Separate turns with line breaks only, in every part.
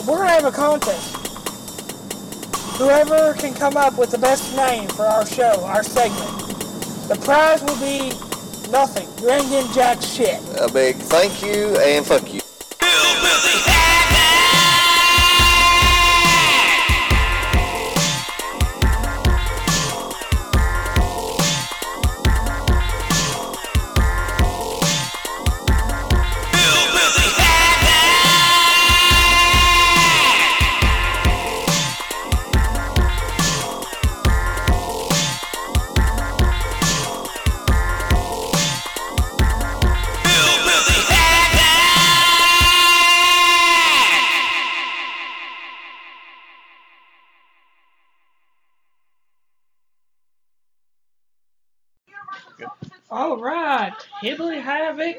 we're gonna have a contest. Whoever can come up with the best name for our show, our segment, the prize will be nothing. You ain't getting jack shit.
A big thank you and fuck you.
All right, Hibbly Havoc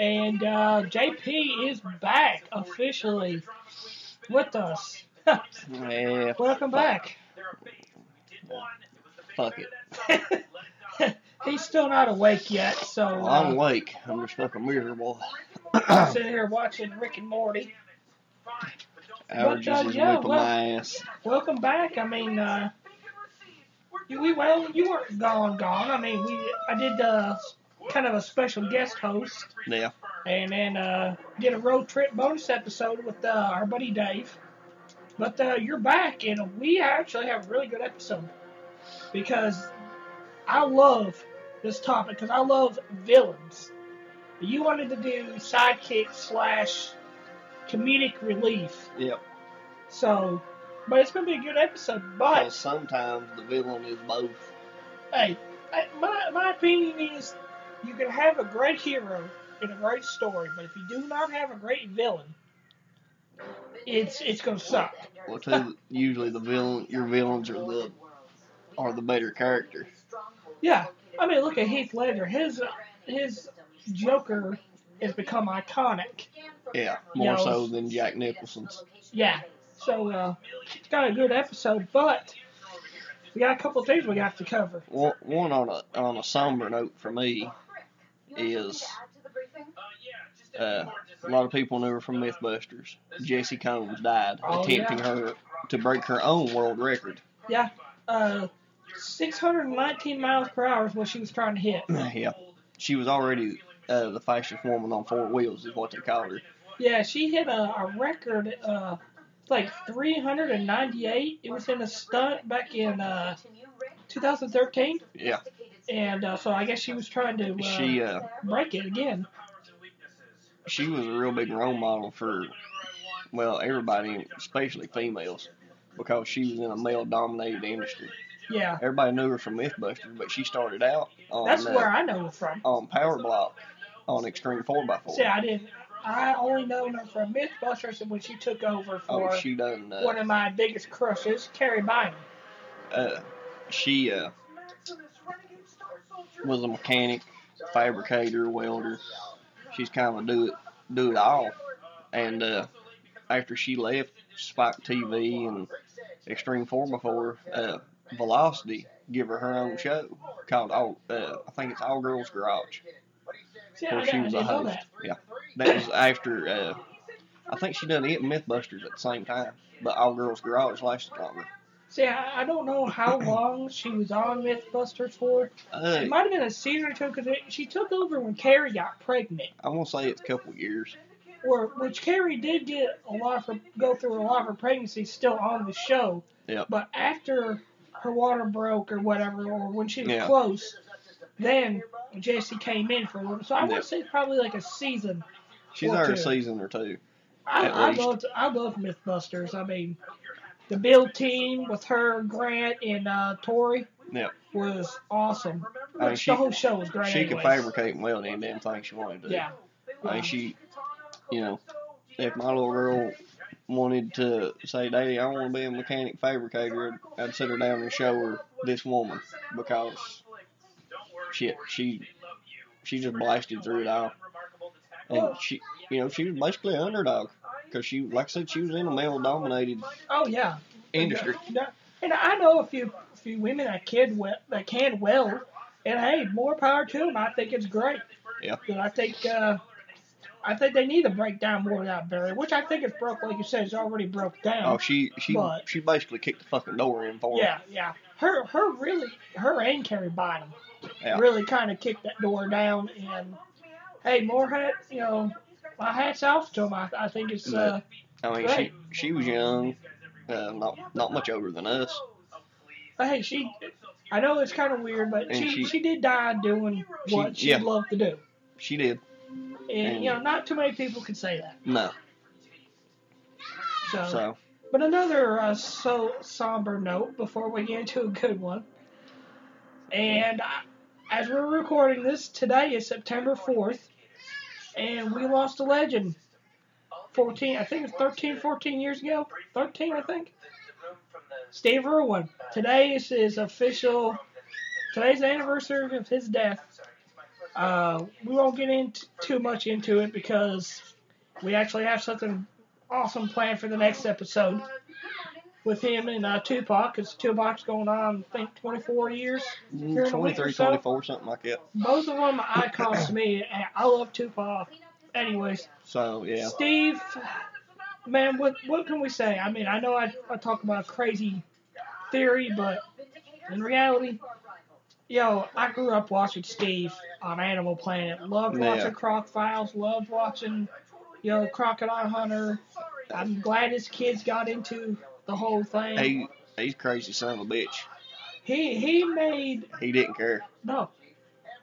and uh, JP is back officially with us.
Yeah,
Welcome back.
fuck it.
He's still not awake yet, so
Well, I'm
uh,
awake. I'm just fucking miserable.
I'm sitting here watching Rick and Morty.
Allergies is
yeah,
whipping
well-
my ass.
Welcome back. I mean, uh, you- we well, you weren't gone, gone. I mean, we I did uh, kind of a special guest host,
Yeah.
and then uh, did a road trip bonus episode with uh, our buddy Dave. But uh, you're back, and we actually have a really good episode because I love this topic because I love villains. You wanted to do sidekick slash comedic relief.
Yep.
So, but it's gonna be a good episode. But
Because sometimes the villain is both.
hey, I- my my opinion is you can have a great hero and a great story, but if you do not have a great villain, it's it's gonna suck.
Well, too, usually the villain, your villains are the are the better character.
Yeah, I mean, look at Heath Ledger. His his Joker has become iconic.
Yeah, more
Yeah,
so
it's-
than Jack Nicholson's.
Yeah, so uh, it's got a good episode, but we got a couple of things we got to cover.
One, one on a on a somber note for me.
is
Uh, a lot of people knew her from MythBusters. Jesse Combs died
Oh,
attempting her to break her own world record.
Yeah, uh, 619 miles per hour is what she was trying to hit.
yeah, she was already uh, the fastest woman on four wheels is what they called her.
Yeah, she hit a, a record, uh, it's like 398. It was in a stunt back in uh, 2013,
Yeah,
and uh, so I guess she was trying to uh,
she uh,
break it again.
she was a real big role model for well everybody, especially females, because she was in a male dominated industry.
Yeah,
Everybody knew her from MythBusters, but she started out on
that's
uh,
where I know her from.
on Power Block on Extreme Four x
See,
Four.
I didn't. I only know her from MythBusters and when she took over for
Oh, she done. Uh,
one of my biggest crushes, Carrie Bynum.
uh, she uh, was a mechanic, fabricator, welder. She's kind of do it, do it all. And uh, after she left Spike TV and Extreme Four before uh, Velocity, give her her own show called All. Uh, I think it's All Girls Garage.
See, I,
Where
I
she
didn't
was a
know
host.
that.
Yeah, that was after. Uh, I think she done it and MythBusters at the same time, but All Girls Garage lasted longer.
See, I, I don't know how long she was on MythBusters for.
Uh,
It might have been a season or two because she took over when Carrie got pregnant,
I'm gonna say it's a couple years.
or which Carrie did get a lot of her, go through a lot of her pregnancy still on the show.
Yep.
But after her water broke or whatever, or when she was
Yeah.
close, then Jesse came in for a little. So I
Yeah.
would say probably like a season.
She's
Or
there a
two.
season or two.
I,
At
I
least.
love I love MythBusters. I mean, the Bill team with her, Grant, and uh, Tori
Yep.
was awesome.
I mean,
Which
she-
the whole show was great.
She could
anyways.
fabricate and weld any damn thing she wanted to.
Yeah.
I
Yeah.
mean, she, you know, if my little girl wanted to say, "Daddy, I want to be a mechanic fabricator," I'd sit her down and show her this woman because shit, she she just blasted through it all, and she, you know, she was basically an underdog because she, like I said, she was in a male-dominated
Oh yeah.
industry.
Yeah. And I know a few few women that can well that can weld, and hey, more power to them. I think it's great.
Yeah.
And I think uh, I think they need to break down more of that barrier, which I think it's broke, like you said, it's already broke down.
Oh, she she
But-
she basically kicked the fucking door in for him.
yeah, yeah. Her, her really, her and Carrie Bottom
Yeah.
really kind of kicked that door down. And hey, more hat, you know, my hat's off to him. I, I think it's uh,
I mean,
Right.
she she was young, uh, not not much older than us.
hey, she. I know it's kind of weird, but
And
she, she
she-
did die doing
She-
what she
yeah.
loved to do,
She did.
and, Eh, you know, not too many people can say that.
No,
So,
so
but another uh, so somber note before we get into a good one, and I, as we're recording this today is September fourth, and we lost a legend. 14, I think it's 13, 14 years ago. 13, I think. Steve Irwin. Today is his official, today's the anniversary of his death. Uh, we won't get into too much into it because we actually have something awesome planned for the next episode with him and uh, Tupac. Because Tupac's going on, I think, 24 years. Here in a week or
23,
so.
24, mm, something like that.
Both of them are icons to me. and I love Tupac. Anyways,
So yeah,
Steve, man, what what can we say? I mean, I know I, I talk about crazy theory, but in reality, yo, I grew up watching Steve on Animal Planet. Loved
Yeah.
watching Croc Files. Loved watching, you know, Crocodile Hunter. I'm glad his kids got into the whole thing.
he he's crazy son of a bitch.
He he made
He didn't care.
No,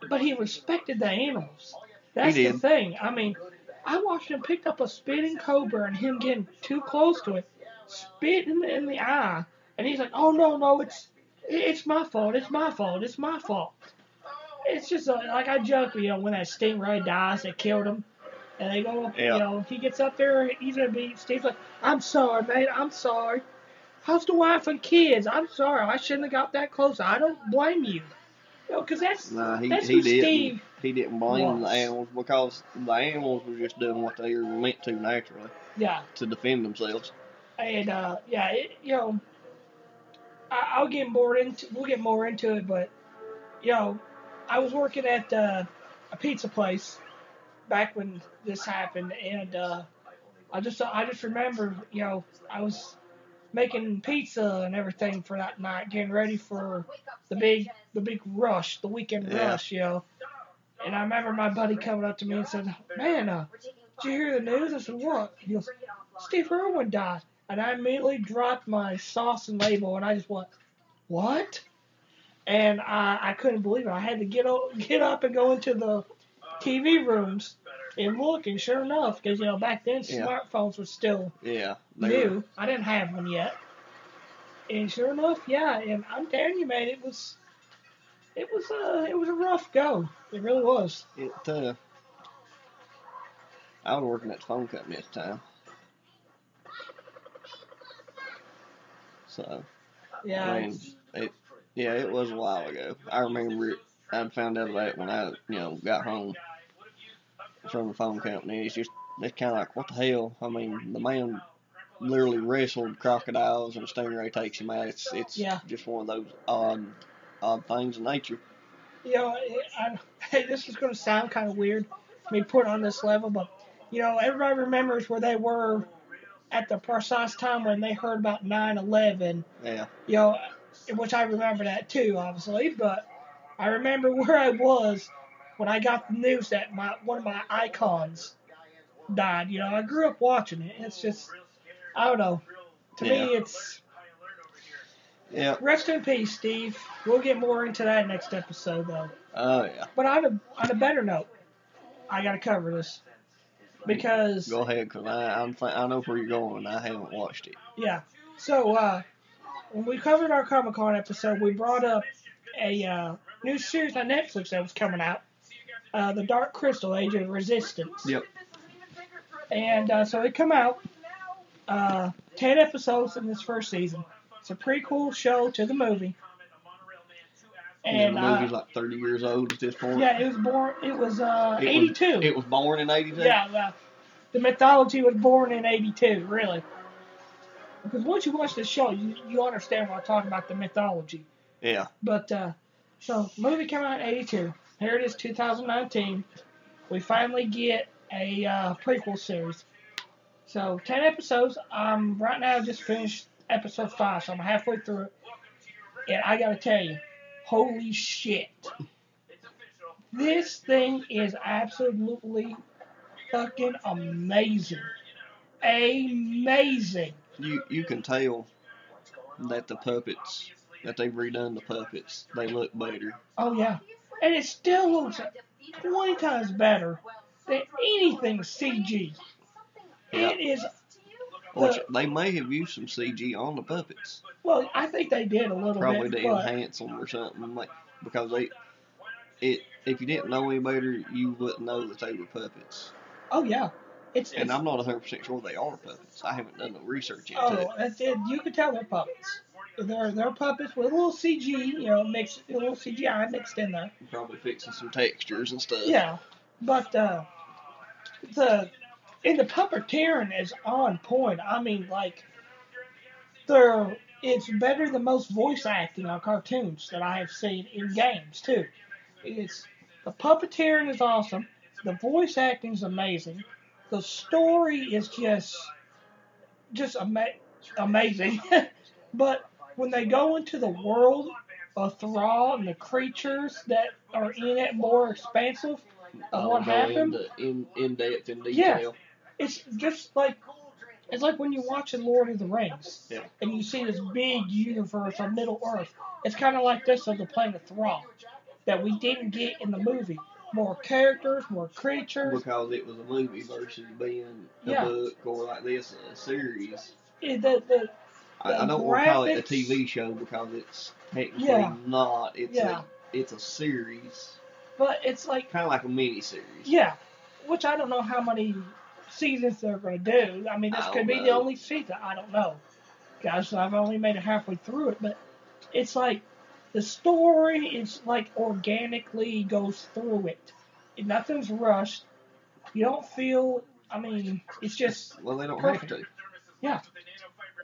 but he respected the animals. That's the
did.
thing. I mean, I watched him pick up a spitting cobra and him getting too close to it, spit in the, in the eye, and he's like, "Oh no, no, it's it- it's my fault. It's my fault. It's my fault." It's just uh like I joke, you know, when that stingray dies, that killed him, and they go, up,
Yeah.
you know, he gets up there, he's gonna be Steve's like, "I'm sorry, mate. I'm sorry." How's the wife and kids? I'm sorry, I shouldn't have got that close. I don't blame you. No, because that's
No, he
that's
he
who
didn't.
Steve.
He didn't blame
was.
the animals because the animals were just doing what they were meant to naturally
Yeah,
to defend themselves.
and uh, yeah, it, you know, I, I'll get more into we'll get more into it, but you know, I was working at uh, a pizza place back when this happened, and uh, I just I just remember you know I was making pizza and everything for that night, getting ready for the big the big rush, the weekend
Yeah.
rush, you know. And I remember my buddy coming up to me and said, "Man, uh, did you hear the news?" I said, "What?" He goes, "Steve Irwin died," and I immediately dropped my sauce and label, and I just went, "What?" And I, I couldn't believe it. I had to get o- get up and go into the TV rooms and look, and sure enough, because you know back then
Yeah.
smartphones were still
Yeah, they were-
new. I didn't have one yet. And sure enough, yeah, and I'm telling you, man, it was, it was a, it was a rough go. It really was.
It uh, I was working at the phone company at the time. So
Yeah,
I mean, it yeah, it was a while ago. I remember it. I found out about it when I you know got home from the phone company. It's just it's kind of like what the hell? I mean, the man literally wrestled crocodiles and a stingray takes him out. It's it's
Yeah.
just one of those odd odd things in nature.
you know, I, I, this is going to sound kind of weird, me put on this level, but you know, everybody remembers where they were at the precise time when they heard about 9/11.
Yeah,
you know, which I remember that too, obviously, but I remember where I was when I got the news that my one of my icons died. You know, I grew up watching it. It's just, I don't know. To me,
Yeah.
it's
yeah,
rest in peace, Steve. We'll get more into that next episode, though.
oh yeah.
But on a on a better note, I gotta cover this because
Go ahead, cause I I'm th- I know where you're going. and I haven't watched it.
Yeah. So uh, when we covered our Comic Con episode, we brought up a uh, new series on Netflix that was coming out, uh, The Dark Crystal: Age of Resistance.
Yep.
And uh, so it come out uh, ten episodes in this first season. It's a prequel show to the movie.
And
And
the
uh,
movie's like 30 years old at this point.
yeah, it was born. It was uh,
It was-
eighty-two.
It was born in 82.
Yeah, the, the mythology was born in '82, really. Because once you watch the show, you, you understand what I'm talking about the mythology.
Yeah.
But uh, so movie came out in '82. Here it is, 2019. We finally get a uh, prequel series. So ten episodes. Um, right now I just finished episode five, so I'm halfway through it. And I gotta tell you, holy shit! This thing is absolutely fucking amazing, amazing.
You you can tell that the puppets that they've redone the puppets. They look better.
Oh yeah, and it still looks twenty times better than anything CG.
Yeah.
It is
Which they may have used some CG on the puppets.
well. I think they did a little
Probably
bit,
to
but
enhance them or something like because they it if you didn't know any better you wouldn't know that they were puppets.
oh yeah, it's.
And
it's-
I'm not 100 percent sure they are puppets. I haven't done no research into it.
Oh, that's it. You can tell they're puppets. They're they're puppets with a little CG, you know, mixed a little CGI mixed in there.
Probably fixing some textures and stuff.
Yeah, but uh, the and the puppeteering is on point. I mean, like they're it's better than most voice acting on cartoons that I have seen in games too. It's the puppeteering is awesome. The voice acting is amazing. The story is just just ama- amazing. but when they go into the world of Thrall and the creatures that are in it more expansive,
I'll
what
go
happened?
uh, into- In, in depth in
Yeah.
detail.
it's just like it's like when you're watching Lord of the Rings
Yeah.
and you see this big universe of Middle Earth. It's kind of like this on the planet Thrall that we didn't get in the movie. More characters, more creatures.
Because it was a movie versus being a
Yeah.
book or like this a series.
It- The, the,
I, I
The
don't want to call it a
graphics-
TV show because it's technically
Yeah.
not. It's
Yeah.
a it's a series,
but it's like
kind of like a mini series.
Yeah, which I don't know how many seasons they're going to do. I mean, this
I
could
don't
be the
know.
only season. I don't know. Guys, I've only made it halfway through it, but it's like the story is like organically goes through it. Nothing's rushed. You don't feel. I mean, it's just.
Well, they don't
Perfect.
have to.
Yeah.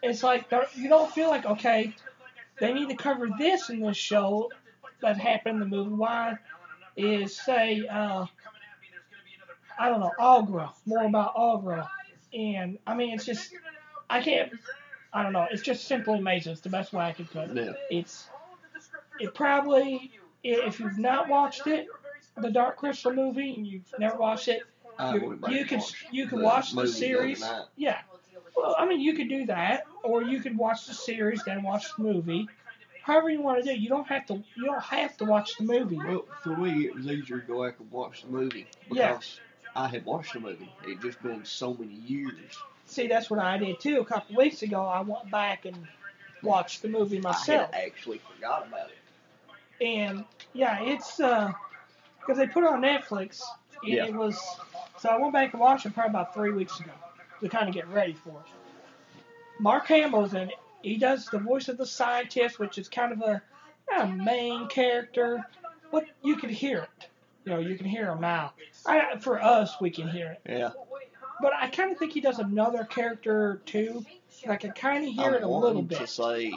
It's like there- you don't feel like okay, they need to cover this in this show that happened in the movie. Why is say uh, I don't know Agra more about Agra, and I mean it's just I can't I don't know it's just simply amazing. It's the best way I could put it.
Yeah.
It's it probably i- if you've not watched it, the Dark Crystal movie, and you've never watched it,
I
you,
went back
you
and
can
watched
you can
the
watch the
movie other
series.
night.
Yeah, well, I mean, you could do that, or you could watch the series then watch the movie. However you want to do. it. You don't have to. You don't have to watch the movie.
Well, for me, it was easier to go back and watch the movie
Yeah.
because I had watched the movie. It just been so many years.
See, that's what I did too. A couple weeks ago, I went back and watched the movie myself,
I had actually forgot about it.
and yeah, it's because they put it on Netflix, and
Yeah.
it was. So I went back and watched it probably about three weeks ago to kind of get ready for it. Mark Hamill's in it. He does the voice of the scientist, which is kind of a, a main character, but you can hear it. You know, you can hear him now. I, for us, we can hear it.
Yeah,
But I kind of think he does another character too. and I can kind of hear
I'm
it a little
wanting to
bit.
say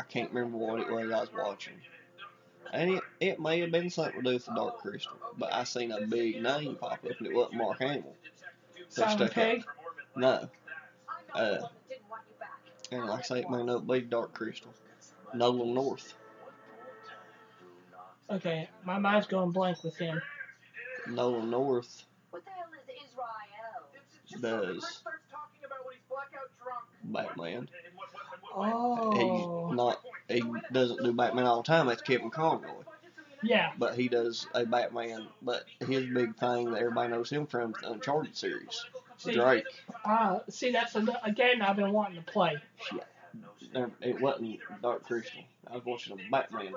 I can't remember what it was I was watching, and it, it may have been something to do with the Dark Crystal, but I seen a big name pop up and it wasn't Mark Hamill. That
Simon
stuck out.
Pegg.
No, uh, and like I say, it may not be Dark Crystal. Nolan North,
Okay, my mind's going blank with him.
Nolan North does Batman.
Oh.
He's not. He doesn't do Batman all the time. That's Kevin Conroy.
Yeah.
But he does a Batman. But his big thing that everybody knows him from is the Uncharted series.
See,
Drake.
uh, see, that's a, a game I've been wanting to play.
There- It wasn't Dark Crystal. I was watching a Batman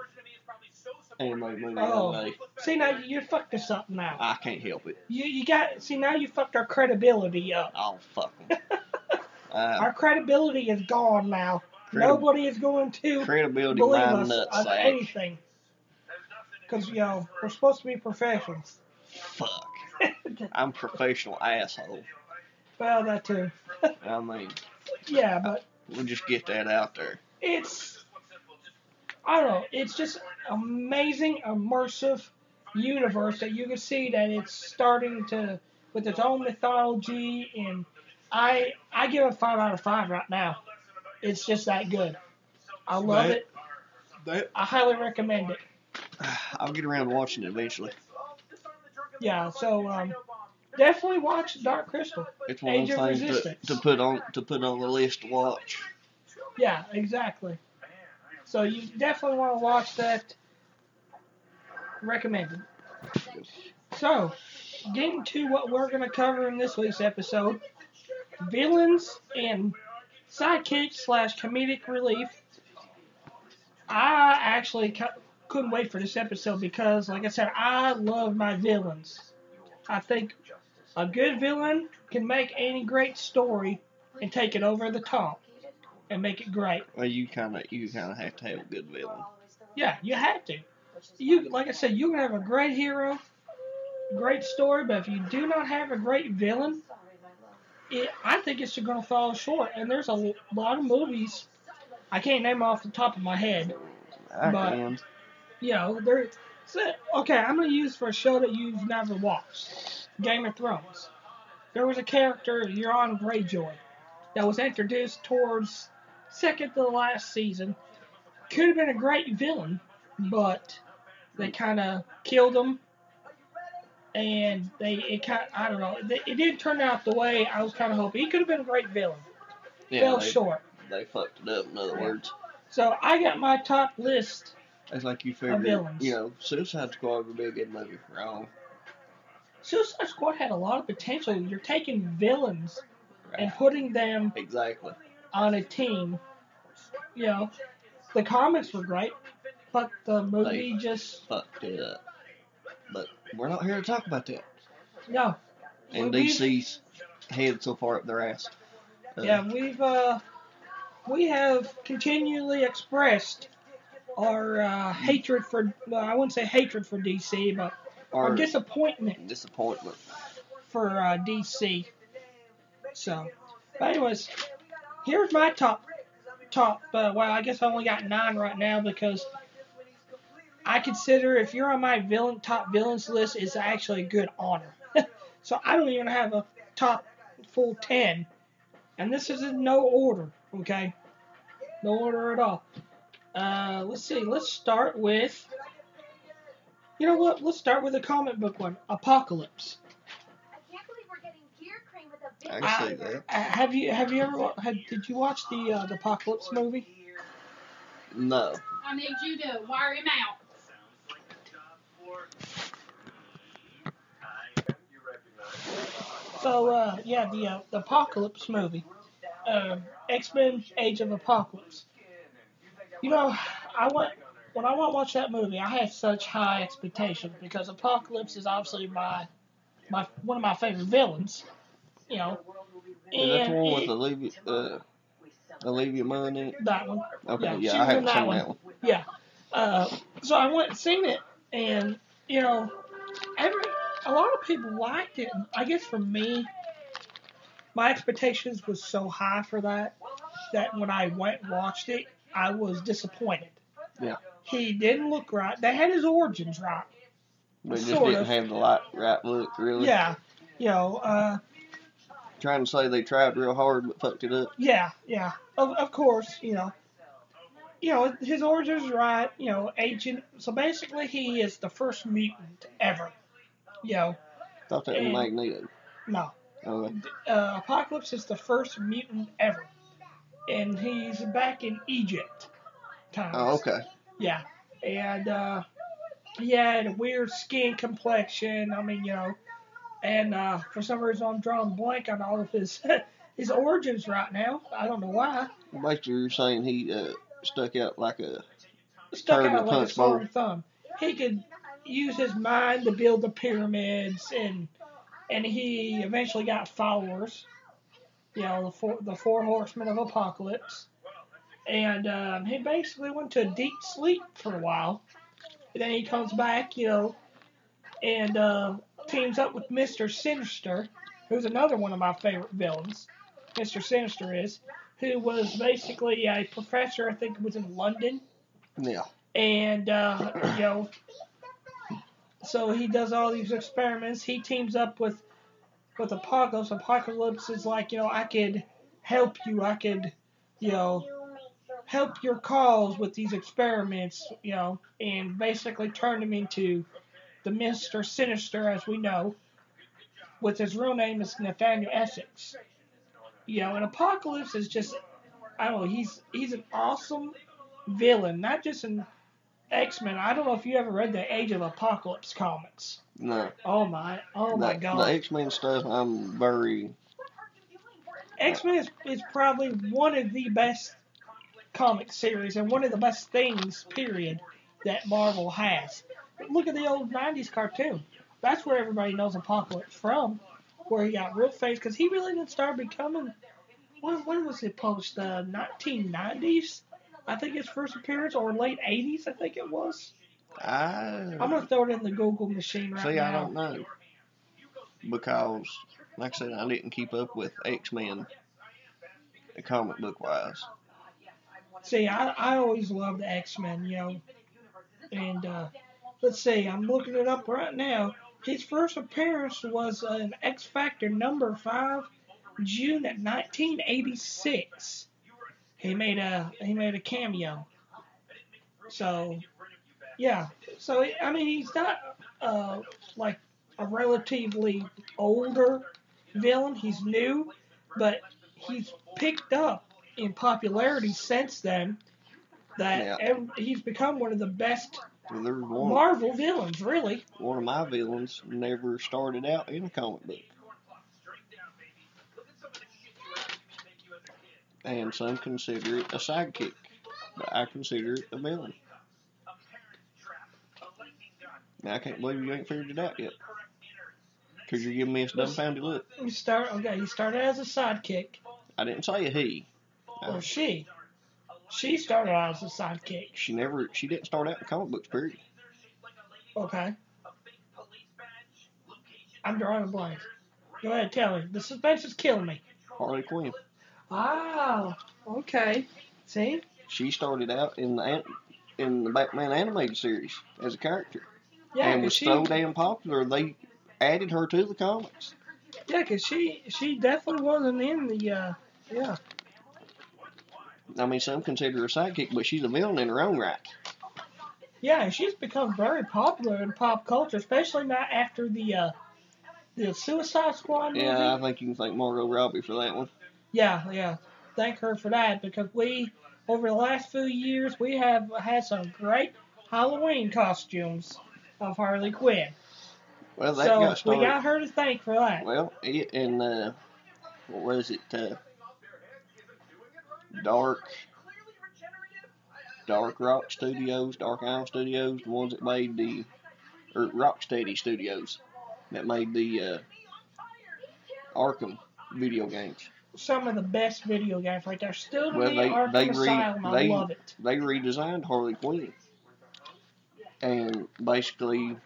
anime movie the
Oh.
other day.
See, now you fucked us up now.
I can't help it.
You you got see now you fucked our credibility up.
I'll fuck him. Uh,
Our credibility is gone now.
credi-
Nobody is going to
credibility,
believe
my
us on
nutsack.
anything. Because, you know, we're supposed to be professionals.
Fuck. I'm professional asshole.
well, that too.
I mean,
Yeah, but
we'll just get that out there.
it's I don't know. It's just amazing, immersive universe that you can see that it's starting to with its own mythology, and I I give it five out of five right now. It's just that good. I love
Right.
it.
That,
I highly recommend it.
I'll get around to watching it eventually.
Yeah, so um, definitely watch Dark Crystal.
It's one of
Age of
those things to,
Resistance.
to put on to put on the list to watch.
Yeah, exactly. So you definitely want to watch that. Recommended. So, getting to what we're going to cover in this week's episode villains and sidekick slash comedic relief. I actually cu- couldn't wait for this episode because, like I said, I love my villains. I think a good villain can make any great story and take it over the top and make it great.
Well, you kind of you kind of have to have a good villain.
Yeah, you have to. You like I said, you can have a great hero, great story, but if you do not have a great villain, it, I think it's going to fall short. And there's a lot of movies I can't name off the top of my head.
I
But-
can.
You know, there. So, okay, I'm going to use for a show that you've never watched, Game of Thrones. There was a character, Euron Greyjoy, that was introduced towards second to the last season. Could have been a great villain, but they kind of killed him, and they it kind I don't know it, it didn't turn out the way I was kind of hoping. He could have been a great villain.
Yeah,
Fell
they,
short.
they fucked it up. In other
Yeah.
words,
So I got my top list.
it's like you figure,
villains.
you know, Suicide Squad would be a good movie for all.
Suicide Squad had a lot of potential. You're taking villains and putting them
Exactly.
on a team. You know, the comics were great, but the movie just
Fucked it up. But we're not here to talk about that.
no.
And
We've-
DC's head so far up their ass. Uh,
Yeah, we've uh, we have continually expressed our uh, hatred for well, I wouldn't say hatred for DC, but our
our
disappointment
disappointment.
for uh, DC. So, but anyways, here's my top top. Uh, well, I guess I only got nine right now because I consider if you're on my villain top villains list, it's actually a good honor. so I don't even have a top full ten, and this is in no order. Okay, no order at all. Uh, let's see. Let's start with. You know what? Let's start with the comic book one, Apocalypse.
I
Ah.
can see that.
Uh, have you have you ever wa- had, did you watch the uh, the apocalypse movie?
No.
I need you to wire him out.
So uh, yeah, the uh, the apocalypse movie, uh, X Men Age of Apocalypse. You know, I went when I went watch that movie. I had such high expectations because Apocalypse is obviously my my one of my favorite villains. You know,
Is that
and
the one with
it-
Olivia, uh, Olivia Munn in it?
that one.
Okay,
Yeah,
yeah,
she
I
was in
haven't
that
seen
one.
that one.
Yeah. Uh, so I went and seen it, and you know, every a lot of people liked it. I guess for me, my expectations was so high for that that when I went and watched it, I was disappointed.
Yeah.
He didn't look right. They had his origins right.
But it just
Sort
didn't
of.
have the light, right look, really.
Yeah. You know. Uh,
Trying to say they tried real hard but fucked it up.
Yeah, yeah. Of, of course, you know. You know, his origins right, you know, ancient. So basically, he is the first mutant ever. You know,
Thought that was Oh,
And-
Magneto.
no.
Okay.
Uh, Apocalypse is the first mutant ever. And he's back in Egypt. Times.
Oh, okay.
Yeah. And, uh, he had a weird skin complexion. I mean, you know. And, uh, for some reason, I'm drawing a blank on all of his, his origins right now. I don't know why.
Basically, you're saying he uh, stuck out like a.
stuck
Turn
out like
the
a
punch bowl.
sore thumb. He could use his mind to build the pyramids, and and he eventually got followers. You know, the four the four horsemen of apocalypse, and um, he basically went to a deep sleep for a while. And then he comes back, you know, and uh, teams up with Mister Sinister, who's another one of my favorite villains. Mister Sinister is, who was basically a professor, I think, it was in London
Yeah.
and uh, you know, so he does all these experiments. He teams up with with apocalypse, apocalypse is like, you know, I could help you, I could, you know, help your cause with these experiments, you know, and basically turned him into the Mr. Sinister as we know, with his real name is Nathaniel Essex. You know, and Apocalypse is just I don't know, he's he's an awesome villain, not just an X Men. I don't know if you ever read the Age of Apocalypse comics.
No.
Oh my oh my
the,
god.
The X Men stuff, I'm very.
X Men is, is probably one of the best comic series and one of the best things, period, that Marvel has. But look at the old 90s cartoon. That's where everybody knows Apocalypse from, where he got real face, because he really didn't start becoming. When, when was it published? The 1990s? I think his first appearance, or late 80s, I think it was.
I.
I'm going to throw it in the Google machine right
See,
now.
I don't know. Because, like I said, I didn't keep up with X Men comic book wise.
See, I, I always loved the X Men, you know. And uh, let's see, I'm looking it up right now. His first appearance was in X Factor number 5, June of 1986. He made a he made a cameo. So, yeah. So I mean, he's not uh, like a relatively older villain. He's new, but he's picked up in popularity since then that
Yeah.
ev- he's become one of the best
Well, there's one,
Marvel villains, really.
one of my villains never started out in a comic book. And some consider it a sidekick, but I consider it a villain. Now, I can't believe you ain't figured it out yet. Because you're giving me this dumbfounded look.
He start okay. He started as a sidekick,
I didn't say a he. Uh,
or she. She started out as a sidekick.
She never, she didn't start out in comic books, period.
Okay. I'm drawing a blank. Go ahead, tell me. The suspense is killing me.
Harley Quinn.
Wow. Okay. See?
She started out in the an- in the Batman animated series as a character,
Yeah,
and
'cause
was
she,
so damn popular they added her to the comics.
yeah, 'cause she, she definitely wasn't in the, uh, yeah.
I mean, some consider her a sidekick, but she's a villain in her own right.
Yeah, and she's become very popular in pop culture, especially now after the, uh, the Suicide Squad movie.
Yeah, I think you can thank Margot Robbie for that one.
Yeah, yeah. Thank her for that because we, over the last few years, we have had some great Halloween costumes of Harley Quinn.
Well, that
So
got started.
we got her to thank for that.
Well, it and uh, what was it? Uh, Dark, Dark Rock Studios, Dark Isle Studios, the ones that made the or Rocksteady Studios that made the uh, Arkham video games.
Some of the best video games, like they're still to
Well,
me
they-
Arkham
they re-
Asylum.
they-
I love it.
They redesigned Harley Quinn, and basically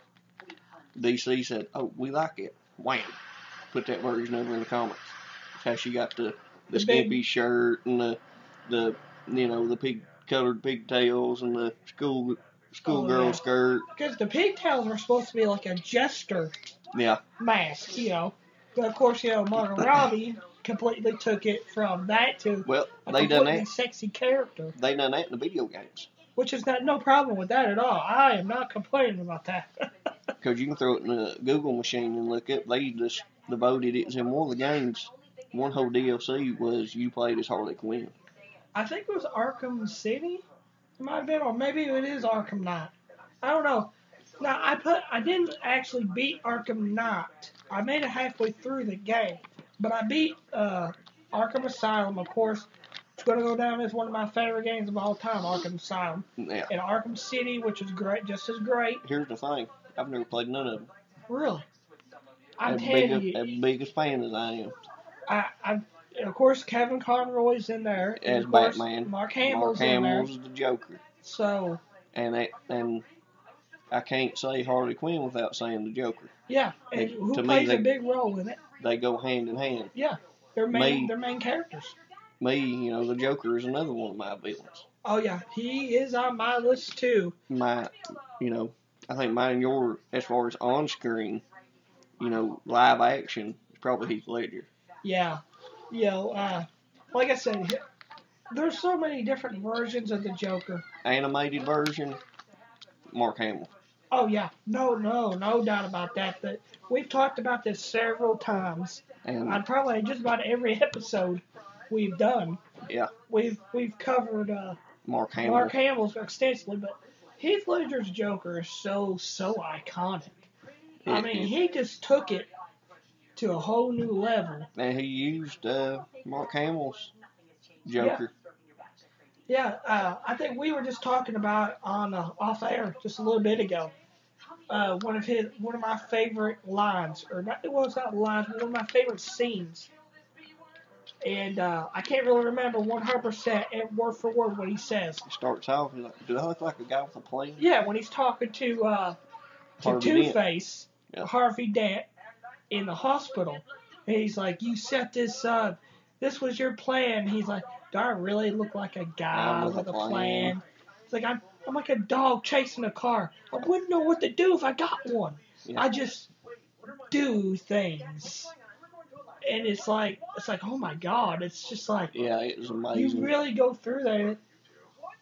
DC said, "Oh, we like it. Wham! Put that version over in the comics." That's how she got the the,
The big-
skimpy shirt and the the you know the pig colored pigtails and the school schoolgirl
Oh, yeah.
skirt.
Because the pigtails were supposed to be like a jester
Yeah,
mask, you know. But of course, you know, Margot Robbie completely took it from that to
well
a
they done
completely
that.
sexy character,
They done that in the video games
which is not no problem with that at all. I am not complaining about that.
because you can throw it in the Google machine and look up. They just devoted it. It's in one of the games. One whole DLC was you played as Harley Quinn.
I think it was Arkham City. It might have been, or maybe it is Arkham Knight. I don't know. Now I put I didn't actually beat Arkham Knight. I made it halfway through the game, but I beat uh, Arkham Asylum. Of course, it's gonna go down as one of my favorite games of all time, Arkham Asylum,
Yeah.
and Arkham City, which is great, just as great.
Here's the thing. I've never played none of them.
Really, I'm
As big,
telling
a,
you,
as big a fan as I am.
I, I and of course Kevin Conroy's in there, and
As
of course,
Batman,
Mark
Mark
Hamill's in there,
Hamill's the Joker,
so.
and that, and I can't say Harley Quinn without saying the Joker.
Yeah, and
They-
who
to me,
plays a
they-
big role in it?
They go hand in hand.
Yeah, their main
Me.
their main characters.
Me, you know, the Joker is another one of my villains.
Oh yeah, he is on my list too.
My, you know, I think mine and your as far as on screen, you know, live action is probably Heath Ledger.
Yeah, you know, uh, like I said, there's so many different versions of the Joker.
Animated version, Mark Hamill.
Oh yeah, no, no, no doubt about that. But we've talked about this several times.
And
On probably just about every episode we've done,
yeah,
we've we've covered uh,
Mark Hamill.
Mark Hamill's extensively, but Heath Ledger's Joker is so so iconic. I
It-
mean,
it-
he just took it to a whole new level.
and he used uh, Mark Hamill's Joker.
Yeah, uh, I think we were just talking about on uh, off air just a little bit ago. Uh, one of his, one of my favorite lines, or not, well, it's not lines, but one of my favorite scenes. And uh, I can't really remember 100% and word for word what he says.
It starts off, he's like, do I look like a guy with a plane?
Yeah, when he's talking to uh, to
Harvey
Two
Dent.
Face,
Yeah.
Harvey Dent, in the hospital. And he's like, "You set this up. This was your plan." He's like, "Do I really look like a guy with a plan?" It's like I'm I'm like a dog chasing a car. I wouldn't know what to do if I got one.
Yeah.
I just do things, and it's like it's like oh my god, it's just like
Yeah, it was amazing.
you really go through that.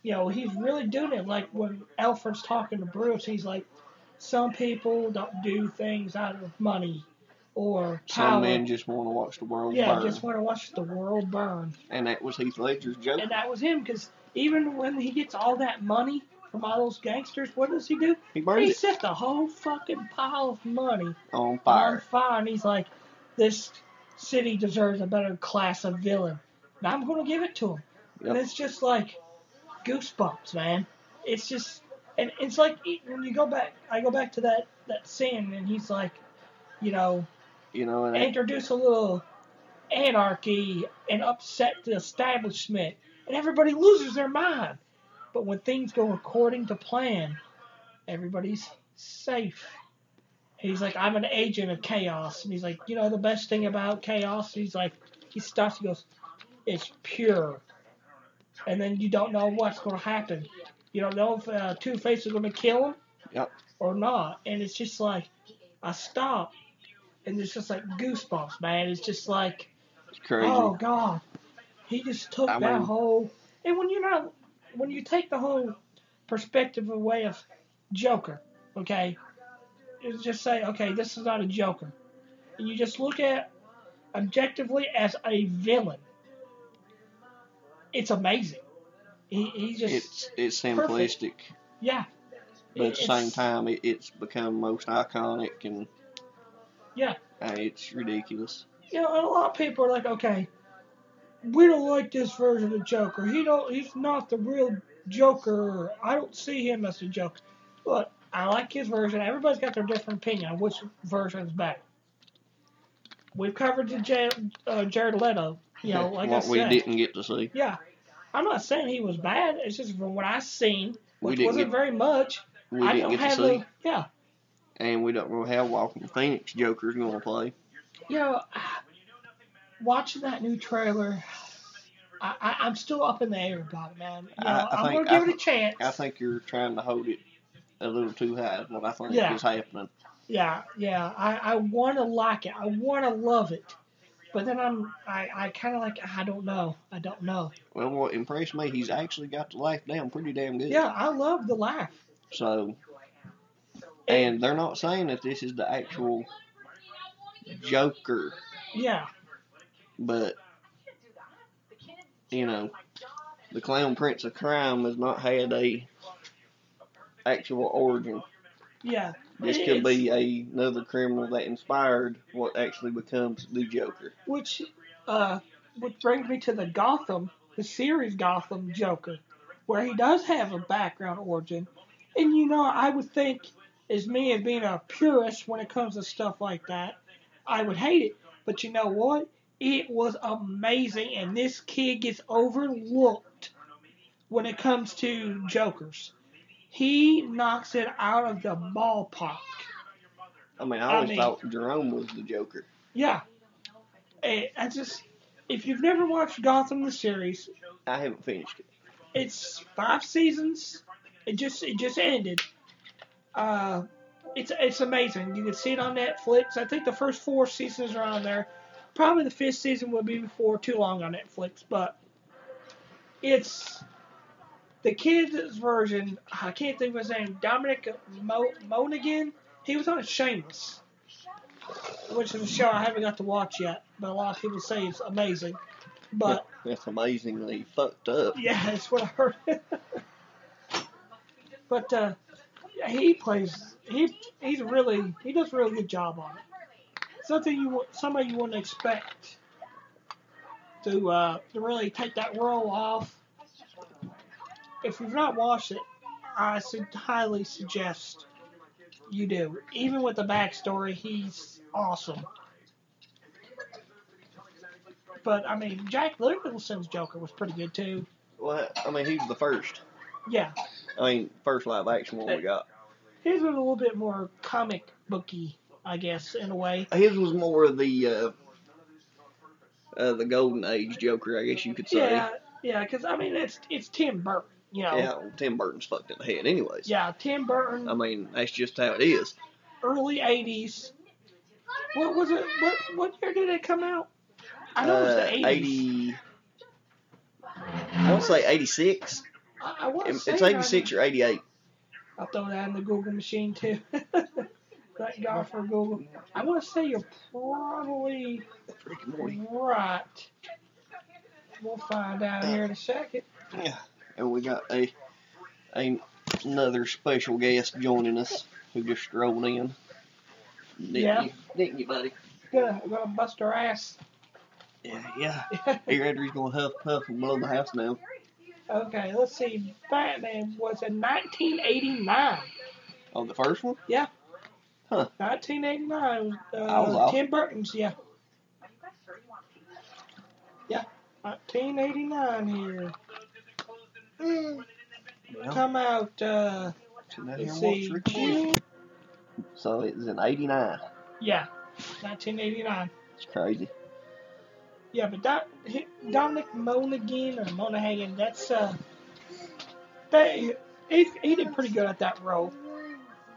You know, he's really doing it. Like when Alfred's talking to Bruce, he's like, "Some people don't do things out of money or
Some
power.
men just want to watch the world
yeah,
burn.
just want to watch the world burn."
and that was Heath Ledger's Joker.
And that was him, because even when he gets all that money from all those gangsters, what does he do?
he burned
He
it
set the whole fucking pile of money
on
on
fire.
fire, and he's like, "This city deserves a better class of villain, and I'm gonna give it to him."
Yep.
And it's just like goosebumps, man. It's just, and it's like it- when you go back, I go back to that that scene, and he's like, you know,
You know, and that,
introduce a little anarchy and upset the establishment, and everybody loses their mind. But when things go according to plan, everybody's safe. He's like, I'm an agent of chaos, and he's like, you know, the best thing about chaos, he's like, he stops, he goes, it's pure, and then you don't know what's going to happen. You don't know if uh, Two Face is going to kill him
Yep.
or not, and it's just like, I stop, and it's just like goosebumps, man. It's just like,
it's crazy.
oh god, he just took
I
that
mean-
whole. And when you're not, when you take the whole perspective away of Joker, okay, you just say, okay, this is not a Joker, and you just look at objectively as a villain. It's amazing. He, he just
it's it's
perfect.
simplistic,
yeah.
but at
It-
the same
it's-
time, it, it's become most iconic and
Yeah.
uh, it's ridiculous.
you know, and a lot of people are like, okay, we don't like this version of Joker. He don't, he's not the real Joker. I don't see him as the Joker. Look, I like his version. Everybody's got their different opinion on which version is better. We've covered the J, uh, Jared Leto. You know, like
what
I
we
said,
didn't get to see.
yeah. I'm not saying he was bad. It's just from what I seen,
We
which
didn't
wasn't
get-
very much.
We
I
didn't
don't
get to
have
see,
a yeah.
and we don't know how Walking Phoenix Joker's going to play.
you know, watching that new trailer, I, I, I'm still up in the air about it, man. You know,
I- I
I am
think-
gonna give
I-
it a chance.
I think you're trying to hold it a little too high. Is what I think
Yeah.
is happening.
Yeah, yeah. I, I want to like it. I want to love it. But then I'm, I, I kind of like, I don't know. I don't know.
Well, what impressed me, he's actually got the laugh down pretty damn good.
Yeah, I love the laugh.
So, and they're not saying that this is the actual Joker,
Yeah,
but you know, the Clown Prince of Crime has not had a actual origin.
yeah.
This could be a, another criminal that inspired what actually becomes the Joker.
Which, uh, which brings me to the Gotham, the series Gotham Joker, where he does have a background origin. And you know, I would think, as me as being a purist when it comes to stuff like that, I would hate it. But you know what? It was amazing, and this kid gets overlooked when it comes to Jokers. He knocks it out of the ballpark.
I mean, I
I
always
mean-
thought Jerome was the Joker.
Yeah. Eh, I just, if you've never watched Gotham the series,
I haven't finished it.
it's five seasons. It just it just ended. Uh, it's it's amazing. You can see it on Netflix. I think the first four seasons are on there. Probably the fifth season will be before too long on Netflix, but it's the kids' version. I can't think of his name. Dominic Mo- Monaghan. He was on Shameless, which is a show I haven't got to watch yet, but a lot of people say it's amazing. But
That's amazingly fucked up.
yeah, that's what I heard. but uh, he plays. He he's really he does a really good job on it. Something you wou- somebody you wouldn't expect to uh, to really take that role off. If you've not watched it, I su- highly suggest you do. Even with the backstory, he's awesome. But I mean, Jack Nicholson's Joker was pretty good too.
Well, I mean, he was the first.
Yeah,
I mean, first live action one we got.
his was a little bit more comic booky, I guess, in a way.
His was more of the uh, uh, the golden age Joker, I guess you could say.
Yeah, yeah, because I mean, it's it's Tim Burton, you know.
Yeah, Um, well, Tim Burton's fucked in the head, anyways.
Yeah, Tim Burton,
I mean, that's just how it is.
early '80s. What was it? What what year did it come out? I know it was
Uh,
the '80s.
80. I want to say 86.
I, I wanna
It's
say
86 or 88.
I'll throw that in the Google machine too. Thank God for Google. I want to say you're probably
Freaking morning.
right. We'll find out here in a second.
Yeah. And we got a, a another special guest joining us who just strolled in. Didn't
Yeah.
You, didn't you, buddy?
Gonna gonna bust our ass.
Yeah, yeah. Here, Andrew's going to huff, puff, and blow the house down.
Okay, let's see. Batman was in 1989.
On the first one?
1989.
I was
Uh,
off.
Tim Burton's, yeah. Yeah, 1989 here. Mm,
Well,
Come out, uh,
so now here
let's
wants
see,
recording.
June.
So it's in 89.
Yeah, 1989.
It's crazy.
Yeah, but that he- Dominic Monaghan or Monaghan, that's uh, that he, he did pretty good at that role.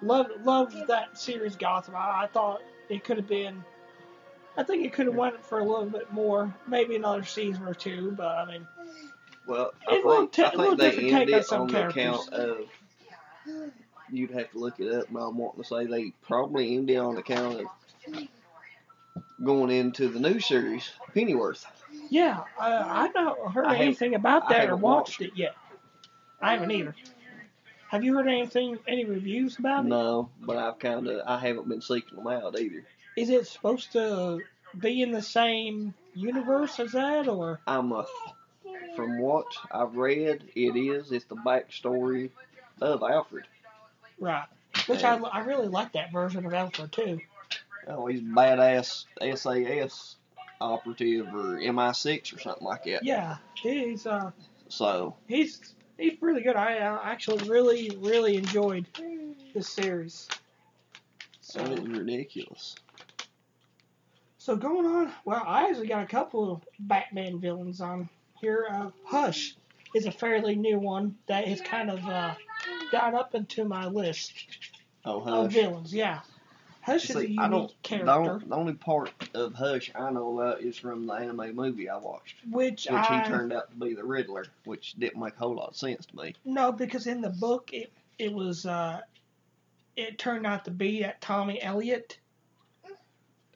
Love loved that series Gotham. I, I thought it could have been, I think it could have went for a little bit more, maybe another season or two. But I mean,
Well,
It
I
will
think,
ta-
I
it will
think they
different take
ended
on
it
some
on the
characters.
count of. You'd have to look it up, but I'm wanting to say they probably ended on the count of going into the new series, Pennyworth.
yeah, uh, I've not heard
I haven't-
anything about
I
that or
haven't
watched
watched
it yet. I haven't either. Have you heard anything, any reviews about it?
No, but I've kind of I haven't been seeking them out either.
Is it supposed to be in the same universe as that, or?
I'm a, from what I've read, it is it's the backstory of Alfred.
Right. Which
Uh,
I, I really like that version of Alfred too.
Oh, he's a badass SAS operative or MI6 or something like that.
Yeah, he's uh
So
he's he's really good. I uh, actually really really enjoyed this series.
so it's ridiculous.
So going on, well, I actually got a couple of Batman villains on here. Uh, Hush is a fairly new one that has kind of uh, got up into my list
Oh,
of
hush.
villains. Yeah, Hush is a
See,
unique
I don't,
character,
the only- the only part of Hush I know about is from the anime movie I watched,
which,
which
I
he turned out to be the Riddler, which didn't make a whole lot of sense to me.
No, because in the book it it was uh it turned out to be that Tommy Elliot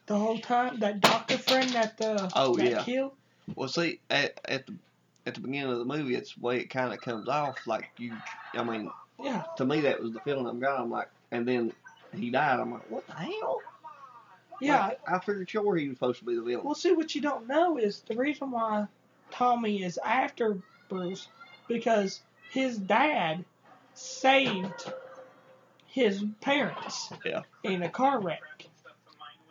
the whole time that doctor friend that uh
Oh,
that
yeah.
killed.
Well, see, at, at the at the beginning of the movie, it's the way it kind of comes off. Like you, I mean,
Yeah.
to me that was the feeling I got. I'm like, and then he died. I'm like, what the hell?
Yeah.
Like, I figured sure he was supposed to be the villain.
Well see what you don't know is the reason why Tommy is after Bruce because his dad saved his parents
Yeah.
in a car wreck.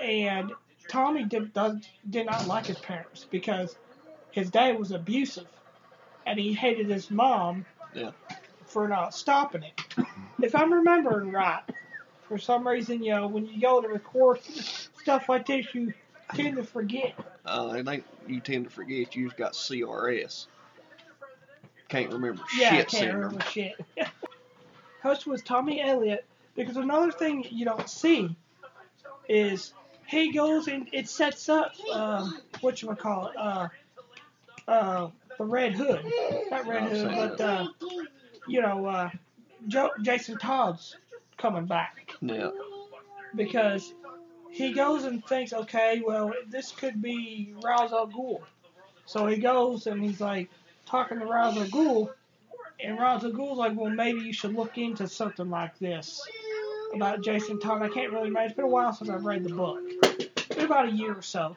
And Tommy did, does, did not like his parents because his dad was abusive and he hated his mom
Yeah.
for not stopping it. if I'm remembering right, for some reason, you know, when you go to record stuff like this, you tend to forget.
Uh, and they, you tend to forget you've got CRS. Can't remember
Yeah, I
shit
can't
syndrome.
remember shit. Hush was Tommy Elliott Because another thing you don't see is he goes and it sets up uh, what you call it, uh, uh, the Red Hood, not Red
I've
Hood,
seen
but
it.
uh, you know, uh, jo- Jason Todd's coming back
Yeah.
because he goes and thinks, okay, well, this could be Ra's al Ghul. So he goes and he's like talking to Ra's al Ghul, and Ra's al Ghul's like, well, maybe you should look into something like this about Jason Todd. I can't really remember. It's been a while since I've read the book. It's been about a year or so,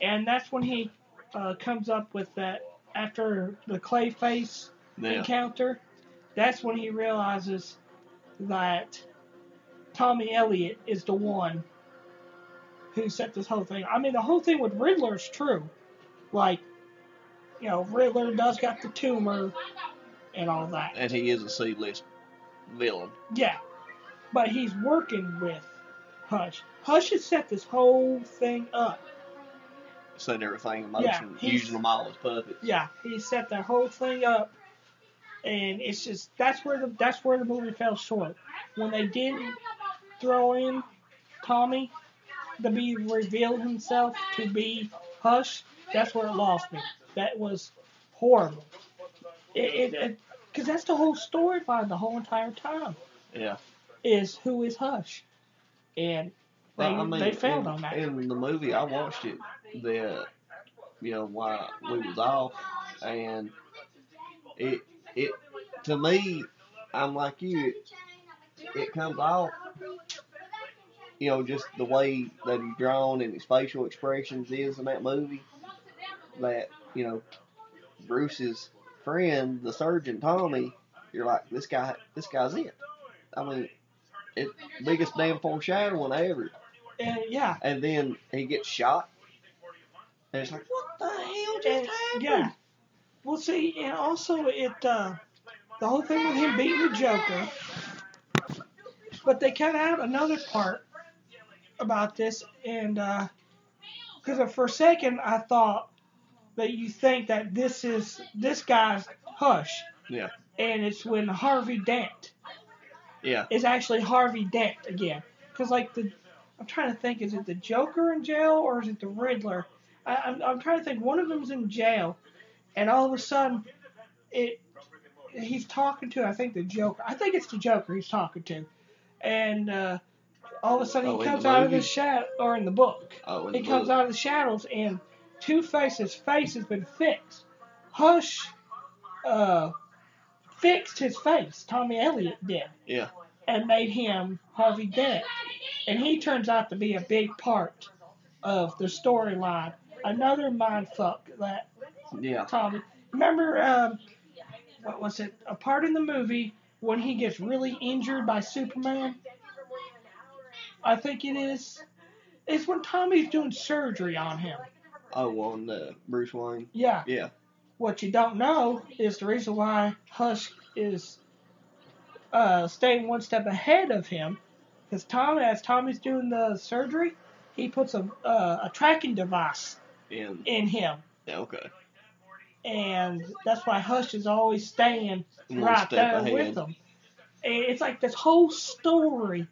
and that's when he uh, comes up with that after the Clayface
Yeah.
encounter. That's when he realizes that Tommy Elliot is the one who set this whole thing. I mean, the whole thing with Riddler is true. Like, you know, Riddler does got the tumor and all that.
And he is a C list villain.
Yeah, but he's working with Hush. Hush has set this whole thing up.
Set everything in
Yeah,
motion,
he's-
using them all as puppets.
Yeah, he set that whole thing up, and it's just that's where the that's where the movie fell short when they didn't throw in Tommy to be reveal himself to be Hush. That's where it lost me. That was horrible. It it because that's the whole storyline the whole entire time
Yeah.
is who is Hush, and they
Well, I mean,
they failed
in,
on that.
In the movie, I watched it the you know while we was off, and it it to me, I'm like you. It, it comes off, you know, just the way that he's drawn and his facial expressions is in that movie. That you know, Bruce's friend, the surgeon Tommy, you're like this guy. This guy's it. I mean, it biggest damn foreshadowing ever.
and yeah,
And then he gets shot. And it's like, what the hell
and,
just happened?
yeah. Well, see, and also it uh, the whole thing with him beating the Joker, but they cut out another part about this, and uh, because for a second I thought that you think that this is this guy's Hush,
Yeah.
and it's when Harvey Dent
Yeah.
is actually Harvey Dent again. Because like the, I'm trying to think, is it the Joker in jail or is it the Riddler? I, I'm I'm trying to think. One of them's in jail, and all of a sudden, it he's talking to I think the Joker. I think it's the Joker he's talking to, and uh, all of a sudden
Oh,
he
in
comes
the
out of the
movie?
shadow or in the book.
Oh, and
He comes out of the shadows, and Two Face's face has been fixed. Hush uh, fixed his face. Tommy Elliott did
Yeah.
and made him Harvey Dent. And he turns out to be a big part of the storyline. Another mind fuck that
Yeah.
Tommy. Remember, um, what was it? A part in the movie when he gets really injured by Superman? I think it is. It's when Tommy's doing surgery on him.
Oh, on uh, Bruce Wayne.
Yeah.
Yeah.
What you don't know is the reason why Hush is uh, staying one step ahead of him, because Tom, as Tommy's doing the surgery, he puts a uh, a tracking device
And
in him,
yeah, okay.
and that's why Hush is always staying
One
right
step
there
ahead.
with him. And it's like this whole story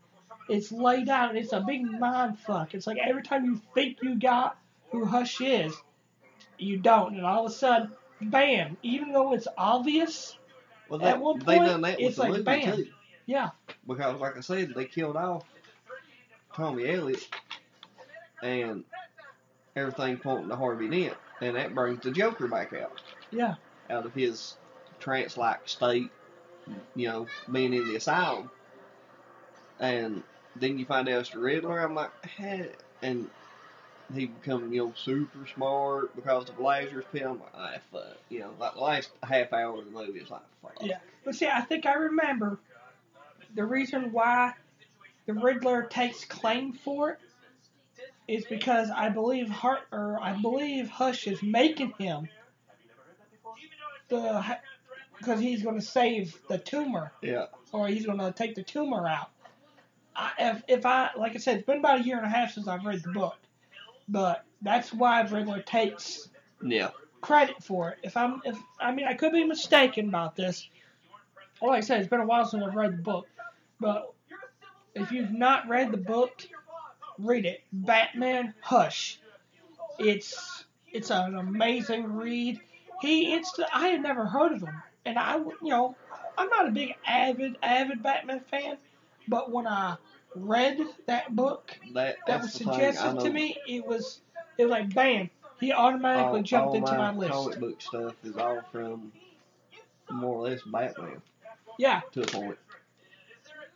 is laid out, and it's a big mind fuck. It's like every time you think you got who Hush is, you don't, and all of a sudden, bam! Even though it's obvious,
Well,
At one
they
point,
done that with
it's
the
like,
movie
bam.
too,
yeah,
because like I said, they killed off Tommy Elliott, and everything pointing to Harvey Dent, and that brings the Joker back out
yeah,
out of his trance-like state, you know, being in the asylum. And then you find out it's the Riddler. I'm like, hey. and he become you know super smart because of Lazarus Pit. I'm like, ah, fuck. You know, like the last half hour of the movie is like, fuck.
yeah. But see, I think I remember the reason why the Riddler takes claim for it is because I believe Hart or I believe Hush is making him the because he's going to save the tumor
Yeah,
or he's going to take the tumor out. I, if, if I like I said, it's been about a year and a half since I've read the book, but that's why Riddler takes
yeah,
credit for it. If I'm, if I mean, I could be mistaken about this. Well, like I said, it's been a while since I've read the book, but If you've not read the book, read it. Batman Hush. It's it's an amazing read. He it's the, I had never heard of him, and I w- you know I'm not a big avid avid Batman fan, but when I read that book
That,
that
that's
was
the thing, I
suggested to
know
me, it was it was like bam, he automatically
all-
jumped
all
into my, list.
comic book stuff is all from more or less Batman
Yeah,
to a point.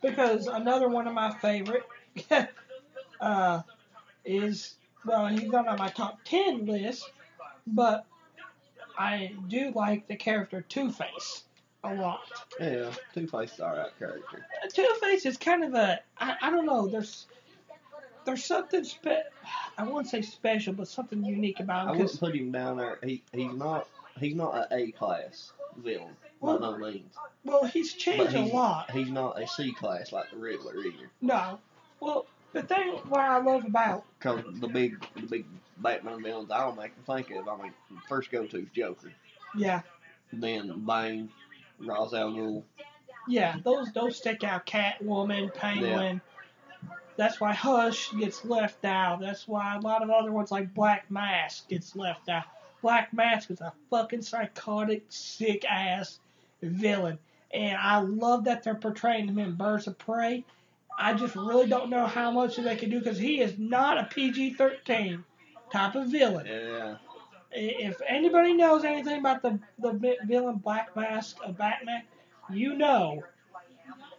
because another one of my favorite uh, is well, he's not on my top ten list, but I do like the character Two Face a lot.
Yeah, Two Face's alright character.
Two Face is kind of a I, I don't know. There's there's something spe- I wouldn't say special, but something unique about
I
him.
wouldn't
Oh, 'cause-
put him down there. He he's not he's not an A class villain by no means.
well, he's changed
But
a
he's,
lot.
he's not a C class like the Riddler either.
No, well, the thing what I love about
Cause the big the big Batman villains I don't make them think of. I mean, first go to is Joker,
yeah
then Bane, Ra's al Ghul.
yeah those those stick out. Catwoman, Penguin. That's why Hush gets left out. That's why a lot of other ones like Black Mask gets left out. Black Mask is a fucking psychotic, sick ass villain. And I love that they're portraying him in Birds of Prey. I just really don't know how much they can do because he is not a PG 13 type of villain.
Yeah,
I- If anybody knows anything about the, the vi- villain Black Mask of Batman, you know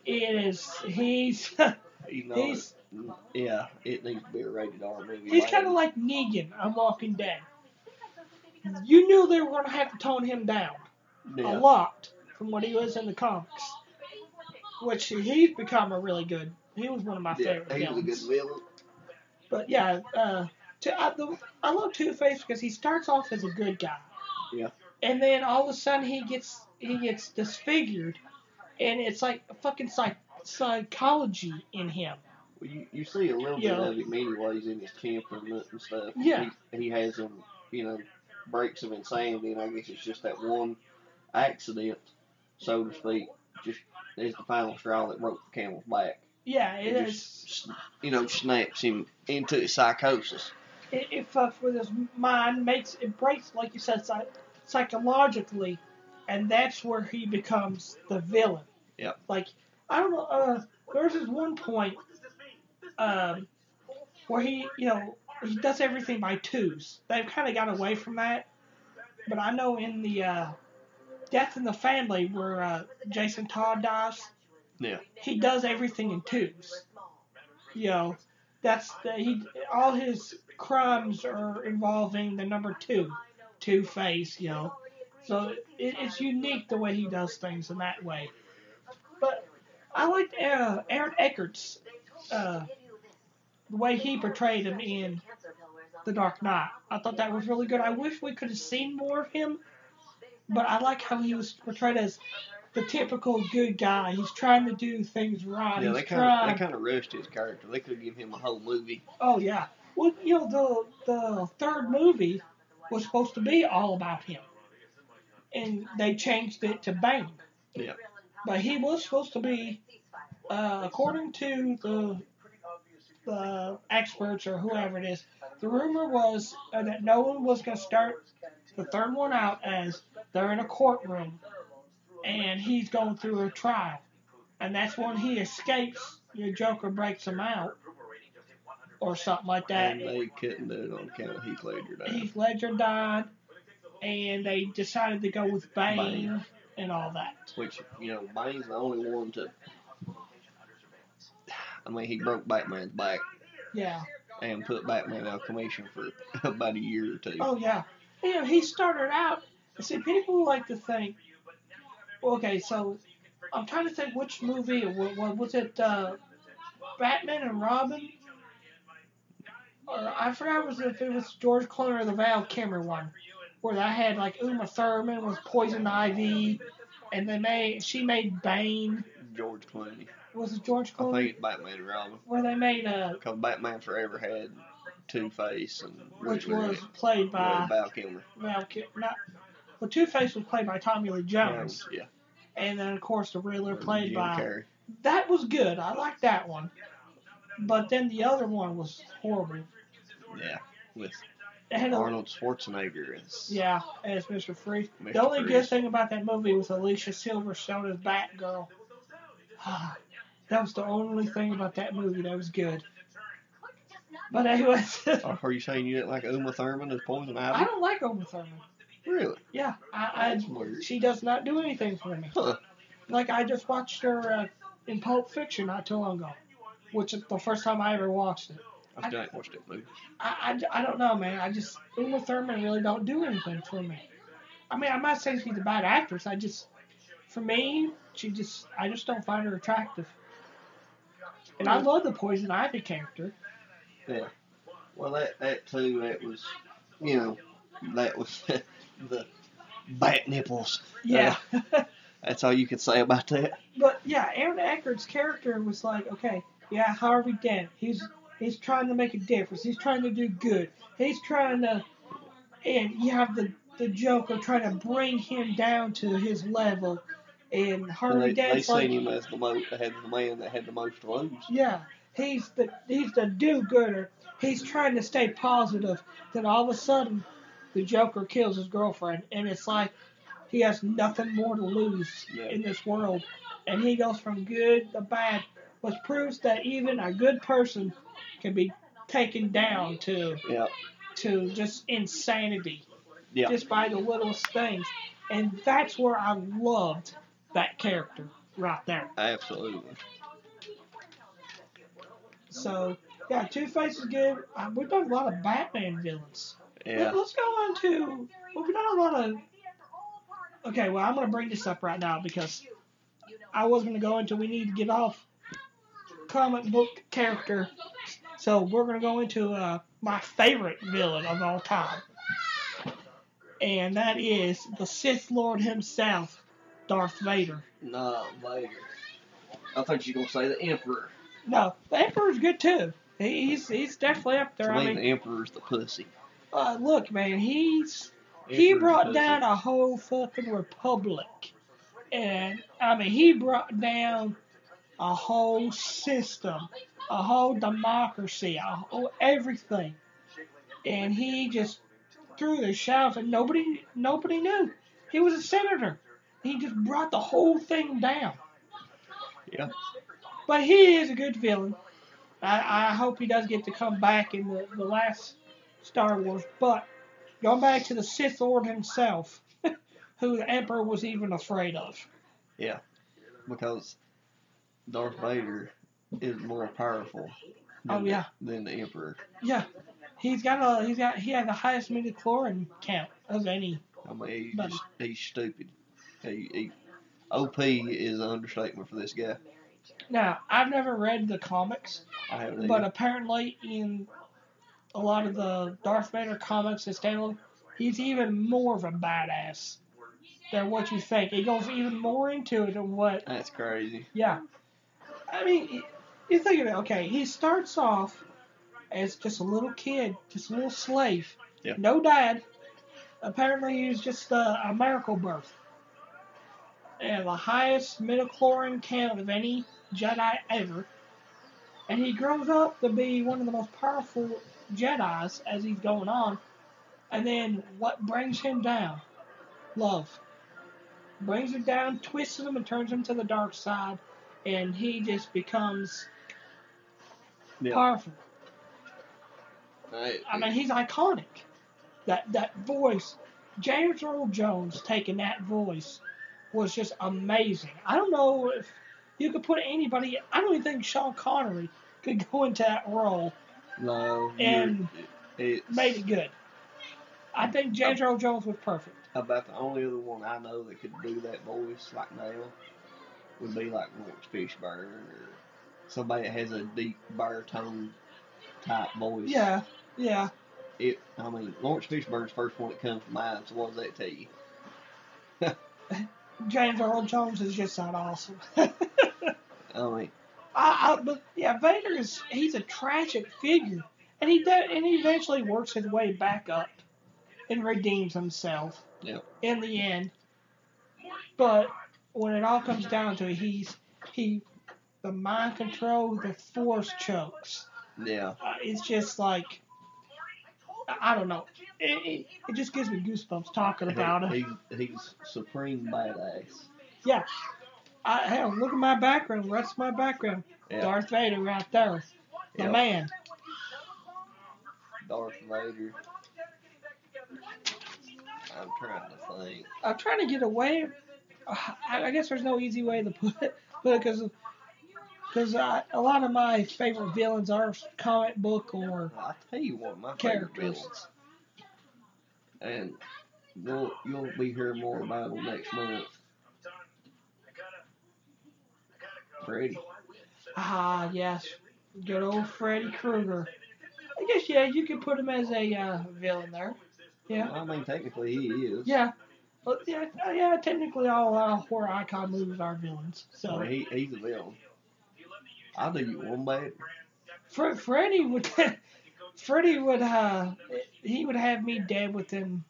it is. He's.
he's not.
he's
yeah, it needs to be a rated R movie.
He's kind of like Negan on Walking Dead. You knew they were going to have to tone him down
yeah.
a lot from what he was in the comics, which he's become a really good. He was one of my
Yeah,
favorite
he was a good
villains.
villain.
But yeah, uh, to, I, the, I love Two Face because he starts off as a good guy.
Yeah.
And then all of a sudden he gets he gets disfigured, and it's like fucking psych, psychology in him.
Well, you, you see a little bit
Yeah.
of him anyways in his temperament and stuff.
Yeah.
He, he has him, you know, breaks of insanity, and I guess it's just that one accident, so to speak, just is the final straw that broke the camel's back.
Yeah, it
It
is.
just, s- you know, snaps him into his psychosis.
it, it fucks with his mind, makes it breaks, like you said, psych- psychologically, and that's where he becomes the villain.
Yep.
Like I don't know. Uh, there's this one point, um, where he, you know, he does everything by twos. They've kind of got away from that, but I know in the uh, Death in the Family where uh, Jason Todd dies,
Yeah.
he does everything in twos. You know, that's the, he all his crimes are involving the number two, Two Face. You know, so it, it's unique the way he does things in that way. But I liked uh, Aaron Eckert's uh, the way he portrayed him in The Dark Knight. I thought that was really good. I wish we could have seen more of him, but I like how he was portrayed as the typical good guy. He's trying to do things right.
Yeah,
He's
they
trying.
kind of they kind of rushed his character. They could give him a whole movie.
Oh yeah. Well, you know the the third movie was supposed to be all about him, and they changed it to Bane.
Yeah.
But he was supposed to be, uh, according to the the experts or whoever it is, the rumor was uh, that Nolan was going to start the third one out as they're in a courtroom, and he's going through a trial, and that's when he escapes. Your Joker breaks him out, or something like that.
And they uh, couldn't do it on account of Heath Ledger dying.
Heath Ledger died, and they decided to go with Bane,
Bane.
and all that.
Which, you know, Bane's the only one to. I mean, he broke Batman's back.
Yeah.
and put Batman out of commission for about a year or two.
Oh yeah. You know, he started out. See, people like to think. Okay, so I'm trying to think which movie it was. Was it uh, Batman and Robin? Or I forgot was if it was George Clooney or the Val Kilmer one, where I had like Uma Thurman was Poison Ivy, and they made she made Bane.
George Clooney.
Was it George
I
Clooney?
think it's Batman and Robin.
where they made uh, a
Because Batman Forever had Two Face and
which
Riddler
was
and
played by
Val Kilmer.
well, Ki- not well, Two Face was played by Tommy Lee Jones,
Yeah.
and then of course the Riddler played
Jim
by
Carrey.
that was good. I liked that one. But then the other one was horrible.
Yeah, with
And uh,
Arnold Schwarzenegger as
yeah, as Mr. Freeze.
Mr.
The only good
Freeze.
thing about that movie was Alicia Silverstone as Batgirl. that was the only thing about that movie that was good. But anyways,
Are are you saying you didn't like Uma Thurman as Poison
I
Ivy?
don't like Uma Thurman.
Really?
Yeah, I,
That's
I
weird.
she does not do anything for me.
Huh.
Like I just watched her uh, in Pulp Fiction not too long ago, which is the first time I ever watched it.
I still ain't watched that movie.
I, I, I don't know, man. I just Uma Thurman really don't do anything for me. I mean, I'm not saying she's a bad actress. I just, for me, she just I just don't find her attractive. And I love the Poison Ivy character.
Yeah. Well, that that too. That was, you know, that was the bat nipples.
Yeah,
That's all you could say about that.
but yeah, Aaron Eckhart's character was like, okay, yeah, Harvey Dent. He's he's trying to make a difference. He's trying to do good. He's trying to, and you have the the Joker trying to bring him down to his level. And
And
Harvey
they they
Dent's like,
seen him as the mo had the man that had the most to lose.
Yeah, he's the he's the do-gooder. He's trying to stay positive. Then all of a sudden, the Joker kills his girlfriend, and it's like he has nothing more to lose
Yeah.
in this world, and he goes from good to bad, which proves that even a good person can be taken down to
Yeah.
to just insanity
Yeah.
just by the littlest things, and that's where I loved that character right there.
Absolutely.
So yeah, Two Face is good. Uh, we've done a lot of Batman villains. Let,
Yeah.
us go on to well, we've done a lot of. Okay, well I'm gonna bring this up right now because I was gonna go into we need to get off comic book character. So we're gonna go into uh, my favorite villain of all time, and that is the Sith Lord himself, Darth Vader.
Nah, Vader. I thought you were gonna say the Emperor.
No, the Emperor's good too. He- He's he's definitely up there.
To
I
me,
mean,
the Emperor's the pussy.
Uh, look, man, he's he
Emperor's
brought
pussy.
down a whole fucking republic, and I mean, he brought down a whole system, a whole democracy, a whole everything, and he just threw the shouts, and nobody nobody knew he was a senator. He just brought the whole thing down.
Yeah.
But he is a good villain. I, I hope he does get to come back in the, the last Star Wars. But going back to the Sith Lord himself, who the Emperor was even afraid of.
Because Darth Vader is more powerful than,
Oh, yeah.
the, than the Emperor.
Yeah. He's got a he's got he had the highest midichlorian count of any.
I mean, he
But-
just, he's stupid. He, he, OP is an understatement for this guy.
Now, I've never read the comics,
I haven't
but
even-
apparently in a lot of the Darth Vader comics that's down, he's even more of a badass than what you think. It goes even more into it than what
That's crazy.
Yeah. I mean, you think of it, okay, he starts off as just a little kid, just a little slave.
Yeah.
No dad. Apparently, he was just a, a miracle birth. And the highest midichlorian count of any Jedi ever. And he grows up to be one of the most powerful Jedi's as he's going on. And then what brings him down? Love. Brings him down, twists him, and turns him to the dark side. And he just becomes
Yeah.
powerful.
I,
I mean, he's iconic. That that voice, James Earl Jones taking that voice was just amazing. I don't know if you could put anybody. I don't even think Sean Connery could go into that role
no,
and
you're- it's
made it good. I think James Earl Jones was perfect.
about the only other one I know that could do that voice like now would be like Lawrence Fishburne or somebody that has a deep baritone type voice.
Yeah, yeah.
It. I mean, Lawrence Fishburne's first one that comes to mind. So what does that tell you?
James Earl Jones is just not awesome.
I mean,
I, I, but yeah, Vader is he's a tragic figure, and he do, and he eventually works his way back up and redeems himself.
Yep.
In the end, but when it all comes down to it, he's he the mind control, the force chokes.
Yeah.
Uh, it's just like I I don't know. It, it, it just gives me goosebumps talking about it.
He, he's, he's supreme badass.
Yeah. I, hell, look at my background. What's my background?
Yeah.
Darth Vader right there. The
yeah.
man.
Darth Vader. I'm trying to think.
I'm trying to get away. I, I guess there's no easy way to put it, put it because because a lot of my favorite villains are comic book or
I tell you what, my favorite
Characters.
villains. And you'll you'll be hearing more about them next month. Freddy.
ah yes, good old Freddy Krueger. I guess yeah, you could put him as a uh, villain there. Yeah,
I mean, technically he is.
yeah, but yeah, uh, yeah. Technically, all uh, horror icon movies are villains.
I
So
mean, he, he's a villain. I'll do you one bad.
Fre- Freddy would Freddy would uh he would have me dead within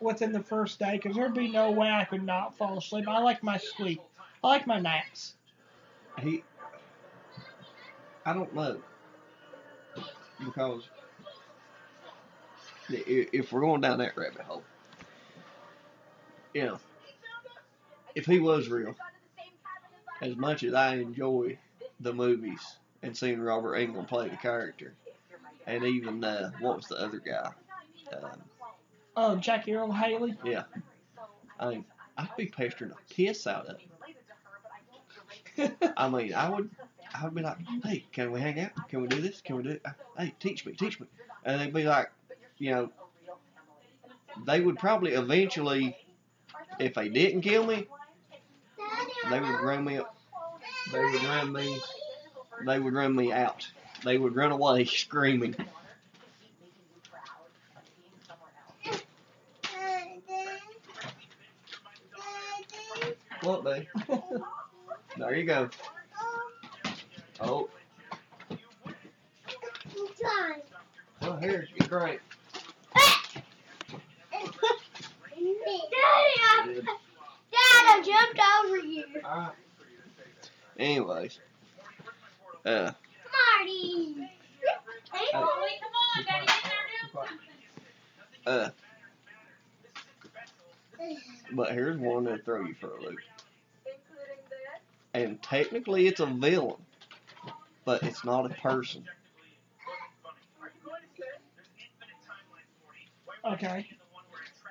within the first day because there'd be no way I could not fall asleep. I like my sleep. I like my naps.
He. I don't know. Because i- i- if we're going down that rabbit hole, yeah, if he was real, as much as I enjoy the movies and seeing Robert England play the character, and even uh, what was the other guy? Um,
Oh, Jackie Earl Haley.
yeah, I mean, I'd be pestering the piss out of him. I mean, uh, I would, I would be like, hey, can we hang out? Can we do this? Can we do? uh, Hey, teach me, teach me. And they'd be like, you know, they would probably eventually, if they didn't kill me, they would run me, they would run me, they would run me out. They would run away screaming. What, babe? There you go. Oh, well, oh, here, you're great.
Daddy, I jumped over you.
All right. Anyways, uh,
Marty.
Come on, Lee, come on, Daddy, in there doing something.
uh, but here's one that throw you for a loop. And technically, it's a villain, but it's not a person.
Okay.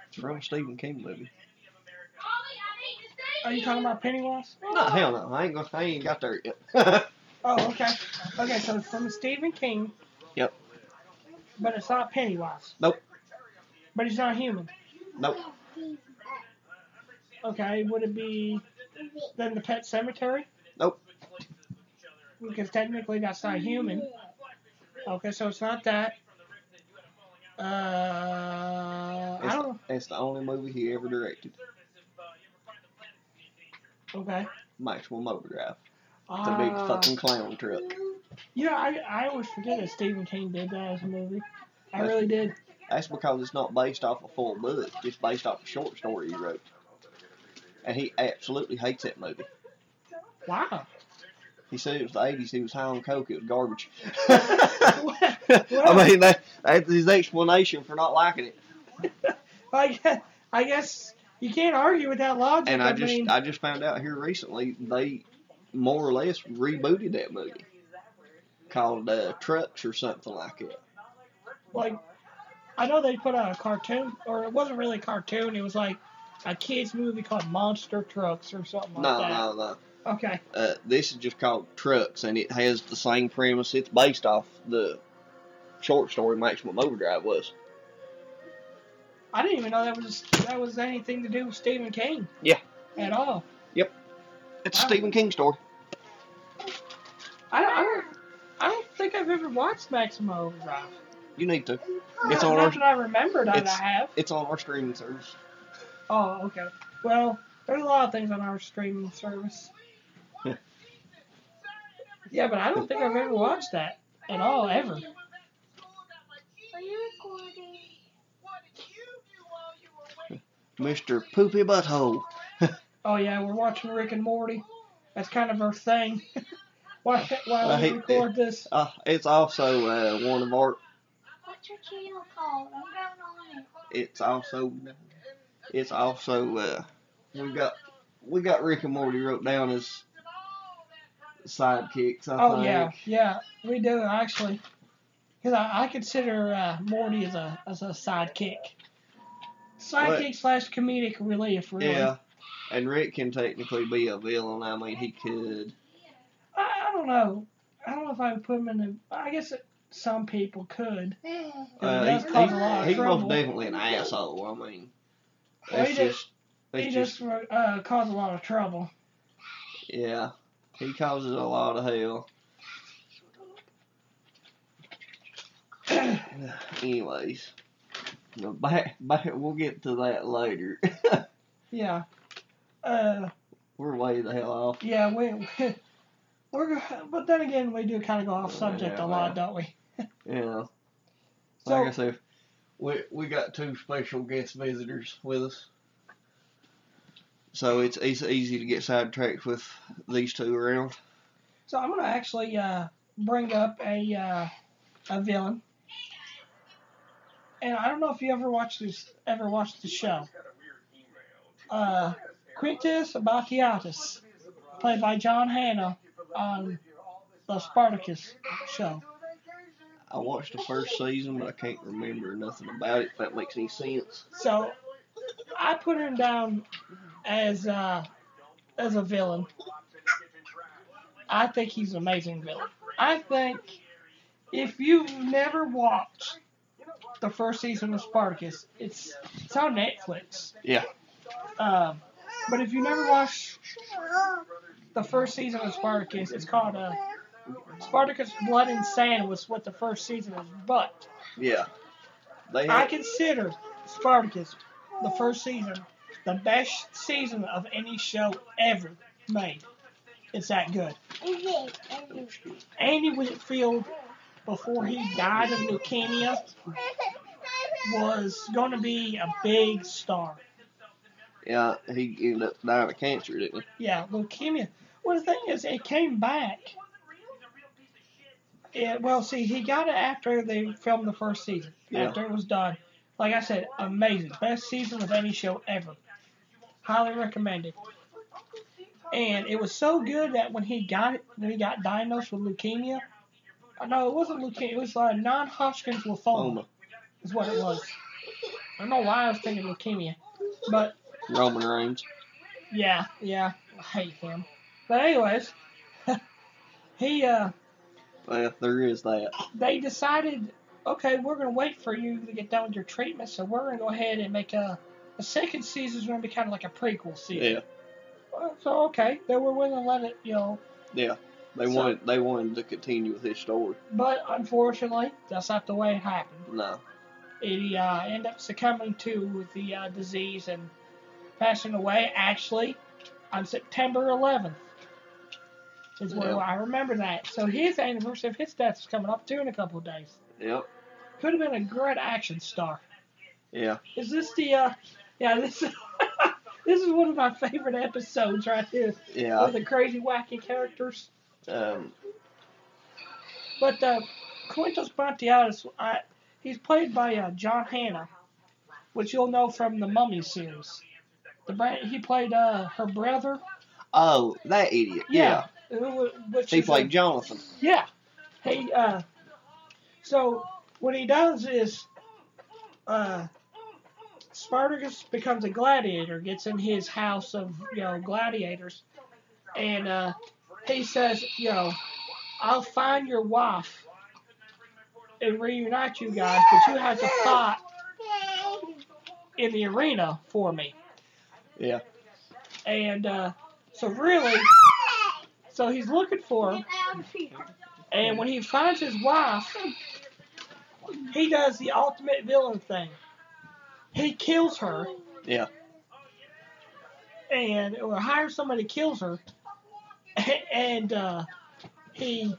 It's from a Stephen King movie.
Ollie, I need to see
Are you talking about Pennywise?
No, hell no, I ain't gonna, I ain't got there yet.
Oh, okay. Okay, so it's from Stephen King.
Yep.
But it's not Pennywise.
Nope.
But he's not human.
nope,
Okay, would it be then the Pet Cemetery?
Nope.
Because technically that's not human. Okay, so it's not that. Uh, I don't know.
it's the only movie he ever directed.
Okay.
Maxwell Overdrive, the big
Uh,
fucking clown truck.
You know, I, I always forget that Stephen King did that as a movie. I really did.
That's because it's not based off a full book, it's based off a short story he wrote. And he absolutely hates that movie.
Wow.
He said it was the 80s, he was high on coke, it was garbage.
Well-
I mean, that, that's his explanation for not liking it.
I guess, I guess you can't argue with that logic.
And I just
mean,
I just found out here recently they more or less rebooted that movie called uh, Trucks or something like it.
like I know they put out a cartoon, or it wasn't really a cartoon. It was like a kids movie called Monster Trucks or something like
No,
that.
no, no.
Okay.
Uh, this is just called Trucks, and it has the same premise. It's based off the short story Maximum Overdrive was.
I didn't even know that was that was anything to do with Stephen King.
Yeah.
At all.
It's a
Wow.
Stephen King story.
I don't. I don't, I don't think I've ever watched Maximo Overdrive.
You need to.
Not,
It's on our
not that I remember that I
it's-
have.
it's on our streaming service.
Oh, okay. Well, there's a lot of things on our streaming service. yeah, but I don't think I've ever watched that at all, ever.
Are you recording?
Mr. Poopy Butthole.
Oh yeah, we're watching Rick and Morty. That's kind of our thing. Why, why
I
we
hate
record this?
Uh, it's also uh, one of our.
What's your channel called? I'm going on it.
It's also. It's also. Uh, we got we got Rick and Morty wrote down as sidekicks. I
Oh
think.
yeah, yeah, we do actually. Because I, I consider uh, Morty as a as a sidekick, sidekick
What?
slash comedic relief. Really,
Yeah. And Rick can technically be a villain. I mean, he could.
I, I don't know. I don't know if I would put him in the. I guess it, some people could.
Uh,
does
he's
cause a lot of
he's, he's most
trouble.
definitely an asshole. I mean,
Well,
that's
he just-
just. That's
he
just,
just uh, caused a lot of trouble.
Yeah. He causes a lot of hell. Anyways, but back, back, we'll get to that later.
Yeah. Uh,
We're way the hell off.
yeah, we. We're, go- but then again, we do kind of go off subject a lot, don't we?
Yeah.
So-
Like I said, we we got two special guest visitors with us. So it's it's easy to get sidetracked with these two around.
So I'm gonna actually uh, bring up a uh, a villain, and I don't know if you ever watched this, ever watched the show. Uh, Quintus Bacchiatis, played by John Hanna on the Spartacus show.
I watched the first season, but I can't remember nothing about it. If that makes any sense.
So I put him down as uh, as a villain. I think he's an amazing villain. I think if you've never watched the first season of Spartacus, it's it's on Netflix.
Yeah.
Um, but if you never watched the first season of Spartacus, it's called uh, Spartacus Blood and Sand was what the first season was. But
Yeah. They
I consider Spartacus, the first season, the best season of any show ever made. It's that good. Andy Whitfield, before he died of leukemia, was going to be a big star.
yeah, he ended up dying of cancer, didn't
Yeah, leukemia. Well, the thing is, it came back. Yeah, well, see, he got it after they filmed the first season.
Yeah.
After it was done. Like I said, amazing. Best season of any show ever. Highly recommended. And it was so good that when he got it, when he got diagnosed with leukemia, uh, no, it wasn't leukemia. It was uh, non-Hodgkin's lymphoma.
Lymphoma.
Is what it was. I don't know why I was thinking leukemia, but
he? Roman Reigns.
yeah, yeah, I hate him. But anyways, he uh,
Well, there is that.
they decided, okay, we're gonna wait for you to get done with your treatment, so we're gonna go ahead and make a a second season's gonna be kind of like a prequel season.
Yeah,
Well, So okay, they were willing to let it, you know,
yeah. They
So-
wanted they wanted to continue with his story.
but unfortunately, that's not the way it happened.
No.
He uh, ended up succumbing to the uh, disease and passing away. Actually, on September 11th is when
Yeah.
I remember that. So his anniversary of his death is coming up too in a couple of days.
Yep.
Could have been a great action star.
Yeah.
Is this the? uh Yeah, this. this is one of my favorite episodes right here.
Yeah.
With the crazy, wacky characters.
Um.
But uh, Quintus Bontiatis, I, he's played by uh, John Hanna, which you'll know from the Mummy series. The bra- he played uh, her brother.
Oh, that idiot. Yeah.
who wa- Which
He
is a-
played Jonathan.
yeah. He uh. So what he does is, uh, Spartacus becomes a gladiator, gets in his house of you know gladiators, and uh, he says, you know, I'll find your wife and reunite you guys, but you have to fight in the arena for me.
Yeah.
And uh, so really, so he's looking for her. And when he finds his wife, he does the ultimate villain thing. He kills her
Yeah.
and or hires somebody to kills her and uh, he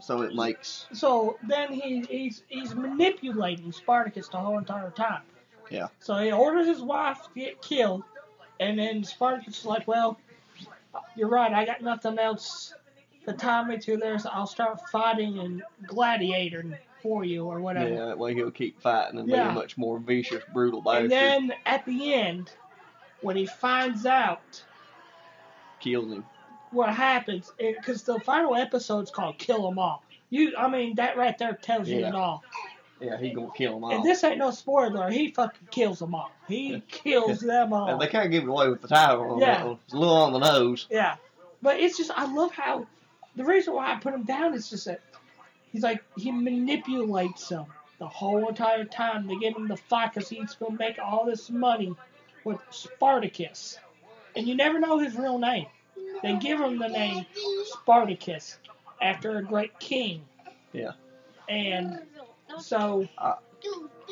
So it makes.
so then he, he's he's manipulating Spartacus the whole entire time.
Yeah.
So he orders his wife to get killed and then Spartacus is like, Well, You're right. I got nothing else to tie me to there, so I'll start fighting in Gladiator for you or whatever.
Yeah, that way he'll keep fighting and be
Yeah.
a much more vicious, brutal bastard.
and then at the end, when he finds out
Kills him.
what happens, because the final episode's called "Kill 'Em All." You, I mean, that right there tells you
Yeah.
it all.
Yeah, he gonna kill them all.
And this ain't no spoiler. He fucking kills them all. He kills them all.
And they kind of give it away with the title. On that
Yeah.
one. It's a little on the nose.
Yeah. But it's just, I love how, the reason why I put him down is just that he's like, he manipulates them the whole entire time to get him to fight because he's going to make all this money with Spartacus. And you never know his real name. They give him the name Spartacus after a great king.
Yeah.
And so,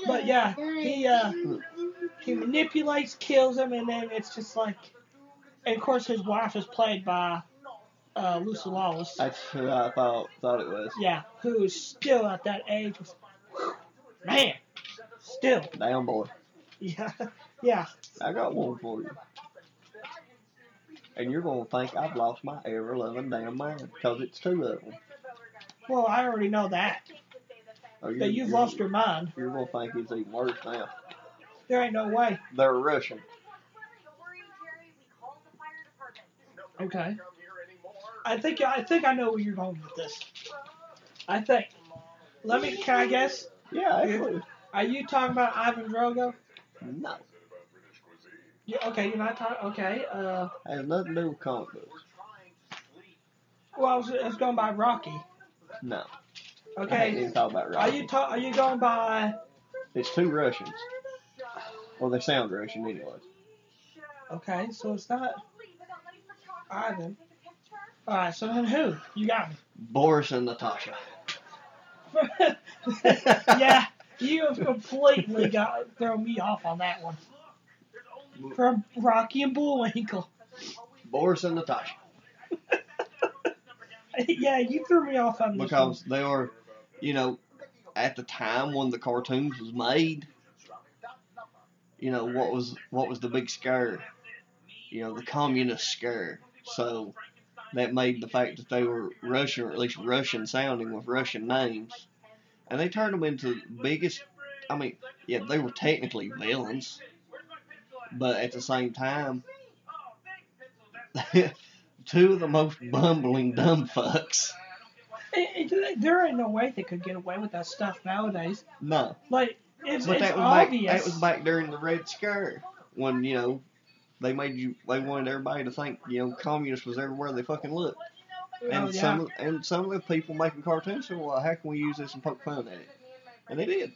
But yeah, he uh,
he manipulates, kills him, and then it's just like, and of course his wife is played by uh, Lucy Lawless.
That's who I thought thought it was.
Yeah, who is still at that age, was, man, still,
Damn boy,
yeah, yeah.
I got one for you. And you're gonna think I've lost my ever loving damn mind because it's two of them.
Well, I already know that
Oh,
that you've lost your mind.
You're gonna think it's even worse now.
There ain't no way.
They're Russian.
Okay. I think I think I know where you're going with this. I think. Let me. Can I guess?
Yeah, actually.
Are you talking about Ivan Drogo?
No,
You, okay, you're not talking. Okay. Uh.
has nothing to do with comic books.
Well, I was, I was going by Rocky.
No. I
Okay.
didn't talk about
Are
Russian.
you ta- are you going by?
it's two Russians. Well, they sound Russian anyway.
Okay, so it's not Ivan. All right, so then who? You got
Boris and Natasha.
me. yeah, you have completely got thrown me off on that one. From Rocky and Bullwinkle.
Boris and Natasha.
yeah, you threw me off on this
because they are, you know, at the time when the cartoons was made, you know what was what was the big scare, you know, the communist scare. So that made the fact that they were Russian or at least Russian sounding with Russian names, and they turned them into the biggest. I mean, yeah, they were technically villains, but at the same time. Two of the most bumbling dumb fucks.
one. It- it- there ain't no way they could get away with that stuff nowadays.
No,
Like it's,
But
it's
that was
obvious.
back. That was back during the Red Scare, when you know they made you. They wanted everybody to think you know communists was everywhere they fucking looked. And
Oh, yeah.
some of- and some of the people making cartoons said, "Well, how can we use this and poke fun at it?" And they did.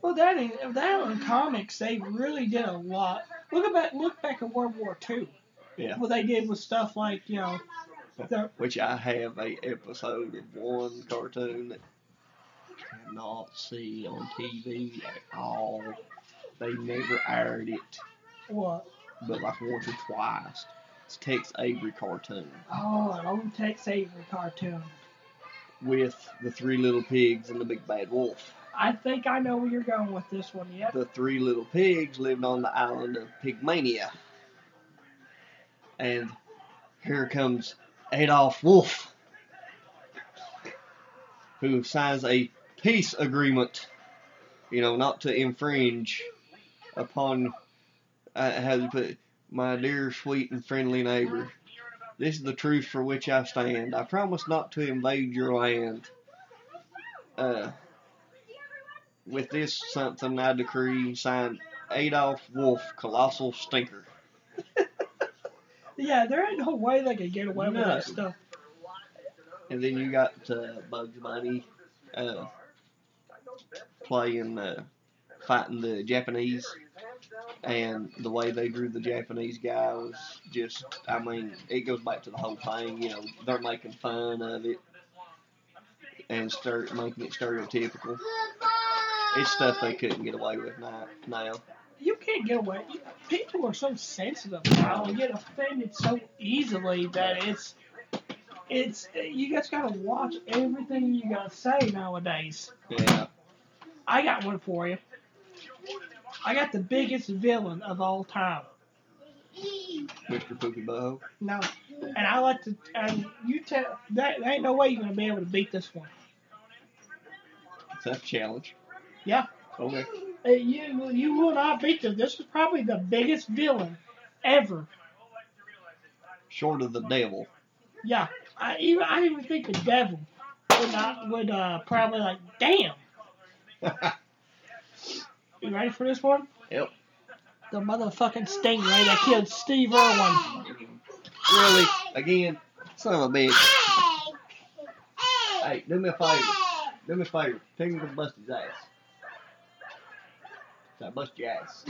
Well, that in that in comics, they really did a lot. Look about look back at World War II.
Yeah.
What they did was stuff like you know, the,
Which I have a episode of one cartoon that I cannot see on TV at all. They never aired it,
what?
but like once or twice. It's Tex Avery cartoon
Oh, an old Tex Avery cartoon.
with the three little pigs and the big bad wolf.
I think I know where you're going with this one. Yep.
the three little pigs lived on the island of Pygmania. And here comes Adolf Wolf, who signs a peace agreement, you know, not to infringe upon, uh, how do you put it, my dear, sweet, and friendly neighbor. This is the truth for which I stand. I promise not to invade your land. Uh, with this something I decree signed Adolf Wolf, colossal stinker.
Yeah, there ain't no way they could get away with
No.
that stuff.
And then you got uh, Bugs Bunny uh, playing, uh, fighting the Japanese, and the way they drew the Japanese guy was just, I mean, it goes back to the whole thing. You know, they're making fun of it and start making it stereotypical. It's stuff they couldn't get away with now. now.
You can't get away. you- People are so sensitive now and get offended so easily that it's it's you just gotta watch everything you gotta say nowadays.
Yeah.
I got one for you. I got the biggest villain of all time.
Mr. Pookie Butthole.
No. And I like to. And you tell that there ain't no way you're gonna be able to beat this one.
Is that a challenge?
Yeah.
Okay.
Uh, You you will not beat this. This is probably the biggest villain ever.
Short of the devil.
Yeah. I even I even think the devil would not would uh probably like damn. You ready for this one?
Yep.
The motherfucking stingray that killed Steve Irwin.
really? Again? Son of a bitch. Hey, do me a favor. Do me a favor. Take him to bust his ass. So I bust your ass.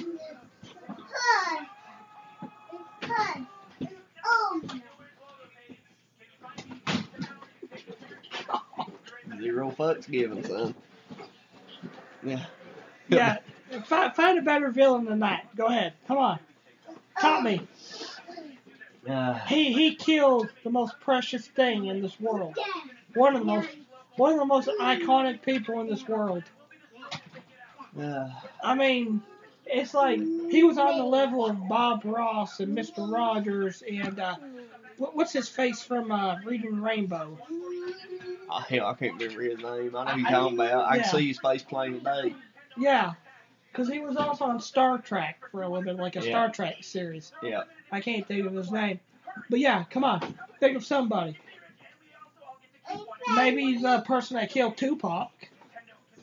Zero fucks given, son. Yeah.
Yeah. Find, find a better villain than that. Go ahead. Come on. Top me.
Ah,
He he killed the most precious thing in this world. One of the most one of the most iconic people in this world.
ah.
I mean, it's like he was on the level of Bob Ross and Mr. Rogers and uh, what, what's his face from uh, Reading Rainbow?
Oh, hell, I can't remember his name. I know who you're talking about. I can
Yeah.
see his face playing today.
Yeah, because he was also on Star Trek for a little bit, like a
Yeah.
Star Trek series.
Yeah.
I can't think of his name, but yeah, come on, think of somebody. Maybe uh, the person that killed Tupac.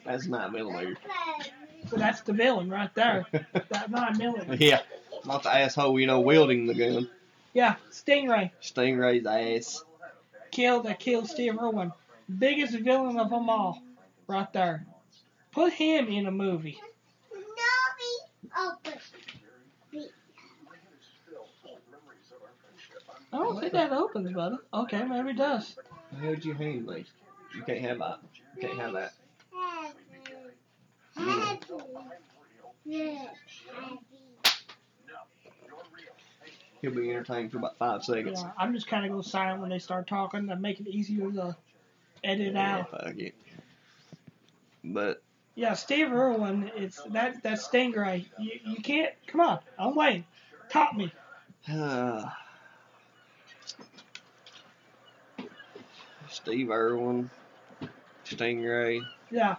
That's nine millimeter.
So that's the villain right there. That nine millimeter.
yeah. Not the asshole, you know, wielding the gun.
Yeah, Stingray
Stingray's ass.
killed that killed Steve Irwin, biggest villain of them all, right there. Put him in a movie. I don't think that opens, buddy. Okay, maybe it does.
How'd you hand me? You can't have that. You can't have that. He'll be entertained for about five seconds.
Yeah, I'm just kind of go silent when they start talking to make it easier to edit out.
Yeah, fuck it. But
Yeah, Steve Irwin, it's that that Stingray. You, you can't. Come on, I'm waiting. Top me.
uh, Steve Irwin, Stingray.
Yeah.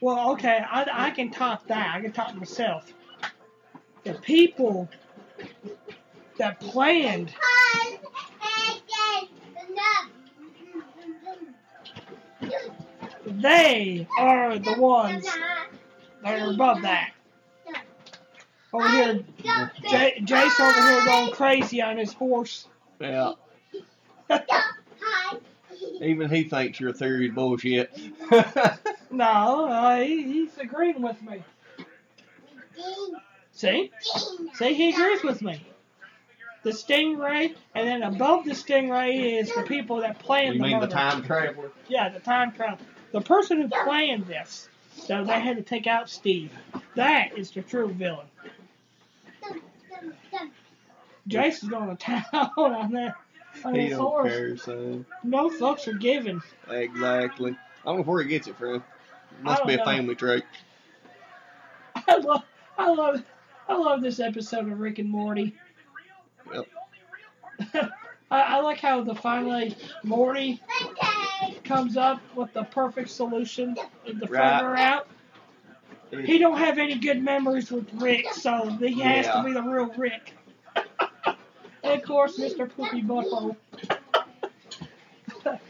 Well, okay, I, I can top that. I can top myself. The people that planned They are Oh, the ones that are above that. Over here, J- Jace over here going crazy on his horse.
Yeah, even he thinks your theory's bullshit.
No, no he, he's agreeing with me. See? See, he agrees with me. The stingray, and then above the stingray is the people that planned
you
the
mean the
murder.
time traveler?
Yeah, the time travel. The person who planned this, so they had to take out Steve. That is the true villain. Jace is going to town on that. On
He
his
don't
horse.
care, son.
No fucks are given.
Exactly. I don't know where he gets it from. Must
don't
be a
know.
family trait.
I love, I love, I love this episode of Rick and Morty.
Yep.
I, I like how the finally Morty comes up with the perfect solution in the
Right.
further out. He don't have any good memories with Rick, so he has
Yeah.
to be the real Rick. and of course, Mr. Poopy Butthole.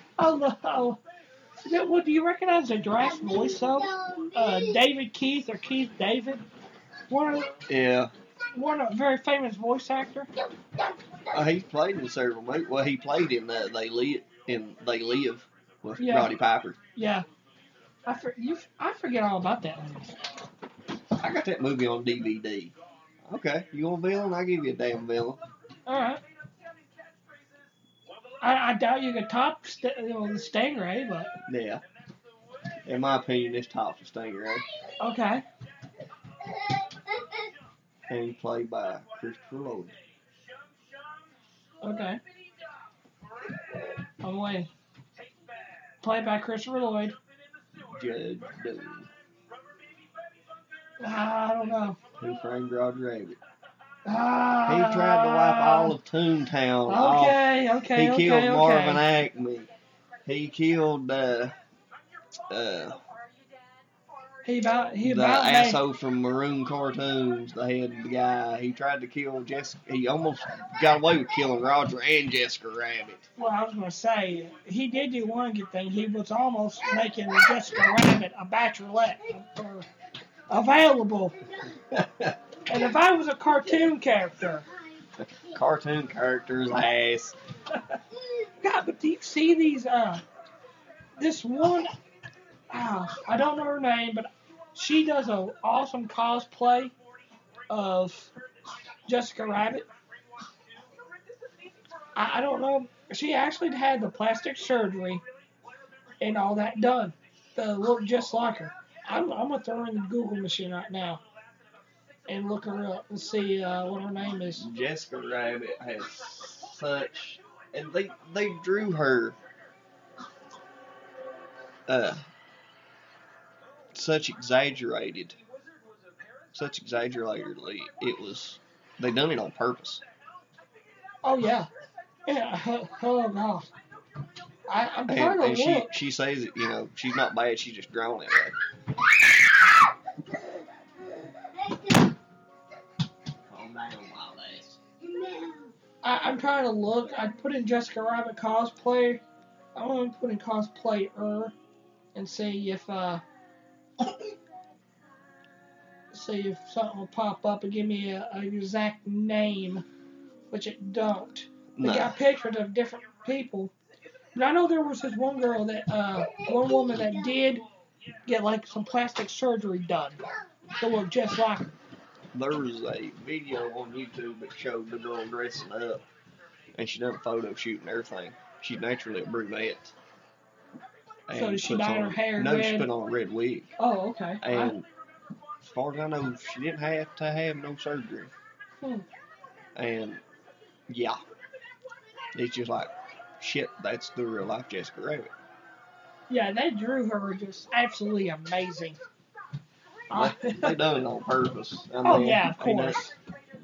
I love. What do you recognize the draft voice of? uh, David Keith or Keith David, one of,
Yeah,
one of very famous voice actor.
uh, he's played in several movies. Well, he played in uh, They Live. In They Live with
Yeah.
Roddy Piper.
Yeah, I for, you I forget all about that one.
I got that movie on DVD. Okay, you want a villain? I give you a damn villain.
All right. I, I doubt you could top st- you know, the Stingray, but
Yeah. In my opinion, this top's a eh? stingray.
okay.
And he's played by Christopher Lloyd.
Okay. I'm waiting. Played by Christopher Lloyd.
Judge Doom.
Ah, I don't know.
Who framed Roger Rabbit?
Ah.
He tried to wipe all of Toontown off.
Okay, Ah. okay,
He
okay,
killed
okay.
Marvin Acme. He killed uh, uh,
He about he
the
about made,
asshole from Maroon Cartoons, the head guy. He tried to kill Jessica. He almost got away with killing Roger and Jessica Rabbit.
Well, I was gonna say he did do one good thing. He was almost making Jessica Rabbit a bachelorette or available. And if I was a cartoon character,
Cartoon characters ass.
God, but do you see these? Uh, this one, uh, I don't know her name, but she does an awesome cosplay of Jessica Rabbit. I, I don't know. She actually had the plastic surgery and all that done. The look just like her. I'm, I'm gonna throw her in the Google machine right now and look her up and see uh, what her name is.
Jessica Rabbit has such, and they they drew her uh, such exaggerated, such exaggeratedly. It was they done it on purpose.
Oh yeah, yeah. Oh gosh, I, I'm trying
And, and
to
she
look.
she says it, you know, she's not bad. She just drawn that way.
I, I'm trying to look. I put in Jessica Rabbit cosplay. I want to put in cosplayer and see if uh see if something will pop up and give me a, a exact name, which it don't. They
No,
got pictures of different people. But I know there was this one girl that uh one woman that did get like some plastic surgery done. That looked just like her.
there was a video on YouTube that showed the girl dressing up, and she done a photo shoot and everything. She's naturally a brunette.
So
And
she
puts
dyed her
on-
hair
No, she
red?
put on a red wig.
Oh, okay. I-
And as far as I know, she didn't have to have no surgery.
Hmm.
And yeah, it's just like, shit, that's the real life Jessica Rabbit.
Yeah, they drew her just absolutely amazing. Uh,
They, they done it on purpose. I
Oh,
mean,
yeah, of
I mean,
course.
that's-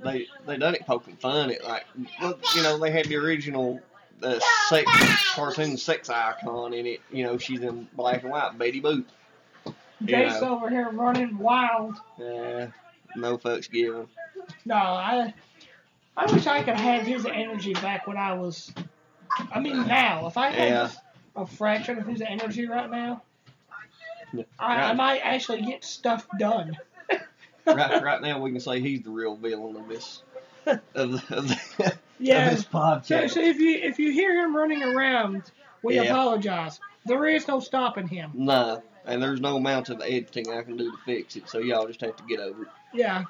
They they done it poking fun at like, look, you know, they had the original uh, sex cartoon sex icon in it. You know, she's in black and white, Betty Boop.
Jace
know.
over here running wild.
Uh, no fucks given.
No, I I wish I could have his energy back when I was. I mean, now if I had
Yeah.
just a fraction of his energy right now,
Yeah.
I, I
Right.
might actually get stuff done.
right, right now we can say he's the real villain of this of, the- of, the- of
Yeah.
this podcast.
So, so if you if you hear him running around, we
Yeah.
apologize. There is no stopping him.
Nah, and there's no amount of editing I can do to fix it, so y'all just have to get over it.
Yeah.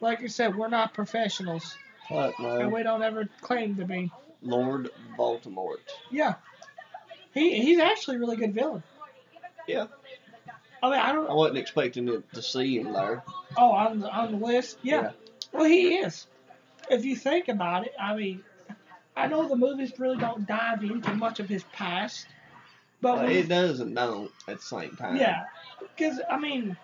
Like I said, we're not professionals,
Fuck
and
no,
we don't ever claim to be.
Lord Baltimore.
Yeah. He he's actually a really good villain.
Yeah,
I mean, I
I
don't.
wasn't expecting to, to see him there.
Oh, on the on the list. Yeah.
Yeah.
Well, he is. If you think about it, I mean, I know the movies really don't dive into much of his past, but
But
when-
Uh, it does and don't at the same time.
Oh. yeah, because I mean,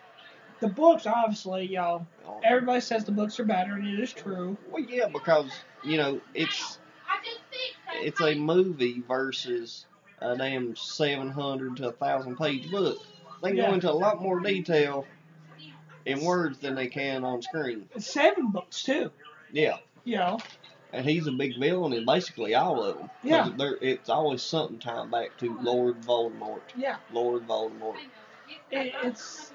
the books obviously, y'all.
Oh,
Everybody says the books are better, and it is true.
Well, yeah, because you know it's it's a movie versus a damn seven hundred to a thousand page book. They
Yeah.
go into a lot more detail in words than they can on screen.
It's seven books too.
Yeah,
You know.
and he's a big villain in basically all of them.
Yeah.
it's always something tied back to Lord Voldemort.
Yeah.
Lord Voldemort.
It, it's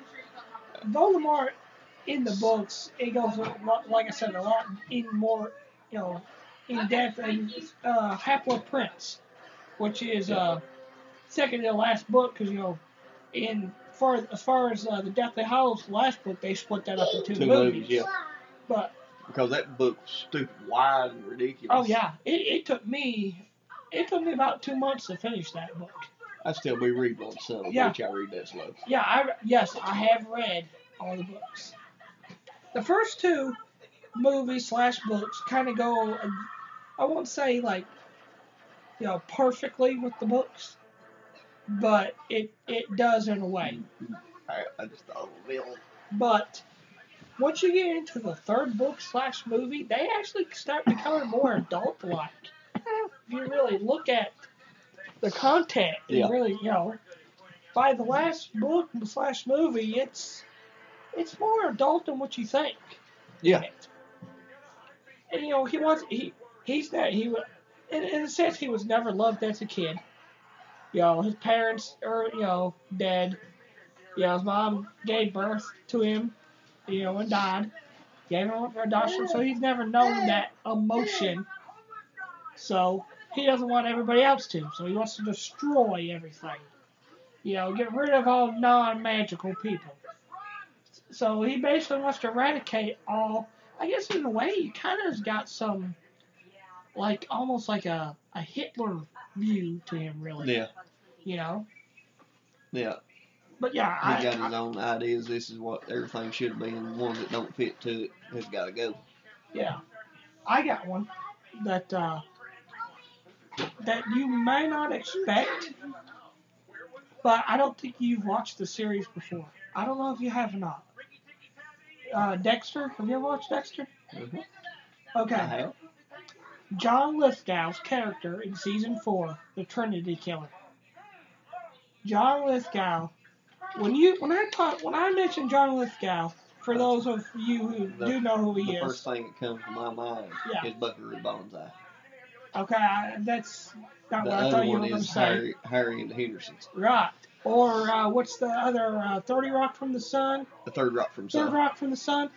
Voldemort in the books. It goes a lot, like I said, a lot in more, you know, in depth than uh, Haplo Prince, which is uh, second to the last book because you know, in far as far as uh, the Deathly Hollows last book, they split that up into
Two
movies.
movies, yeah.
But
Because that book was stupid wide and ridiculous.
oh yeah, it, it took me, it took me about two months to finish that book.
I still be reading on some,
Yeah.
which I read that slow.
Yeah, I yes, I have read all the books. The first two movies slash books kind of go, uh, I won't say like, you know, perfectly with the books, but it it does in a way.
oh, I, I just thought it was a villain.
But once you get into the third book slash movie, they actually start becoming more adult like. If you really look at the content, and
Yeah.
really, you know, by the last book slash movie, it's it's more adult than what you think.
Yeah.
And you know, he wants he he's not he wa- in, in a sense he was never loved as a kid. You know, his parents are you know dead. You know, his mom gave birth to him. You know, and died. Gave him up for adoption, so he's never known that emotion. So he doesn't want everybody else to. So he wants to destroy everything. You know, get rid of all non-magical people. So he basically wants to eradicate all. I guess in a way, he kind of has got some, like almost like a, a Hitler view to him, really.
Yeah.
You know.
Yeah.
But yeah,
He
I,
got
I
his own ideas. This is what everything should be, and the ones that don't fit to it has got to go.
yeah, I got one that uh, that you may not expect, but I don't think you've watched the series before. I don't know if you have or not. Uh, Dexter, have you ever watched Dexter?
Mhm.
Okay.
I have.
John Lithgow's character in season four, the Trinity Killer. John Lithgow. When you when I talk when I mention John Lithgow, for those of you who
The-
do know who he
The
is,
first thing that comes to my mind
Yeah.
is Buckaroo Banzai.
okay, I, that's not
The
what I thought
other
you were
one
going to
is
say.
Harry, Harry and the Hendersons.
Right. Or uh, what's the other uh, Thirty Rock from the Sun?
The third rock from
Third
Sun.
Rock from the Sun.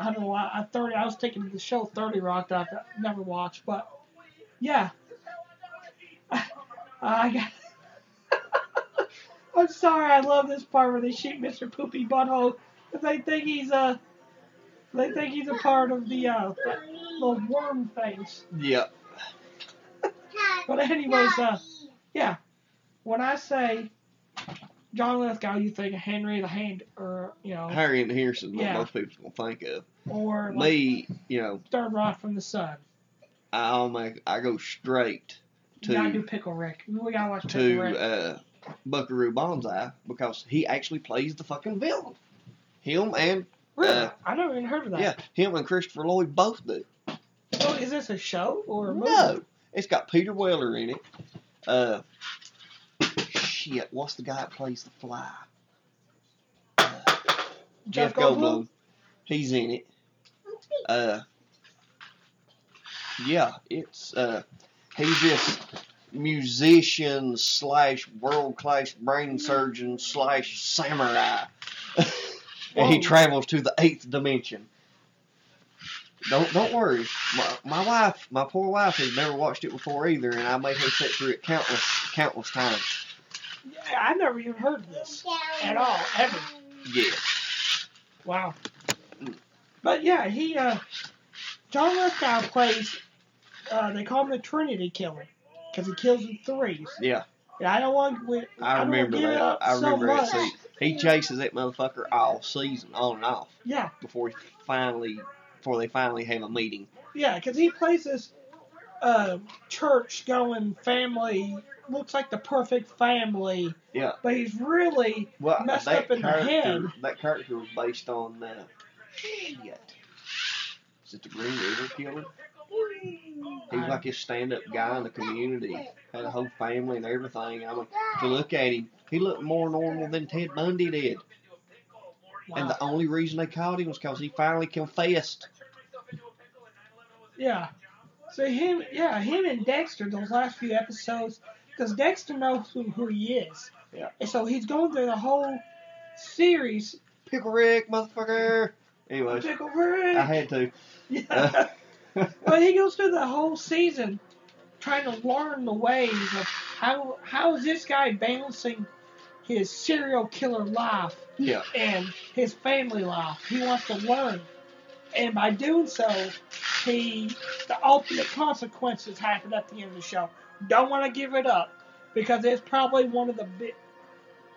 I don't know why I thirty. I was thinking of the show Thirty Rock that I've never watched, but yeah, I got. I'm sorry. I love this part where they shoot Mr. Poopy Butthole. 'cause They think he's a. They think he's a part of the uh, the worm things.
Yeah.
But anyways, uh, yeah. When I say John Lithgow, you think of Henry the Hand, or you know,
Harry and the Hendersons, what
Yeah.
most people's gonna think of.
or like
Me, you know,
Third Rock from the Sun.
I make I go straight
You gotta do
to
Pickle Rick. We gotta watch Pickle
to
Rick.
uh, Buckaroo Banzai because he actually plays the fucking villain. Him and
really?
uh,
I never even heard of that.
yeah, him and Christopher Lloyd both do.
So is this a show or a movie?
No, it's got Peter Weller in it. Uh, shit, what's the guy that plays the fly? Uh, Jeff Goldblum. He's in it. Uh, yeah, it's uh, he's just musician slash world class brain surgeon slash samurai, and he
Whoa.
travels to the eighth dimension. Don't don't worry, my, my wife, my poor wife, has never watched it before either, and I made her sit through it countless countless times.
Yeah, I never even heard of this at all, ever.
Yeah,
Wow. But yeah, he uh, John Lithgow plays. Uh, they call him the Trinity Killer because he kills in threes.
yeah,
And I don't want. We,
I
don't
remember
give it
that.
up
I
so
remember that
much.
scene. He chases that motherfucker all season, on and off.
Yeah,
before he finally before they finally have a meeting.
yeah, because he plays this uh, church-going family. Looks like the perfect family,
Yeah.
but he's really
Well,
Messed
that
up in the
character,
head.
that character was based on uh, shit. Is it the Green River Killer? He was like this stand-up guy in the community, had a whole family and everything. I mean, to look at him, he looked more normal than Ted Bundy did. And
Wow.
the only reason they caught him was because he finally confessed.
Yeah. So him, yeah, him and Dexter. Those last few episodes, because Dexter knows who, who he is.
Yeah.
And so he's going through the whole series.
Pickle Rick, motherfucker. Anyways,
Pickle Rick.
I had uh, to.
yeah. but he goes through the whole season trying to learn the ways of how how is this guy balancing his serial killer life
yeah,
and his family life. He wants to learn. And by doing so, he the ultimate consequences happen at the end of the show. Don't want to give it up because it's probably one of the big.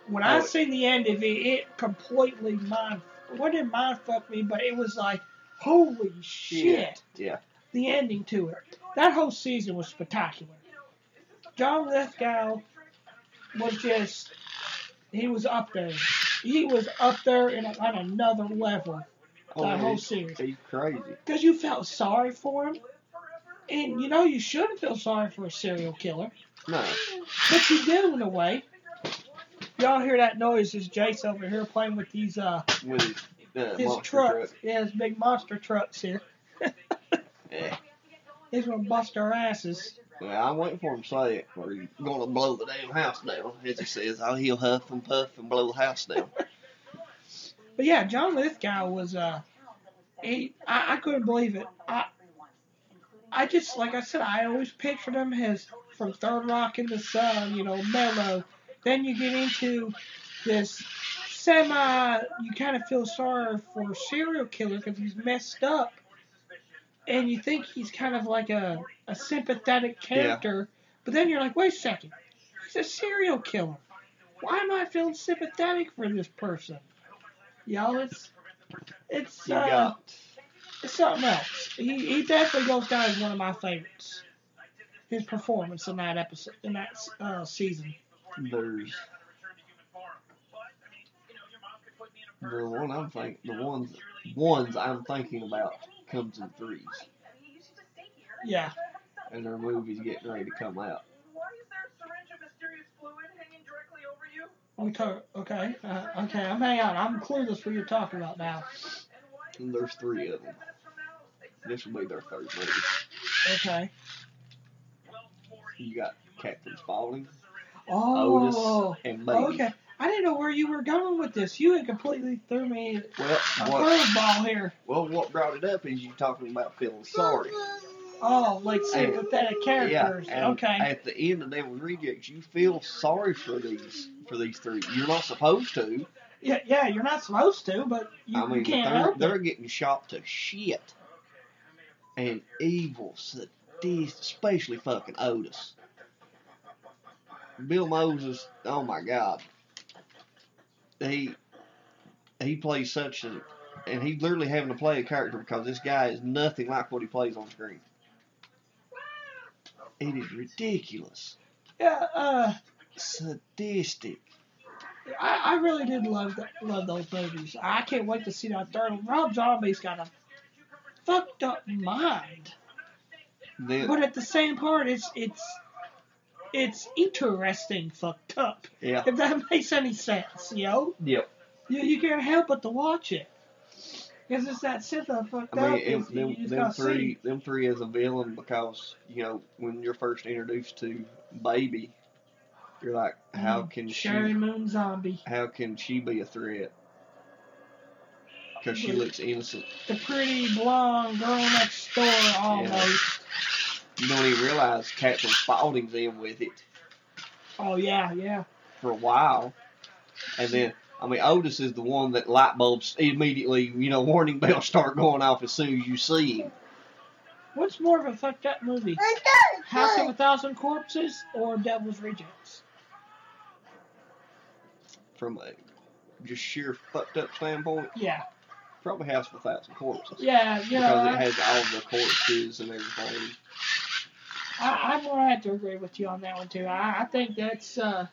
When I
Oh.
seen the end of it, it completely mind. What did mind fuck me? But it was like, holy shit!
yeah.
The ending to it. That whole season was spectacular. John Lithgow was just he was up there. He was up there in, on another level. that
mean,
whole
he's-
series
He's crazy.
because you felt sorry for him, and you know you shouldn't feel sorry for a serial killer,
No.
but you do in a way. Y'all hear that noise? Is Jace over here playing with these uh
With his, uh,
his
monster
truck.
truck.
Yeah, his big monster trucks here.
Yeah.
He's gonna bust our asses.
Yeah, I went for him to say it. We're gonna blow the damn house down. As he says, oh, he'll huff and puff and blow the house down.
But yeah, John Lithgow was uh he I, I couldn't believe it. I I just like I said, I always pictured him as from Third Rock in the Sun, you know, mellow. Then you get into this semi you kind of feel sorry for a serial killer because he's messed up and you think he's kind of like a, a sympathetic character but then you're like wait a second he's a serial killer why am i feeling sympathetic for this person y'all it's it's
You
uh,
got
it's something else. He he definitely goes down as one of my favorites. His performance in that episode, in that uh, season.
there's the one I'm think the ones ones I'm thinking about comes in threes,
Yeah,
and their movie's getting ready to come out.
we talk. Okay, uh, okay. I'm hang on. I'm clueless what you're talking about now.
And there's three of them. This will be their third movie.
Okay.
You got Captain Spaulding,
Oh.
Otis, and Baby.
Okay. I didn't know where you were going with this. You had completely threw me
Well,
a
what?
curveball here.
Well, what brought it up is you talking about feeling sorry.
Oh, like sympathetic characters.
Yeah, and
okay.
At the end of them rejects, you feel sorry for these for these three. You're not supposed to.
yeah, yeah. You're not supposed to, but you,
I
you
mean,
can't
they're,
help it.
they're getting shot to shit. And evil, sadist, especially fucking Otis. Bill Moses, oh my god. He he plays such a. And he's literally having to play a character because this guy is nothing like what he plays on screen. It is ridiculous.
Yeah. Uh.
Sadistic.
I, I really did love th- love those movies. I can't wait to see that third one. Rob Zombie's got a fucked up mind,
Then,
but at the same part, it's it's it's interesting fucked up.
yeah.
If that makes any sense, you know,
Yep.
you, you can't help but to watch it because it's that shit that fucked
I
up.
mean,
is you
it, them,
just
them
gotta
three,
see.
them three as a villain because you know when you're first introduced to Baby, you're like, how
Mm-hmm.
can
Sherry
she,
Moon Zombie,
how can she be a threat? Because she looks innocent.
the pretty blonde girl next door, almost.
You don't even realize Captain Spaulding's in with it
Oh yeah, yeah,
for a while, and then. I mean, Otis is the one that light bulbs immediately, you know, warning bells start going off as soon as you see him.
What's more of a fucked up movie? House of a Thousand Corpses or Devil's Rejects?
From a just sheer fucked up standpoint,
Yeah,
probably House of a Thousand Corpses.
yeah, you know,
because it
I,
has all the corpses and everything.
I, I'm gonna have to agree with you on that one too. I, I think that's, uh,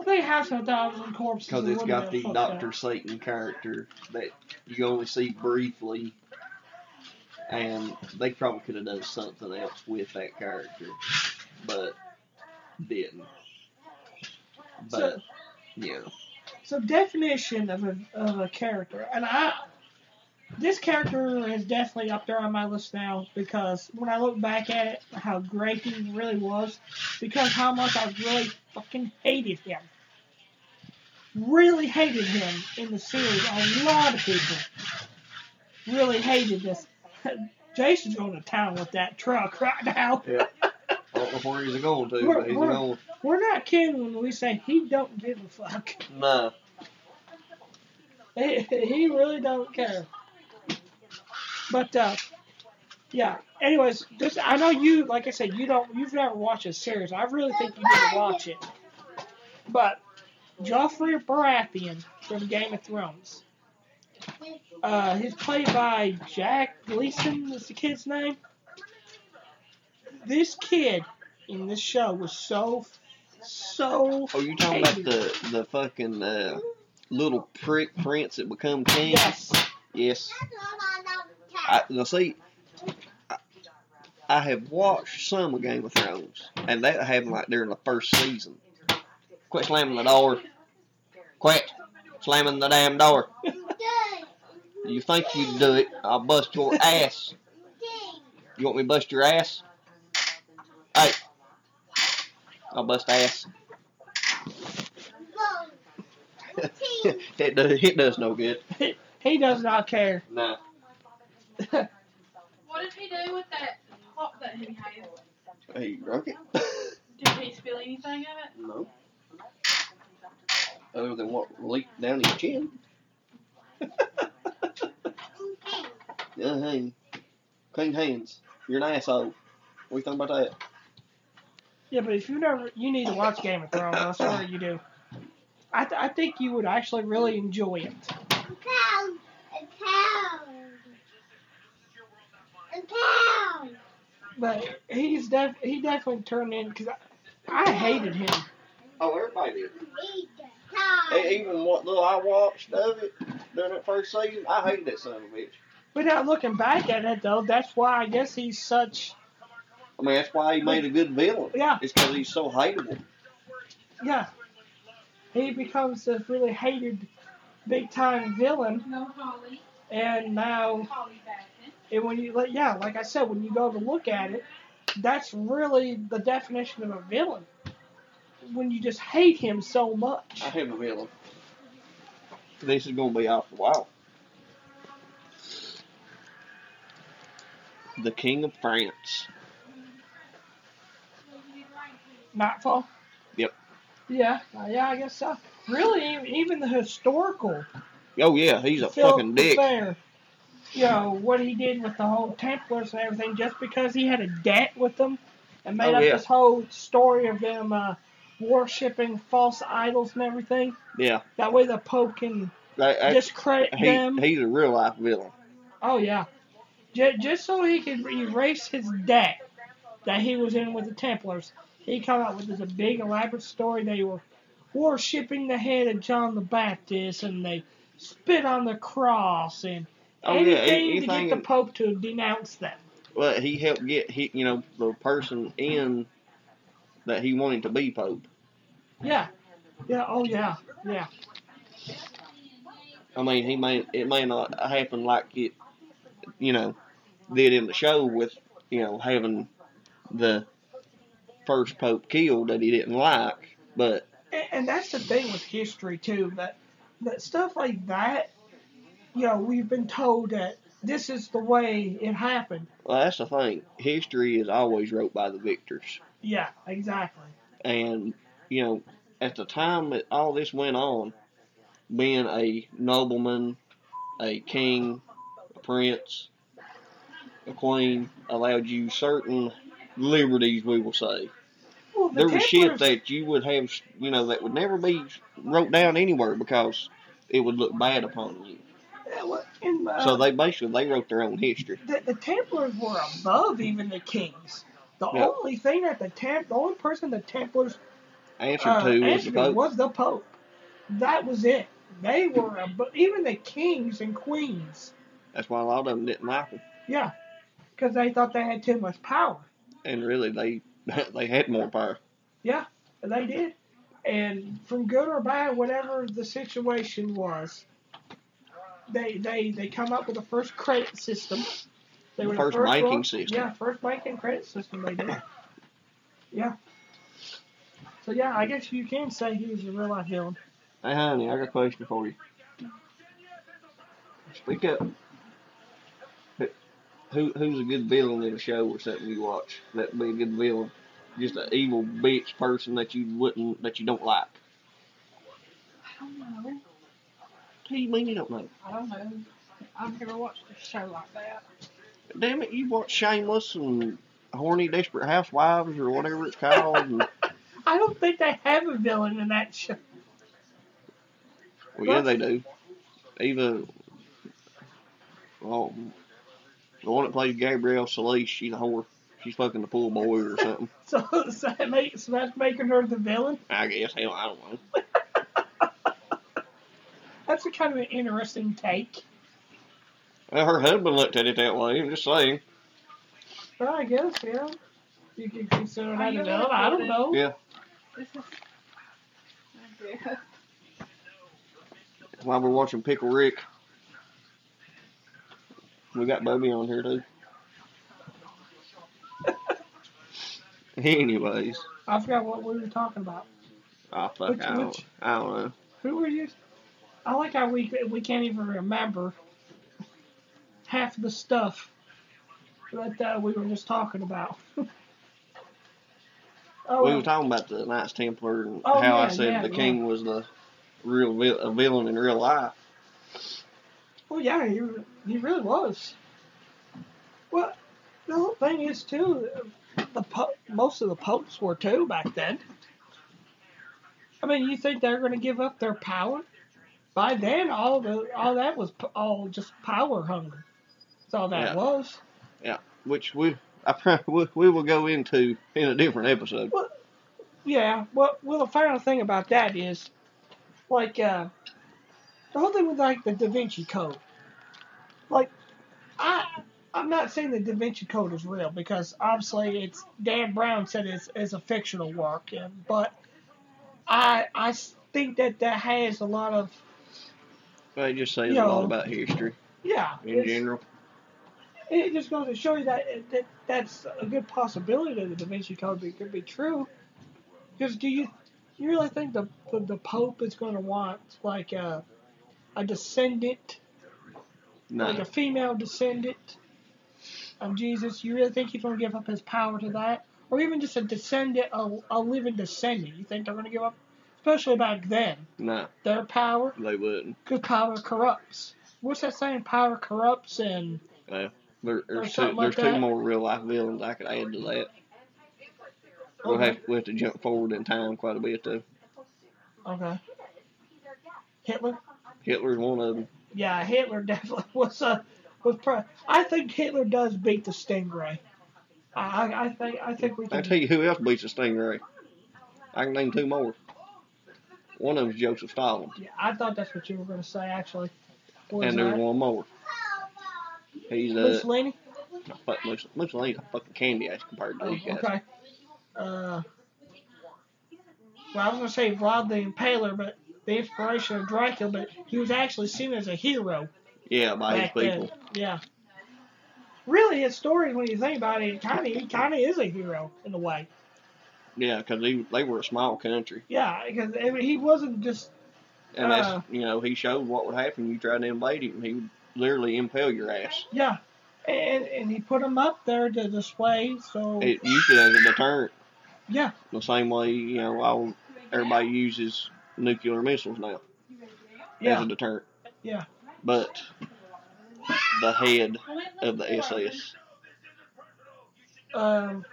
I think House of a Thousand Corpses.
Because
is
it's
a
got
little
the
bit fucked
Doctor
up.
Satan character that you only see briefly, and they probably could have done something else with that character, but didn't. But
So,
yeah,
so definition of a of a character, and I, this character is definitely up there on my list now because when I look back at it, how great he really was, because how much I really fucking hated him. Really hated him in the series. A lot of people really hated this. Jason's going to town with that truck right now.
yeah. I don't know where he's going to,
We're-
but he's
we're-
going.
We're not kidding when we say he don't give a fuck.
No,
he he really don't care. But uh, yeah. Anyways, this I know you. Like I said, you don't. You've never watched a series. I really think you need to watch it. But Joffrey Baratheon from Game of Thrones. Uh, he's played by Jack Gleason. Is the kid's name? This kid in this show was so, so.
oh, you talking about the the fucking uh, little prick prince that become king?
Yes.
Yes. I, now see, I, I have watched some of Game of Thrones, and that happened like during the first season. Quit slamming the door. Quit slamming the damn door. You think you do it? I'll bust your ass. You want me to bust your ass? Hey, I'll bust ass. it does. It does no good.
He does not care.
Nah.
What did he do with that pot that he had?
Hey, rocket.
Did he spill anything of it?
no. Other than what leaked down his chin. Yeah, hey. Clean hands. You're an asshole. What you think about that?
Yeah, but if you never, you need to watch Game of Thrones. I swear you do. I, th- I think you would actually really enjoy it. But he's def- he definitely turned in because I, I hated him.
Oh, everybody did. E- Even what little I watched of it during that first season, I hated that son of a bitch.
But now looking back at it though, that's why I guess he's such
I mean, that's why he made a good villain.
yeah
It's because he's so hateable.
yeah. He becomes this really hated big time villain,
No, Holly.
and now
Holly Bassett.
and when you like yeah like I said when you go to look at it, that's really the definition of a villain. When you just hate him so much.
I have a villain. This is going to be off the wall. The King of France.
Nightfall.
Yep.
Yeah, uh, yeah, I guess so. Really, e- even the historical.
Oh, yeah, he's a
Philip
fucking dick.
Fair, you know what he did with the whole Templars and everything, just because he had a debt with them, and made
Oh,
up
yeah.
this whole story of them uh, worshipping false idols and everything.
Yeah.
That way the Pope can
That, that-
discredit
he,
them.
he's a real life villain.
oh yeah, J- just so he could erase his debt that he was in with the Templars. He come out with this big elaborate story. They were worshipping the head of John the Baptist, and they spit on the cross, and
Oh, yeah,
anything
a-
to get
anything.
the Pope to denounce them.
Well, he helped get he, you know the person in that he wanted to be pope.
Yeah, yeah, oh yeah, yeah,
I mean, he may it may not happen like it, you know, did in the show with you know having the first pope killed that he didn't like, but
and, and that's the thing with history too. That that stuff like that, you know, we've been told that this is the way it happened.
well, that's the thing. History is always wrote by the victors,
Yeah, exactly.
and you know, at the time that all this went on, being a nobleman, a king, a prince, a queen allowed you certain liberties, we will say.
Well, the
There was shit
Templars-
that you would have, you know, that would never be wrote down anywhere because it would look bad upon you.
yeah, well, in, uh,
So they basically they wrote their own history.
the, the Templars were above even the kings. The
Yeah.
only thing that the Temp, the only person the Templars
Answer
uh,
to is the
answered to
vote.
was the Pope. That was it. They were abo even the kings and queens.
That's why a lot of them didn't like them,
Yeah, because they thought they had too much power.
and really they they had more power.
And they did. And from good or bad, whatever the situation was, they they they come up with the first credit system. They
The
were
first banking
one-
system.
Yeah, first banking credit system they did. yeah. So yeah, I guess you can say he was a real life villain.
Hey honey, I got a question for you. Speak up. Who who's a good villain in a show or something you watch? That'd be a good villain. Just an evil bitch person that you wouldn't that you don't like.
I don't know.
What do you mean you don't know?
I don't know. I've never watched a show like that.
Damn it, you watch Shameless and Horny Desperate Housewives or whatever it's called. and, well,
I don't think they have a villain in that show.
yeah, they do. Eva, well, the one that plays Gabrielle Solis, she's a whore. She's fucking the pool boy or something.
So, so, that makes, so that's making her the villain.
I guess. Hell, I don't know.
That's a kind of an interesting take.
Well, her husband looked at it that way. I'm just saying.
Well, I guess, yeah. You can consider that a dub. I don't know.
Yeah.
This is. Okay.
While we're watching Pickle Rick, we got Bubby on here too. Anyways,
I forgot what we were talking about.
I fuck,
Which-
I don't,
which-
I don't know.
Who were you? I like how we we can't even remember half the stuff that uh, we were just talking about. oh,
We were talking about the Knights Templar and
Oh,
how I
yeah,
said
yeah,
the
yeah.
king was the real vil- a villain in real life.
well, yeah, he, re- he really was. Well, the whole thing is too. The po- most of the popes were too back then. I mean, you think they're going to give up their power? By then, all the all that was p- all just power hunger. That's all that
Yeah.
was.
which we I prob- we we will go into in a different episode.
Yeah. Well, well, the final thing about that is, like, uh, the whole thing with like the Da Vinci Code. Like, I I'm not saying the Da Vinci Code is real because obviously it's Dan Brown said it's it's a fictional work, and, but I I s- think that that has a lot of
But it just says a
Yeah.
lot about history
yeah.
in
it's-
general.
It just goes to show you that, that that's a good possibility that the Da Vinci Code be, could be true. Because do you you really think the the, the Pope is going to want like a a descendant, like
No,
a female descendant of Jesus? You really think he's going to give up his power to that, or even just a descendant, a, a living descendant? You think they're going to give up, especially back then,
no,
their power?
they wouldn't.
Because power corrupts. What's that saying? Power corrupts and
Uh, There, there's two,
something
there's
like
two
that.
more real life villains I could add to that. We'll
Okay.
have, we have to jump forward in time quite a bit though.
okay. Hitler.
Hitler's one of them.
Yeah, Hitler definitely was a was. Pro- I think Hitler does beat the Stingray. I I, I think I think we
I
can.
tell you who else beats the Stingray. I can name two more. One of them's Joseph Stalin,
Yeah, I thought that's what you were going to say actually. Was
and
that-
there's one more. He's uh,
Mussolini.
fuck Mus- Mussolini's a fucking candy ass compared to
Oh,
these guys.
okay. Uh, well, I was going to say Vlad the Impaler, but the inspiration of Dracula, but he was actually seen as a hero
Yeah, by his
back then.
people.
Yeah. Really, his story, when you think about it, kind of he kind of is a hero in a way.
Yeah, 'cause they they were a small country.
Yeah, because I mean, he wasn't just
And that's,
Uh.
you know, he showed what would happen. You tried to invade him, he would literally impale your ass.
Yeah, and and he put them up there to display. So
It used it as a deterrent,
Oh. yeah,
the same way, you know, all, everybody uses nuclear missiles now as
yeah,
a deterrent.
Yeah.
But the head of the SS,
um,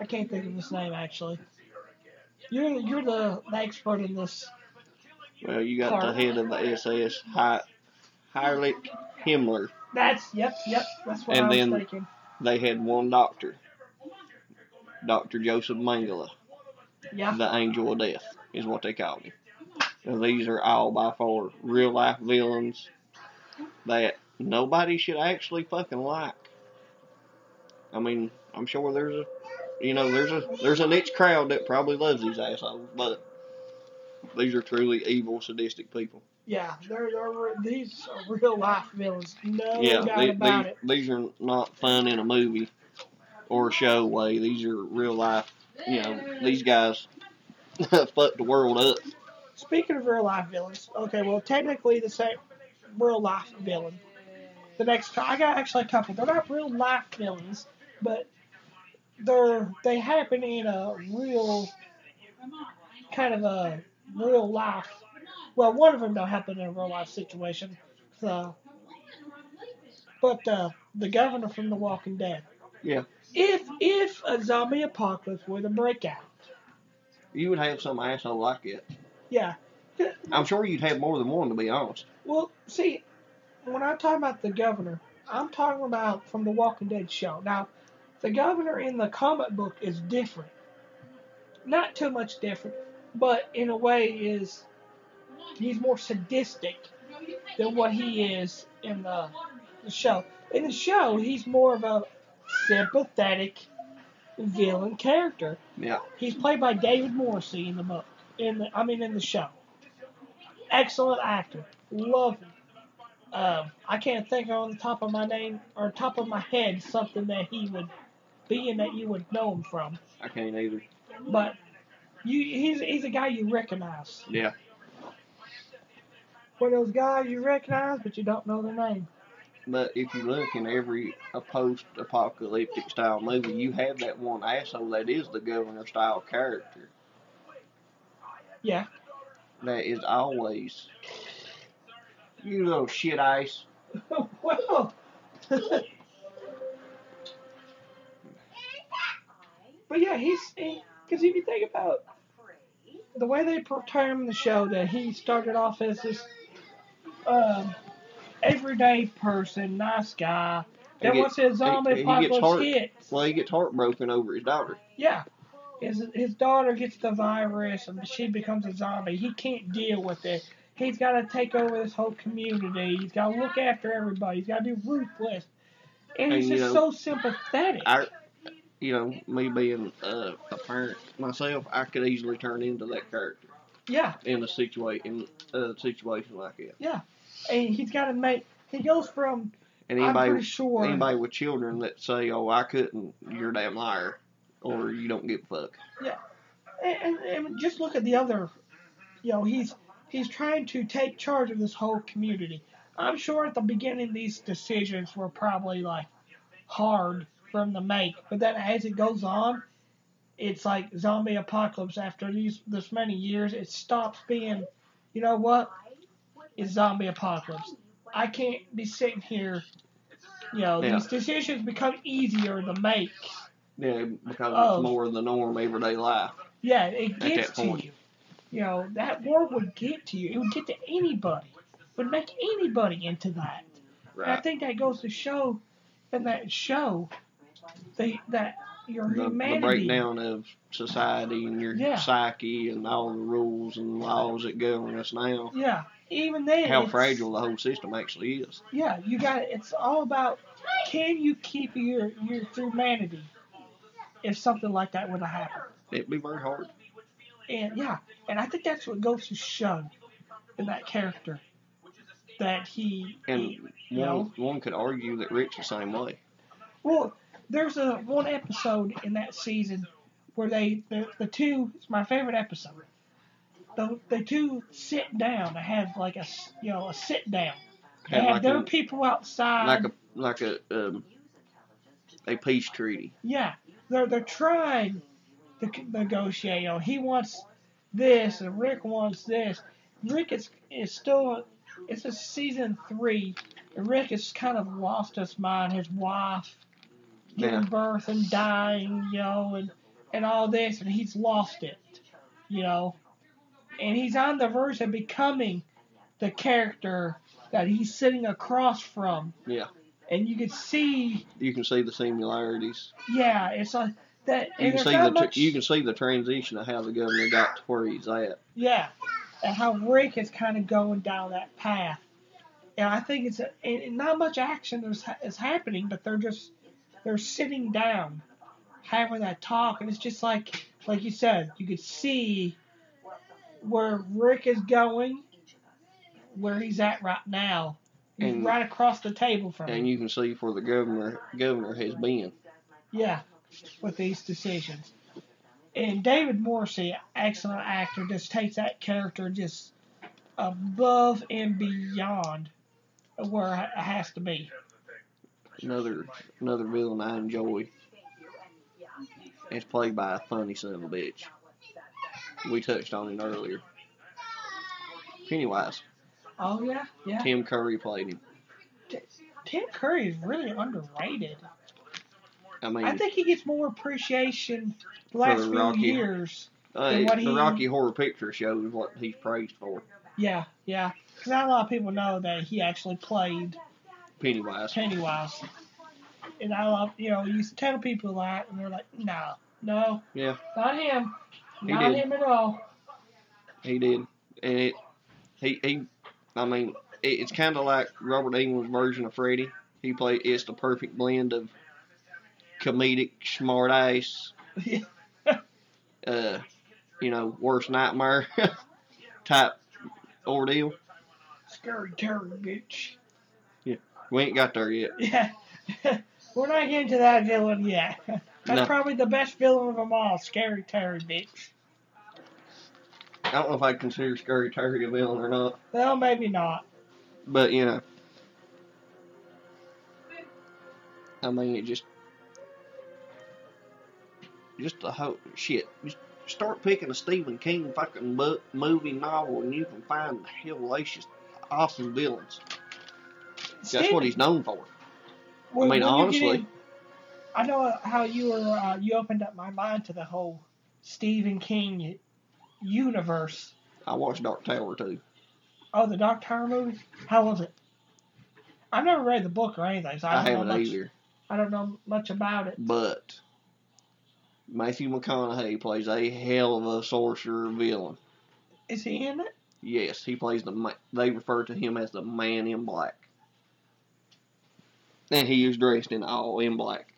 I can't think of his name actually. You're you're the, the expert in this.
well, you got the
Clark.
head of the SS, Hi- Heinrich Himmler.
That's yep, yep. That's what
And
I was
then-
thinking.
They had one doctor, Dr. Joseph Mengele.
Yeah,
the angel of death is what they called him. Now, these are all by far real life villains that nobody should actually fucking like. I mean, I'm sure there's a you know, there's a there's a niche crowd that probably loves these assholes, but these are truly evil, sadistic people.
yeah. There, there were, these are real life villains. No
yeah,
doubt
they,
about
they-
it.
these are not fun in a movie or a show way. These are real life. You know, these guys fuck the world up.
Speaking of real life villains, okay. Well, technically the same real life villain. The next, I got actually a couple. They're not real life villains, but they're they happen in a real kind of a real life. Well, one of them don't happen in a real life situation. So, but uh, the governor from The Walking Dead.
Yeah.
If if a zombie apocalypse were to break out,
You would have some asshole like it.
yeah.
I'm sure you'd have more than one, to be honest.
Well, see, when I talk about the governor, I'm talking about from the Walking Dead show. Now, the governor in the comic book is different. Not too much different, but in a way is he's more sadistic than what he is in the,
uh,
the show. In the show, he's more of a sympathetic villain character.
Yeah.
He's played by David Morrissey in the book. In the, I mean, in the show. Excellent actor. Love him. Um, I can't think on the top of my name or top of my head something that he would be in that you would know him from.
I can't either.
But you, he's he's a guy you recognize.
Yeah.
One of those guys you recognize, but you don't know their name.
But if you look in every a post-apocalyptic style movie, you have that one asshole that is the governor style character
Yeah.
that is always you little shit ice.
well, but yeah, he's because if you think about the way they portray him in the show, that he started off as this um, everyday person, nice guy.
He
Then
get-
once his zombie
he gets
apocalypse
hurt.
hits,
Well, he gets heartbroken over his daughter.
yeah, his his daughter gets the virus and she becomes a zombie. He can't deal with it. He's got to take over this whole community. He's got to look after everybody. He's got to be ruthless, and he's
And, you
just
know,
so sympathetic.
I, you know, me being uh, a parent myself, I could easily turn into that character
yeah.
in a situation, in a situation like that.
and he's got to make. He goes from
And
I'm
anybody,
pretty sure.
anybody with children that say, "Oh, I couldn't," you're a damn liar, or you don't give a fuck.
And, and, and just look at the other. You know, he's he's trying to take charge of this whole community. I'm sure at the beginning these decisions were probably like hard from the make, but then as it goes on, it's like zombie apocalypse. After these this many years, it stops being. You know what? It's zombie apocalypse. I can't be sitting here. You know,
Yeah.
these decisions become easier to make.
Yeah, because
Oh.
it's more the norm everyday life.
Yeah, it gets
that
to
point.
you. You know, that war would get to you. It would get to anybody. would make anybody into that. And I
Right.
think that goes to show in that show the, that your
The, the
humanity.
breakdown of society and your
Yeah.
psyche and all the rules and laws that govern us now.
Yeah. Even then
How
it's-
fragile the whole system actually is.
Yeah, you got it. It's all about can you keep your your humanity if something like that would have happened.
It'd be very hard.
And yeah, and I think that's what goes to show in that character that he,
And
he
one one could argue that Rick's the same way.
Well, there's a one episode in that season where they the, the two it's my favorite episode. The the two sit down. They have like a s- you know a sit down. They
Had
have
like
their
a
people outside.
like a like a um, a peace treaty.
yeah, they're they're trying to c- negotiate. You know, he wants this and Rick wants this. Rick is is still it's a season three. And Rick has kind of lost his mind. His wife giving
Yeah.
birth and dying, you know, and and all this, and he's lost it, you know, and he's on the verge of becoming the character that he's sitting across from.
Yeah.
And you can see
You can see the similarities.
yeah, it's like that.
You
And
can
there's
see the
not
tr
much,
you can see the transition of how the governor got to where he's at.
yeah, and how Rick is kind of going down that path. And I think it's and and not much action is ha- is happening, but they're just they're sitting down, having that talk, and it's just like like you said, you could see where Rick is going, where he's at right now,
And-
right across the table from him.
And you can see where the governor governor has been.
Yeah, with these decisions. And David Morrissey, excellent actor, just takes that character just above and beyond where it has to be.
Another another villain I enjoy. It's played by a funny son of a bitch. We touched on it earlier. Pennywise.
Oh yeah, yeah.
Tim Curry played him.
Tim Curry is really underrated.
I mean,
I think he gets more appreciation the last
For
few
Rocky.
years.
uh,
and what
the
he-
Rocky Horror Picture Show is what he's praised for.
Yeah, yeah. 'Cause not a lot of people know that he actually played
Pennywise.
Pennywise. And I love, you know, you tell people that, and they're like, no, no,
Yeah,
Not him.
He
Not
did.
him at all.
he did, and it, he he. I mean, it, it's kind of like Robert England's version of Freddy. He played. It's the perfect blend of comedic smart ass, uh, you know, worst nightmare type ordeal.
Scary terror, bitch.
We ain't got there yet.
Yeah. We're not getting to that villain yet. That's
No.
probably the best villain of them all, Scary Terry, bitch.
I don't know if I consider Scary Terry a villain or not,
Well, maybe not.
but you know, I mean, it just, just the whole shit. Just start picking a Stephen King fucking book, movie, novel, and you can find the hellacious, awesome villains. That's what he's known for.
When-
I mean,
when you get
honestly.
in- I know how you were. Uh, you opened up my mind to the whole Stephen King universe.
I watched Dark Tower too.
Oh, the Dark Tower movie. How was it? I've never read the book or anything, so I,
I
don't know
haven't
much.
either,
I don't know much about it.
but Matthew McConaughey plays a hell of a sorcerer villain.
Is he in it?
Yes, he plays the. Ma- they refer to him as the Man in Black, and he is dressed in all in black.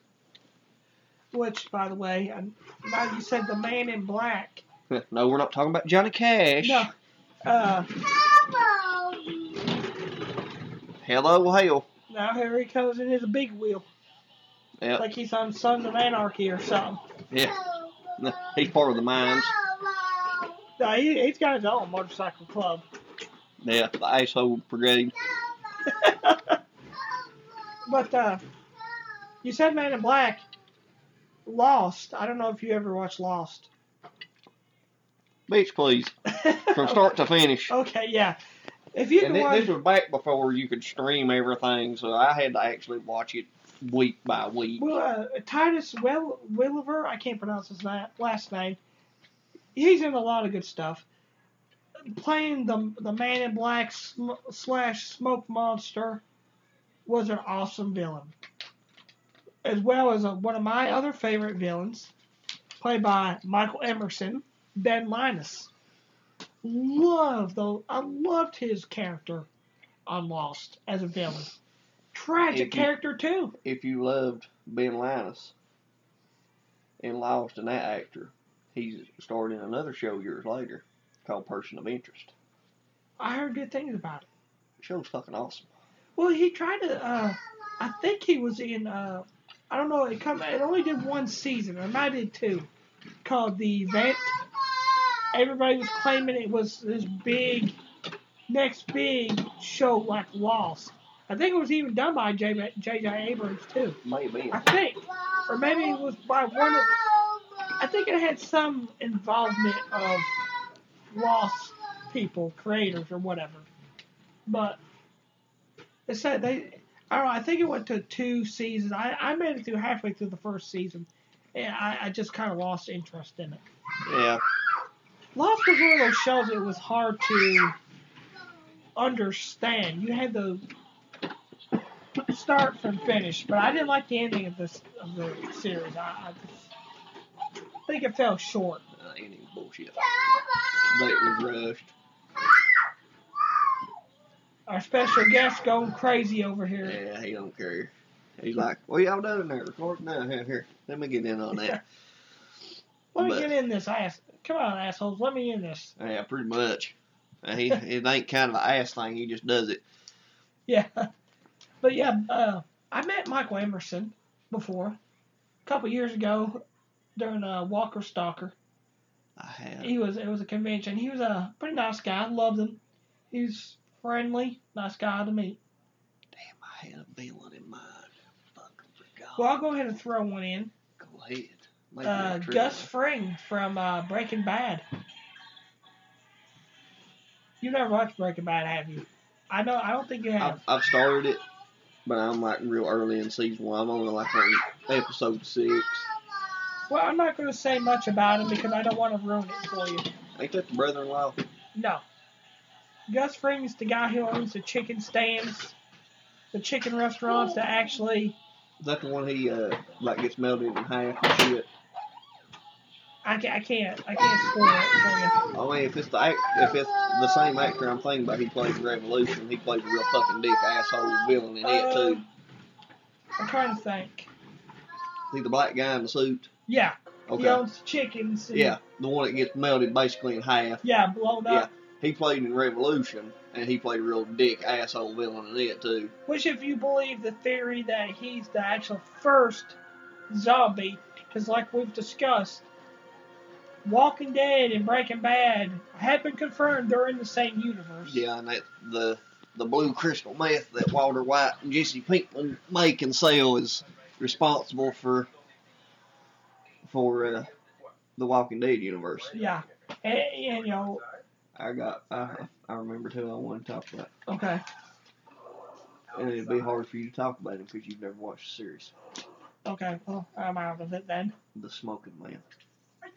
Which, by the way, I, now you said the Man in Black.
no, we're not talking about Johnny Cash.
No. Uh,
Hello, hell.
now here he comes in his big wheel,
Yep.
like he's on Sons of Anarchy or something.
yeah. No, he's part of the mines.
No, he, he's got his own motorcycle club.
Yeah, the asshole brigade.
But uh, you said Man in Black, Lost. I don't know if you ever watched Lost.
Bitch, please, from start to finish.
okay, yeah. If Oh, you
and
can
thi-
watch,
this was back before you could stream everything, so I had to actually watch it week by week.
well, uh, Titus Well Williver, I can't pronounce his na- last name. He's in a lot of good stuff. Playing the the Man in Black sm- slash Smoke Monster was an awesome villain, as well as uh one of my other favorite villains, played by Michael Emerson, Ben Linus. Love though, I loved his character on Lost as a villain. Tragic
If you-
character too.
if you loved Ben Linus and lost in that actor, he's starting another show years later called Person of Interest.
I heard good things about it.
The show's fucking awesome.
Well, he tried to. Uh, I think he was in. Uh, I don't know. It come. It only did one season. It might did two. Called the event. Everybody was claiming it was this big, next big show like Lost. I think it was even done by J.J. J.J. Abrams too.
Maybe.
I think, or maybe it was by one of. I think it had some involvement of lost people, creators, or whatever. But they said they. I don't know. I think it went to two seasons. I, I made it through halfway through the first season, and I, I just kind of lost interest in it.
Yeah.
Lost was one of those shows that was hard to understand. You had to start from finish, but I didn't like the ending of this of the series. I, I just think it fell short.
Uh, any bullshit. But it was rushed.
Our special guest going crazy over here.
Yeah, he don't care. He's like, what y'all doing there? Recording now? Here, here. Let me get in on that.
Let me
But-
get in this ass. Come on, assholes. Let me in this.
Yeah, pretty much. And he, it ain't kind of an ass thing. He just does it.
Yeah. But yeah, uh, I met Michael Emerson before a couple years ago during uh, Walker Stalker.
I have.
He was it was a convention. He was a pretty nice guy. Loved him. He's friendly, nice guy to meet.
Damn, I had a villain in mind. Fucking forgot.
Well, I'll go ahead and throw one in.
Go ahead. Make
Uh,
that trip.
Gus Fring from uh, Breaking Bad. You never watched Breaking Bad, have you? I know. I don't think you have.
I've, I've started it, but I'm like real early in season one. I'm only like on episode six. Oh.
Well, I'm not going to say much about him because I don't want to ruin it for you.
Ain't that the brother-in-law?
No. Gus Fring's the guy who owns the chicken stands, the chicken restaurants that actually
Is that the one he uh like gets melted in half and shit?
I can't. I can't. I can't spoil it for you.
I mean, if it's the act, if it's the same actor I'm thinking about, he played in Revolution. He played a real fucking dick asshole villain in it too.
Um, I'm trying to think.
He the black guy in the suit.
Yeah. He
Okay.
owns chickens. And,
Yeah, the one that gets melted basically in half.
Yeah, blown up.
He played in Revolution, and he played a real dick asshole villain in it too.
Which, if you believe the theory that he's the actual first zombie, because like we've discussed, Walking Dead and Breaking Bad have been confirmed they're in the same universe.
Yeah, and that the the blue crystal meth that Walter White and Jesse Pinkman make and sell is responsible for for uh, the Walking Dead universe.
Yeah. And, and you know,
I got I I remember who I want to talk about,
okay.
and it'd be hard for you to talk about it because you've never watched the series,
Okay, well, I'm out of it then.
The Smoking Man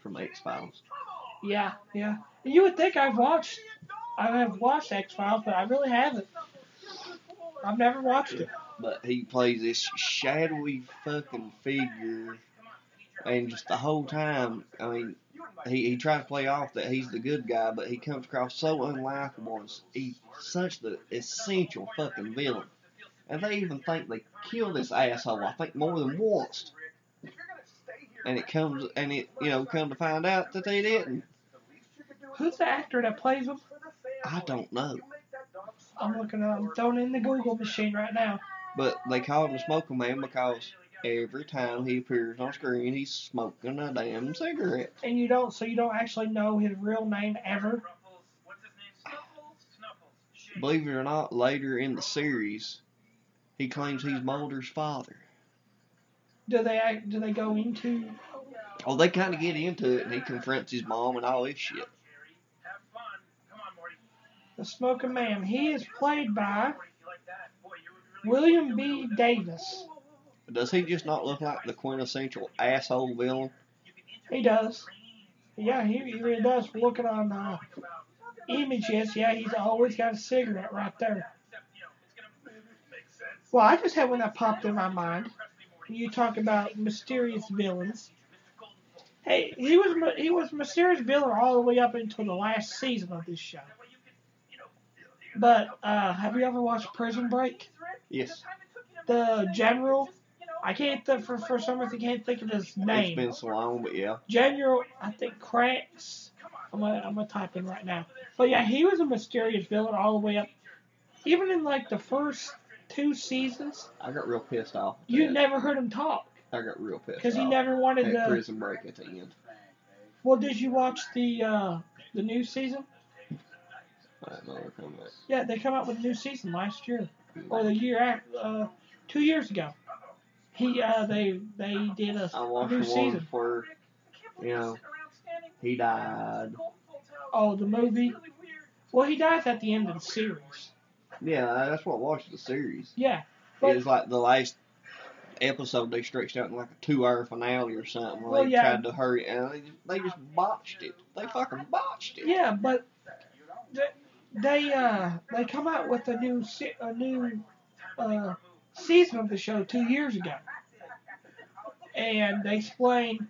from X Files.
Yeah, yeah. You would think I've watched, I have watched X Files, but I really haven't. I've never watched it.
But he plays this shadowy fucking figure, and just the whole time, I mean, he, he tries to play off that he's the good guy, but he comes across so unlikable. And s- he's such the essential fucking villain. And they even think they kill this asshole. I think more than once. And it comes and it you know come to find out that they didn't.
Who's the actor that plays him?
I don't know.
I'm looking up. I'm throwing it in the Google machine right now.
But they call him the Smoking Man because every time he appears on screen, he's smoking a damn cigarette.
And you don't, so you don't actually know his real name ever.
Believe it or not, later in the series, he claims he's Mulder's father.
Do they act? Do they go into?
Oh, they kind of get into it, and he confronts his mom and all this shit.
The Smoking Man. He is played by William B. Davis.
Does he just not look like the quintessential asshole villain?
He does. Yeah, he, he really does. Looking on uh, images, yeah, he's always got a cigarette right there. Well, I just had one that popped in my mind. You talk about mysterious villains. Hey, he was my- he was mysterious villain all the way up until the last season of this show. But uh, have you ever watched Prison Break?
Yes.
The general, I can't th- for for some reason I can't think of his
It's
name.
been so long, but yeah.
General, I think Cranks. I'm gonna, I'm gonna type in right now. But yeah, he was a mysterious villain all the way up. Even in like the first two seasons,
I got real pissed off. at
you
that.
never heard him talk
I got real pissed off.
because he never wanted
At
to.
prison break at the end.
Well, did you watch the uh, the new season?
I don't know what I'm talking about.
Yeah, they come out with a new season last year or the year after, uh, two years ago. He uh, they they did a
I watched
new
the one
season.
where, you know, he died.
Oh, the Uh, movie. Well, he dies at the end of the series.
Yeah, that's what watched the series.
Yeah, But-
It's like the last episode they stretched out in like a two-hour finale or something. Where
Well,
they
yeah.
tried to hurry, and they just, they just botched it. They fucking botched it.
Yeah, but th- they uh they come out with a new se- a new uh, season of the show two years ago, and they explain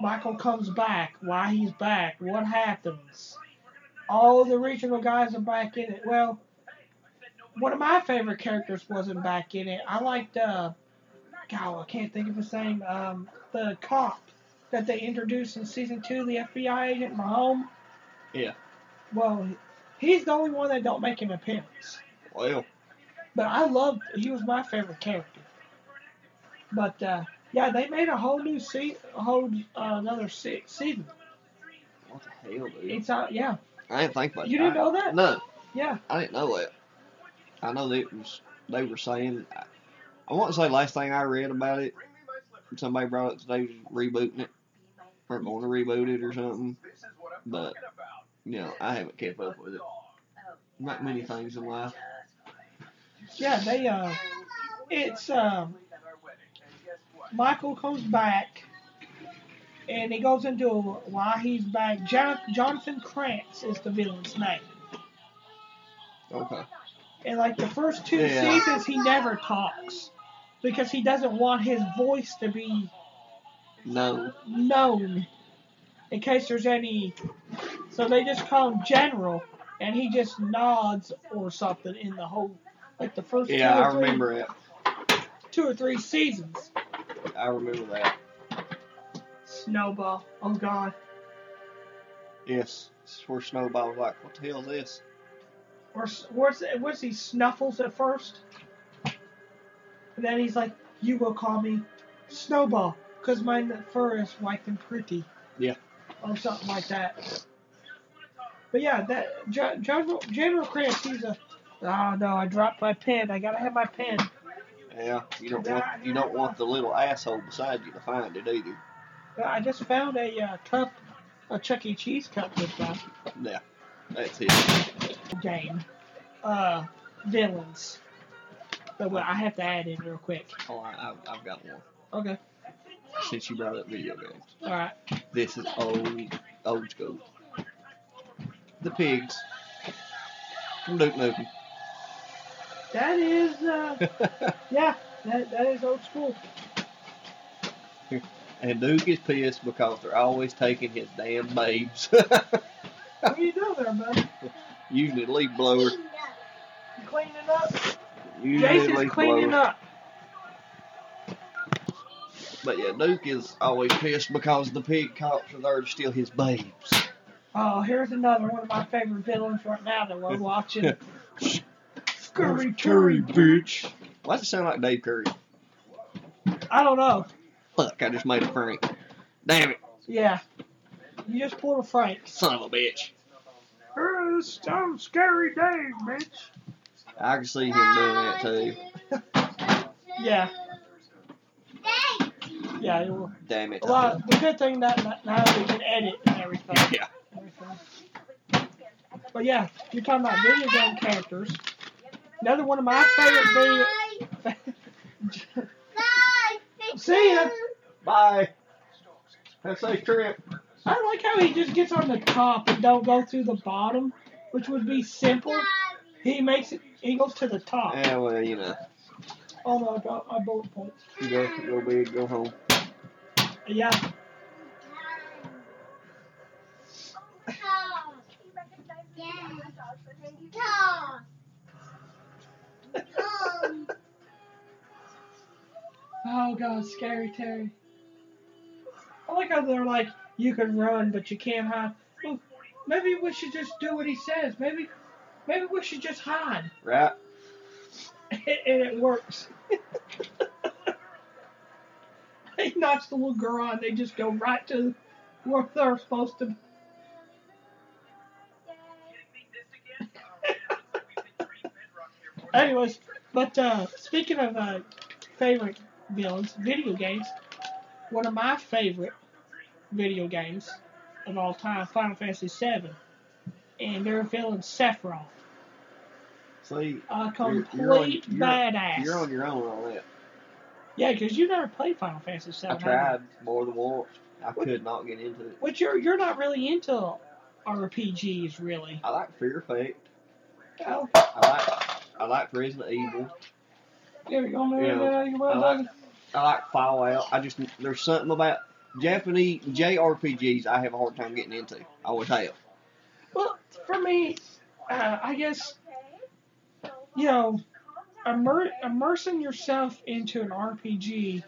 Michael comes back, why he's back, what happens. All the original guys are back in it. Well, one of my favorite characters wasn't back in it. I liked uh, God, I can't think of his name. Um, the cop that they introduced in season two, the FBI agent Mahomes. Well, he's the only one that don't make an appearance.
Well,
But I loved. He was my favorite character. But uh, yeah, they made a whole new se- a whole uh, another se- season.
what the hell, dude?
It's uh, yeah,
I didn't think about
You
that.
didn't know that?
No,
yeah.
I didn't know that. I know that it was they were saying. I, I want to say last thing I read about it, somebody brought it today was rebooting it or going to reboot it or something. But you know, I haven't kept up with it. Not many things in life.
Yeah, they uh, it's um, Michael comes back, and he goes into why he's back. John- Jonathan Krantz is the villain's name,
Okay.
and like the first two
Yeah.
seasons, he never talks because he doesn't want his voice to be
No.
known in case there's any. So they just call him General, and he just nods or something in the whole, like the first
Yeah,
two, or
I
three,
remember it.
two or three seasons.
I remember that.
Snowball. Oh God,
Yes, it's where Snowball was like, "What the hell is this?"
or s- what's what's he snuffles at first, and then he's like, "You will call me Snowball, cause my fur is white and pretty."
Yeah.
Or something like that. But yeah, that Gen- General General Chris, he's a. Oh no, I dropped my pen. I gotta have my pen.
Yeah, you don't want you don't want the little asshole beside you to find it either.
But I just found a uh, cup, a Chuck E. Cheese cup this time.
Yeah, that's it.
game uh, villains. But well, I have to add in real quick.
Oh, I, I've, I've got one.
Okay.
Since you brought up video games,
All right.
this is old old school. The pigs from Duke Nukem.
That is, uh, yeah, that, that is old school.
and Duke is pissed because they're always taking his damn babes.
What are you doing there, buddy?
Usually leaf blower.
You cleaning up?
Usually
Jason's
leaf
cleaning
blower.
up.
But yeah, Duke is always pissed because the pig cops are there to steal his babes.
Oh, here's another one of my favorite villains right now that we're watching. Scurry Curry.
bitch. Why does it sound like Dave Curry?
I don't know.
Fuck, I just made a prank. Damn it,
Yeah. You just pulled a Frank.
son of a bitch.
It's some scary day, bitch.
I can see him doing that too.
Yeah. Yeah, it will.
Damn it.
Well, the good thing that that now we can edit and everything.
Yeah.
everything. But yeah, you're talking about video game characters. Another one of my favorite video. See ya.
Bye. Have a safe trip.
I like how he just gets on the top and don't go through the bottom, which would be simple. He makes it. He goes to the top.
Yeah, well, you know,
Oh no, I got my bullet points.
you go, go big, go home.
Yeah, Oh god, scary Terry. I like how they're like, you can run, but you can't hide. Well, maybe we should just do what he says. Maybe, maybe we should just hide,
Right?
and it works. he knocks the little girl, out, and they just go right to where they're supposed to. Anyways, but uh, speaking of uh, favorite villains, video games, one of my favorite video games of all time, Final Fantasy VII, and their villain Sephiroth,
See,
a
You're-
complete
you're on- you're-
badass.
you're on your own on that.
yeah, because you never played Final Fantasy VII.
I
have you?
tried more than once. I could not get into it.
Which you're you're not really into RPGs, really.
I like Fear Effect.
Oh,
I like I like Resident Evil.
there we go. No,
Yeah.
no, no, you well
I like-
done.
I like Fallout. I just there's something about Japanese JRPGs I have a hard time getting into. I always have.
Well, for me, uh, I guess you know, immer- immersing yourself into an RPG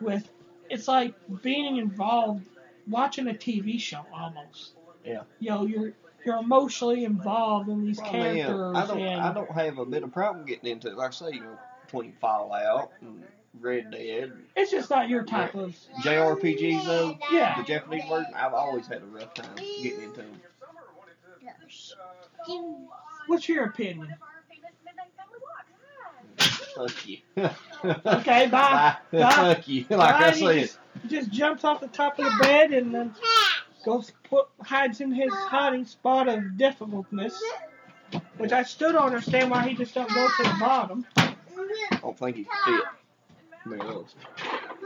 with it's like being involved watching a TV show almost.
Yeah.
You know, you're you're emotionally involved in these
Well, Oh, man,
characters
I don't
and
I don't have a bit of problem getting into it. Like I say, you know, between Fallout and Red Dead,
it's just not your type of
JRPGs though,
Yeah.
the Japanese version, I've always had a rough time getting into them.
what's your opinion?
Fuck you. okay.
Okay, bye. Bye.
Fuck you. Like
Bye.
I
He
said,
just, he just jumps off the top of the bed and then goes put hides in his hiding spot of difficultness. Which I still don't understand why he just don't go to the bottom.
I don't think he fit. Man, that was-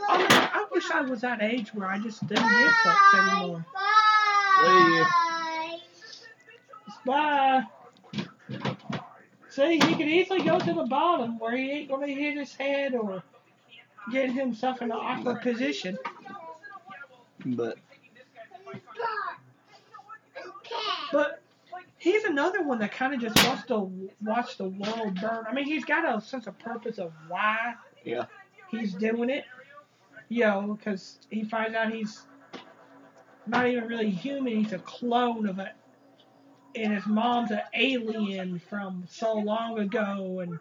I wish I was that age where I just didn't give fucks anymore. Bye. See, he could easily go to the bottom where he ain't gonna hit his head or get himself in an awkward position.
But
another one that kind of just wants to watch the world burn. I mean, he's got a sense of purpose of why
Yeah.
he's doing it. You know, because he finds out he's not even really human. He's a clone of it. And his mom's an alien from so long ago. And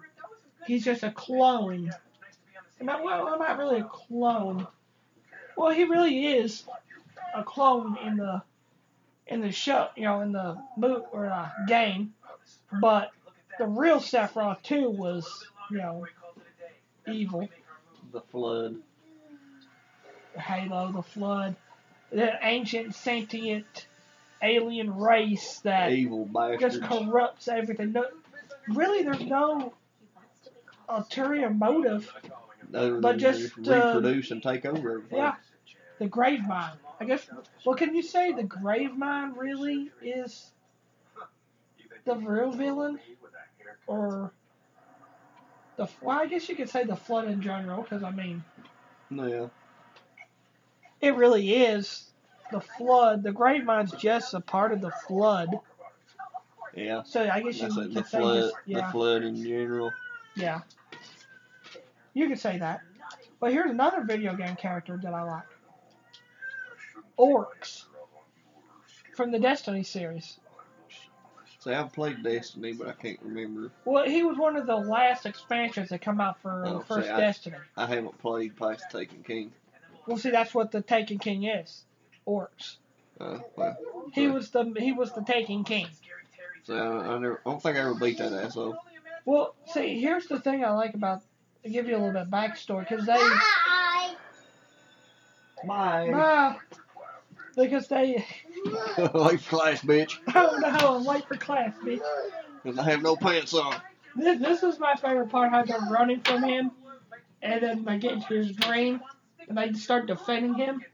he's just a clone. Am I, well, I'm not really a clone. Well, he really is a clone in the in the show, you know, in the boot or uh, game. But the real Sephiroth too was, you know, evil.
The flood.
Halo, the Flood, that ancient sentient alien race that
Evil bastards.
just corrupts everything. No, really, there's no ulterior motive.
Other
but
than
just, uh,
reproduce and take over everything.
Yeah, the grave mind. I guess. Well, can you say the grave mind really is the real villain, or the? Well, I guess you could say the flood in general, because I mean,
Yeah.
It really is. The flood, the grave mind's just a part of the flood.
Yeah.
So I guess you
That's it.
could
The
say
flood.
just, yeah,
The flood in general.
yeah. You could say that. But here's another video game character that I like. Orcs from the Destiny series.
See, I've played Destiny, but I can't remember.
Well, he was one of the last expansions that come out for
Oh,
the first
see, I-
Destiny.
I haven't played past Taken King.
Well, see, that's what the Taken King is. Orcs.
Uh, well,
He was the he was the Taken King.
so I, I, never, I don't think I ever beat that asshole.
Well, see, here's the thing I like about. I'll give you a little bit of backstory because they,
Bye.
Bye.
Nah, because they,
like flash, bitch.
I don't know, I'm late for class, bitch.
Cause I have no pants on.
This, this was my favorite part how they're running from him, and then they get into his dream, and they start defending him.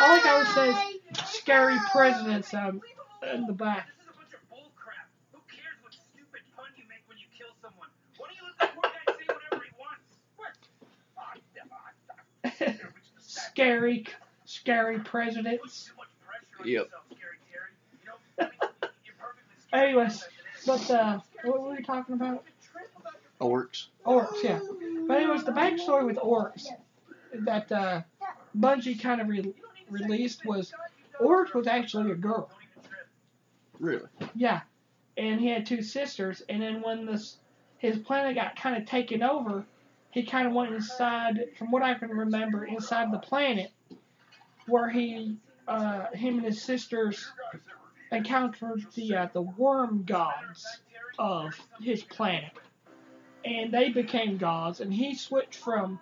I like how it says scary presidents um, in the back. scary, scary presidents.
Yep.
Anyways, but uh, what were we talking about?
Orcs.
Orcs, yeah. But anyways, the backstory with orcs that uh, Bungie kind of re- released was orcs was actually a girl.
Really?
Yeah, and he had two sisters. And then when this his planet got kind of taken over, he kind of went inside. From what I can remember, inside the planet where he, uh, him and his sisters encountered the uh, the worm gods of his planet, and they became gods. And he switched from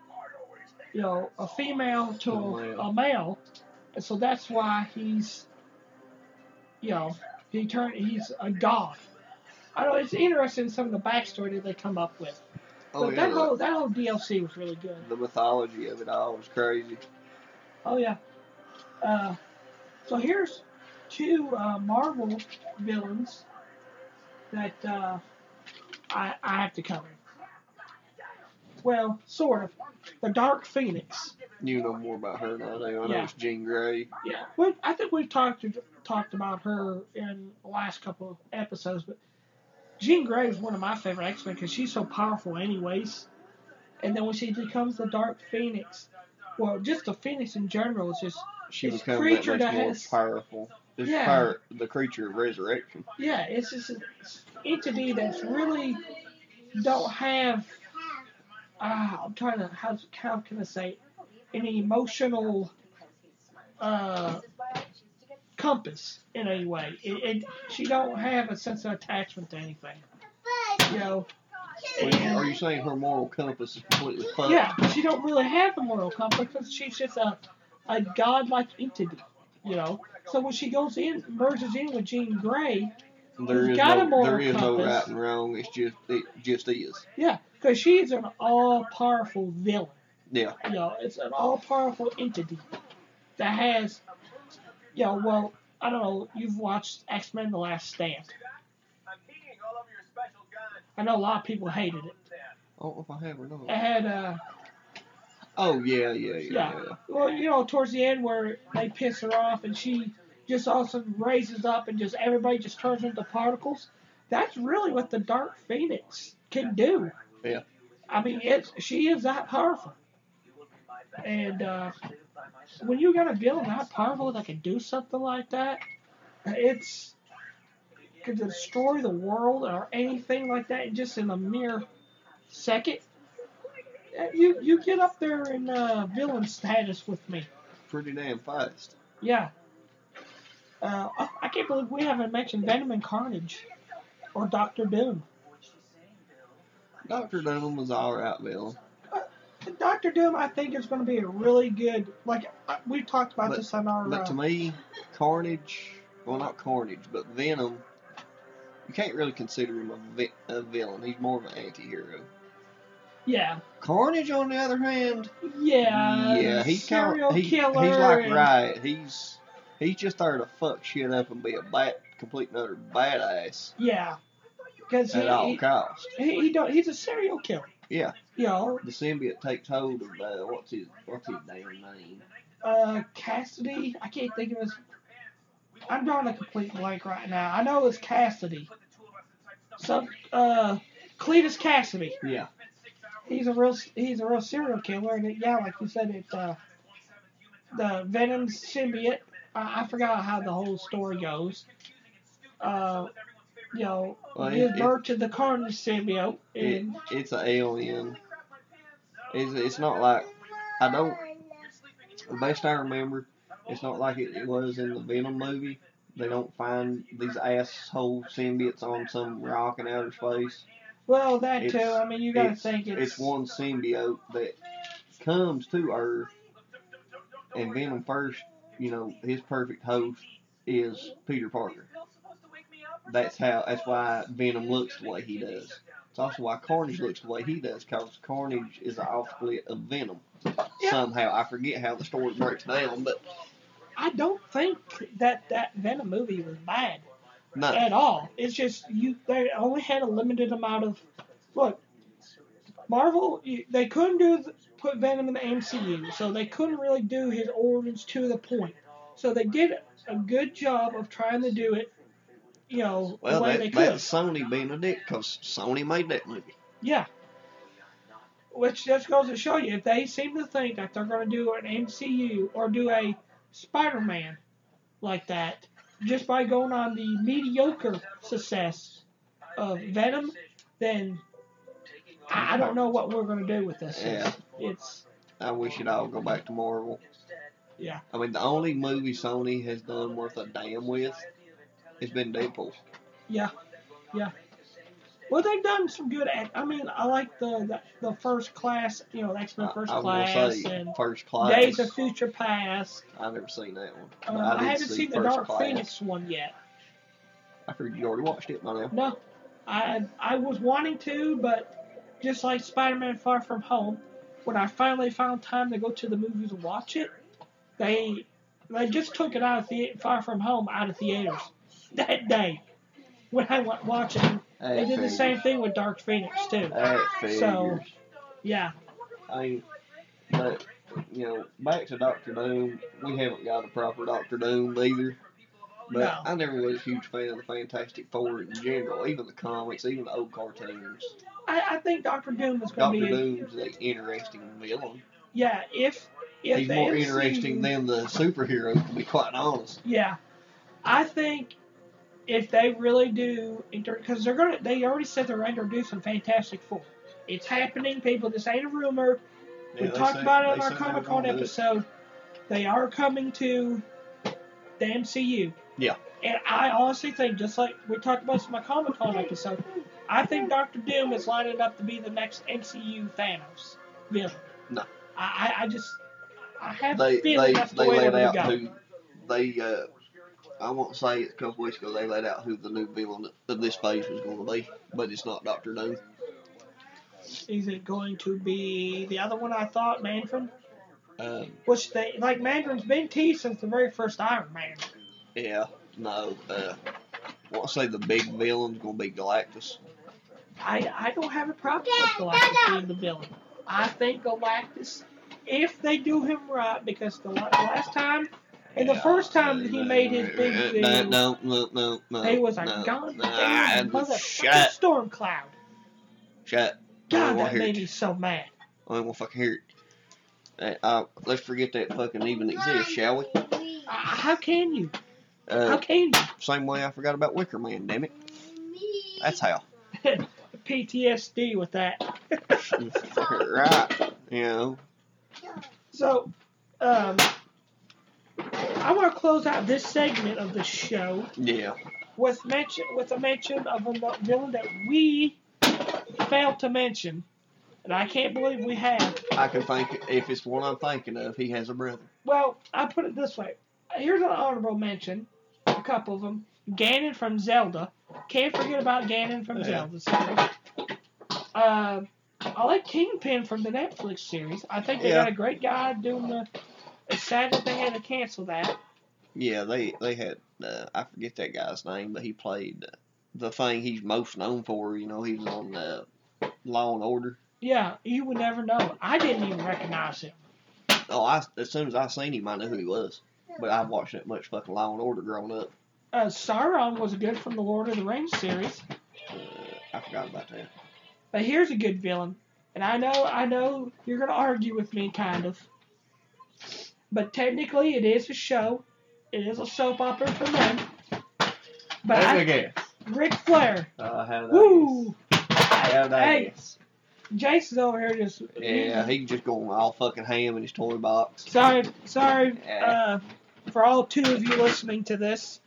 you know a female to a, a male, and so that's why he's you know he turned he's a god. I don't. It's interesting some of the backstory that they come up with.
Oh
but
yeah.
that whole that whole DLC was really good.
the mythology of it all was crazy.
Oh yeah. Uh, so here's two uh, Marvel villains that uh, I I have to cover. Well, sort of. The Dark Phoenix.
You know more about her than I do. I know
Yeah.
it's Jean Grey.
Yeah, we, I think we've talked talked about her in the last couple of episodes, but Jean Grey is one of my favorite X Men because she's so powerful, anyways. And then when she becomes the Dark Phoenix, well, just the Phoenix in general is just
She
This
becomes that
creature
much
that
more
has-
powerful. It's
Yeah.
power, the creature of resurrection.
yeah, it's just an entity that's really don't have. Uh, I'm trying to how how can I say it? an emotional uh, compass in a way. It, it she don't have a sense of attachment to anything. You know,
Well, you- Are you saying her moral compass is completely fucked?
yeah, she don't really have a moral compass because she's just a a godlike entity. You know, so when she goes in, merges in with Jean Grey,
There is
Got a
no,
moral
there is no
compass.
right and wrong. It's just it just is.
yeah, because she's an all-powerful villain.
Yeah.
you know, it's an all powerful entity that has, you know, well, I don't know, you've watched X Men The Last Stand. I know a lot of people hated it.
I don't know if I have or not.
It had, uh,
Oh yeah, yeah, yeah,
Yeah.
yeah.
Well, you know, towards the end where they piss her off and she just all of a sudden raises up and just everybody just turns into particles. That's really what the Dark Phoenix can do.
Yeah.
I mean, it's she is that powerful. And uh, when you got a villain that powerful that can do something like that, it's could destroy the world or anything like that in just in a mere second. Uh, You you get up there in uh, villain status with me.
Pretty damn fast.
Yeah. Uh, I, I can't believe we haven't mentioned Venom and Carnage or Doctor Doom.
Doctor Doom was all right, Bill.
Doctor Doom, I think, is going to be a really good. Like I- we talked about
But-
this on our.
But
uh,
to me, Carnage, well, not Carnage, but Venom, you can't really consider him a, vi- a villain. He's more of an anti-hero.
yeah.
Carnage, on the other hand,
Yeah.
yeah, he's kind
serial
of, he,
killer.
he's like
and-
Riot. He's he's just there to fuck shit up and be a bat, complete and utter badass
Yeah. Because he,
at all
he,
costs.
he, he don't, he's a serial killer.
Yeah,
You know,
the symbiote takes hold of uh, what's his what's his damn name?
uh, Cassidy. I can't think of his. I'm drawing a complete blank right now. I know it's Cassidy. So, uh, Cletus Cassidy.
Yeah,
He's a real he's a real serial killer, and it, yeah, like you said, it uh, the Venom symbiote. I, I forgot how the whole story goes. Uh, you know,
Well,
gives
it- it-
birth to the Carnage symbiote,
it,
and
it's an alien. It's it's not like I don't. The best I remember, it's not like it, it was in the Venom movie. They don't find these asshole symbiotes on some rock in outer space.
well, that too.
it's-
I mean, you gotta
it's-
think it's,
It's one symbiote that comes to Earth, and Venom first, you know, his perfect host is Peter Parker. That's how. That's why Venom looks the way he does. It's also why Carnage looks the way he does, because Carnage is an offsplit of Venom.
Yeah.
Somehow, I forget how the story breaks down, but
I don't think that that Venom movie was bad
no,
at all. It's just you they only had a limited amount of look. Marvel you- they couldn't do th- put Venom in the MCU, so they couldn't really do his origins to the point. So they did a good job of trying to do it, you know,
Well,
the way
that,
they could.
that's Sony being a dick because Sony made that movie.
Yeah. Which just goes to show you, if they seem to think that they're going to do an MCU or do a Spider Man like that, just by going on the mediocre success of Venom, then I I don't know what we're going to do with this.
Yeah.
It's,
I wish it all go back to Marvel.
Yeah.
I mean, the only movie Sony has done worth a damn with has been Deadpool.
yeah, yeah. Well, they've done some good. Act- I mean, I like the, the the first class, you know, X Men
I-
First
I, will
Class
say
and
First Class.
Days of Future Past.
I've never seen that one.
Uh,
But
I,
did
haven't
see
seen the
First
Dark
Class.
Phoenix one yet.
I figured you already watched it by now.
No, I I was wanting to, but just like Spider-Man: Far From Home, when I finally found time to go to the movies and watch it, they they just took it out of the Far From Home out of theaters that day when I went watching. They
That
did the
figures.
same thing with Dark Phoenix too.
That figures.
So- Yeah,
I mean, but you know, back to Doctor Doom. We haven't got a proper Doctor Doom either. But
No.
I never was a huge fan of the Fantastic Four in general, even the comics, even the old cartoons.
I, I think Doctor Doom is going
Doctor
to be. A,
Doom's an interesting villain.
yeah, if if
He's
the
more
MCU
interesting than the superhero, to be quite honest.
Yeah, I think if they really do, because they're gonna, they already said they're introducing Fantastic Four. It's happening, people. This ain't a rumor. we
Yeah, they
talked
say-
about it on
they
our
say they
Comic
were
Con
gonna do it.
episode. They are coming to the MCU.
Yeah.
And I honestly think, just like we talked about this in my Comic Con episode, I think Doctor Doom is lining up to be the next MCU Thanos villain.
No.
I, I, I just, I have
They
a feeling
they
that's the
they
way they're
laid
going
out
to go.
who they uh, I won't say it's a couple weeks ago they laid out who the new villain of this phase was going to be, but it's not Doctor Doom.
Is it going to be the other one I thought, Mandarin?
Um,
Which they like Mandarin's been teased since the very first Iron Man.
Yeah, no. Uh, I want to say the big villain's gonna be Galactus.
I I don't have a problem with Galactus being the villain. I think Galactus if they do him right, because the la- last time and the first time that he made his big
Uh,
video,
No, no, no, no.
he was a
Uh, no,
goddamn
no, I-
motherfucking
Shut,
storm cloud.
shut. I
God,
don't wanna
that
hear
made
it.
me so mad.
I don't want to fucking hear it. That- uh, let's forget that fucking even exists, shall we?
Uh, how can you? How
Uh,
can you?
same way I forgot about Wicker Man, damn it. That's how.
PTSD with that.
right. You know,
So, um, I want to close out this segment of the show
yeah.
with mention with a mention of a mo- villain that we failed to mention, and I can't believe we have.
I can think, if it's one I'm thinking of, he has a brother.
Well, I put it this way: here's an honorable mention, a couple of them. Ganon from Zelda. Can't forget about Ganon from
Yeah.
Zelda series. Um, I like Kingpin from the Netflix series. I think they
Yeah.
got a great guy doing the. It's sad that they had to cancel that.
Yeah, they they had uh, I forget that guy's name, but he played uh, the thing he's most known for. You know, he was on uh, Law and Order.
Yeah, you would never know. I didn't even recognize him.
Oh, I as soon as I seen him, I knew who he was. But I watched that much fucking Law and Order growing up.
Uh, Sauron was good from the Lord of the Rings series.
Uh, I forgot about that.
But here's a good villain, and I know I know you're gonna argue with me, kind of. But technically, it is a show. It is a soap opera for men. But
Take a
I,
guess.
Ric Flair.
Uh, how did I
Woo!
guess? How did I
Hey.
guess?
Jason's over here just.
Yeah, he just going all fucking ham in his toy box.
Sorry, sorry. Uh,
Yeah.
for all two of you listening to this,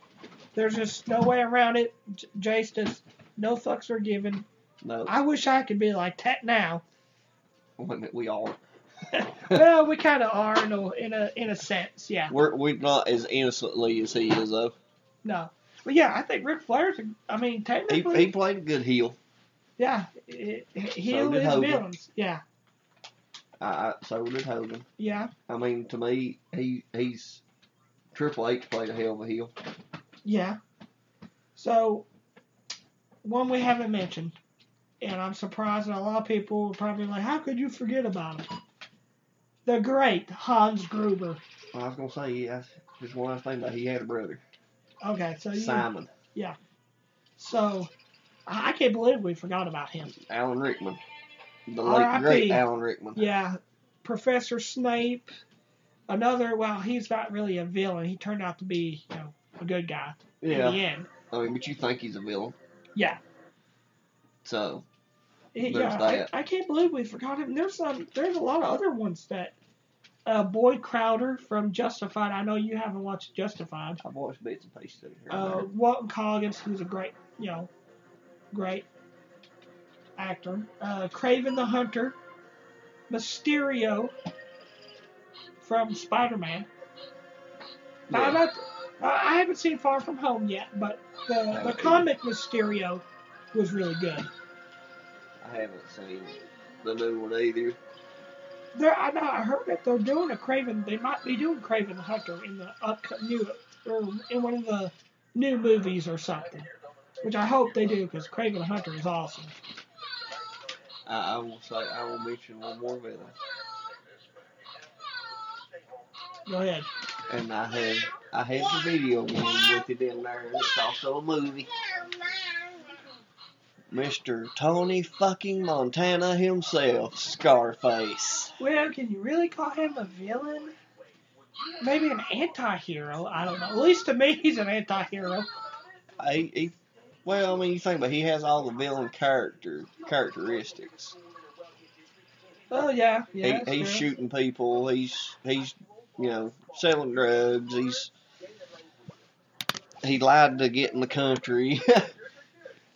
there's just no way around it. J- Jason, is- no fucks were given.
No,
I wish I could be like that now.
wait a minute, we are.
well, we kind of are in a, in a in a sense, yeah.
We're we're not as innocently as he is though.
No. But yeah, I think Ric Flair's, a, I mean,
He he
technically,
played a good heel.
yeah, he heel
did
is
Hogan.
villains. Yeah,
I, I so did Hogan.
yeah,
I mean, to me, he he's Triple H played a hell of a heel.
yeah. So, one we haven't mentioned, and I'm surprised that a lot of people were probably like, how could you forget about him? The great Hans Gruber.
I was gonna say, yeah, that's just one last thing that he had a brother,
Okay, so you,
Simon,
so I I can't believe we forgot about him.
Alan Rickman, the
R.I.P..
late great Alan Rickman.
Yeah, Professor Snape. Another, well, he's not really a villain. He turned out to be, you know, a good guy in the
Yeah,
end.
I mean, but you think he's a villain,
Yeah.
so
It-
There's
yeah,
that.
I, I can't believe we forgot him. There's some, there's a lot of other ones that uh, Boyd Crowder from Justified. I know you haven't watched Justified.
I've watched bits and pieces of it. Here and
Uh,
there.
Walton Coggins, who's a great, you know, great actor. Uh, Craven the Hunter, Mysterio from Spider-Man. Now, I'm
Yeah.
not- Uh, I I haven't seen Far From Home yet, but the, the
either.
comic Mysterio was really good.
I haven't seen the new one either.
They're, I know I heard that they're doing a Craven. They might be doing Craven the Hunter in the up new or in one of the new movies or something, which I hope they do because Craven the Hunter is awesome.
I, I will say, I will mention one more villain,
Go ahead.
and I had I had the video game with it in there, and it's also a movie. Mr. Tony fucking Montana himself, Scarface.
Well, can you really call him a villain? Maybe an anti-hero. I don't know. At least to me, he's an anti-hero.
He, he, well, I mean, you think, but he has all the villain character characteristics.
Oh yeah, yeah. that's
he, he's
true.
shooting people. He's he's you know selling drugs. He's he lied to get in the country.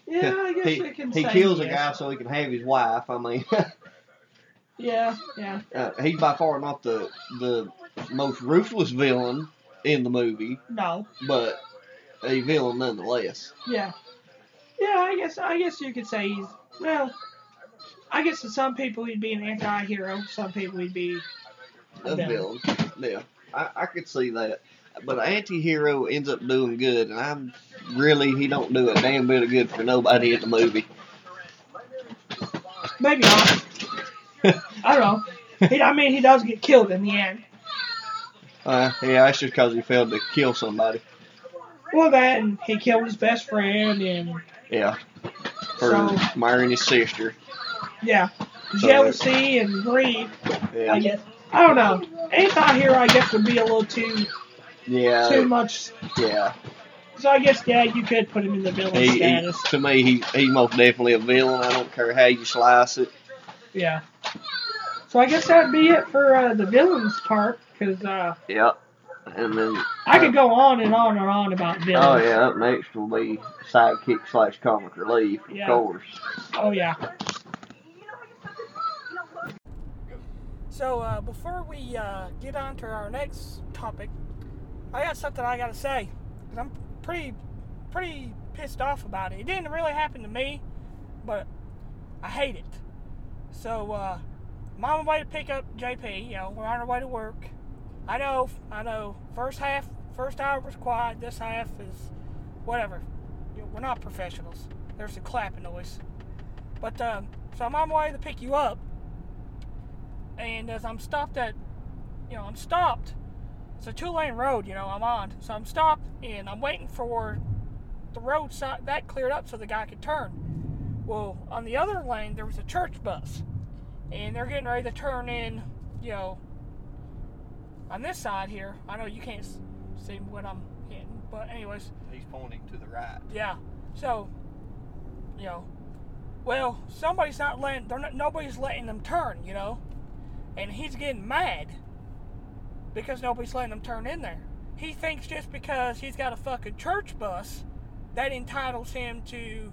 Yeah, I guess
he
we can
he
say
kills a
yes.
guy so he can have his wife. I mean,
Yeah, yeah.
uh, he's by far not the the most ruthless villain in the movie,
No.
but a villain nonetheless.
Yeah. Yeah, I guess I guess you could say he's well. I guess to some people he'd be an anti-hero. Some people he'd be.
a
Yeah.
villain. Yeah, I, I could see that. But an anti-hero ends up doing good, and I'm really he don't do a damn bit of good for nobody in the movie.
Maybe not. I don't know. He, I mean, he does get killed in the end.
Uh, yeah, that's just because he failed to kill somebody.
Well, that and he killed his best friend, and
Yeah. For
So-
marrying his sister.
yeah,
So-
jealousy and greed. I
Yeah.
guess I don't know. Anti-hero, I guess, would be a little too too
Yeah.
much.
Yeah.
So I guess, yeah, you could put him in the villain
He, he,
status.
to me, he, he's most definitely a villain. I don't care how you slice it.
yeah. So I guess that'd be it for uh, the villains part, because uh,
Yeah. And then.
I could go on and on and on about villains.
Oh, yeah. Up next will be sidekick slash comic relief, of
Yeah.
course.
Oh yeah. So uh, before we uh, get on to our next topic, I got something I gotta say. i I'm pretty, pretty pissed off about it. It didn't really happen to me, but I hate it. So uh, I'm on my way to pick up JP. You know, we're on our way to work. I know, I know. First half, first hour was quiet. This half is whatever. You know, we're not professionals. There's a clapping noise. But um, so I'm on my way to pick you up, and as I'm stopped at, you know, I'm stopped. It's a two-lane road, you know, I'm on. So I'm stopped, and I'm waiting for the road side that cleared up so the guy could turn. Well, on the other lane there was a church bus, and they're getting ready to turn in, you know. On this side here, I know you can't s- see what I'm hitting, but anyways,
He's pointing to the right.
yeah. So, you know, well, somebody's not letting. They're not. Nobody's letting them turn. You know, and he's getting mad because nobody's letting him turn in there. He thinks just because he's got a fucking church bus, that entitles him to,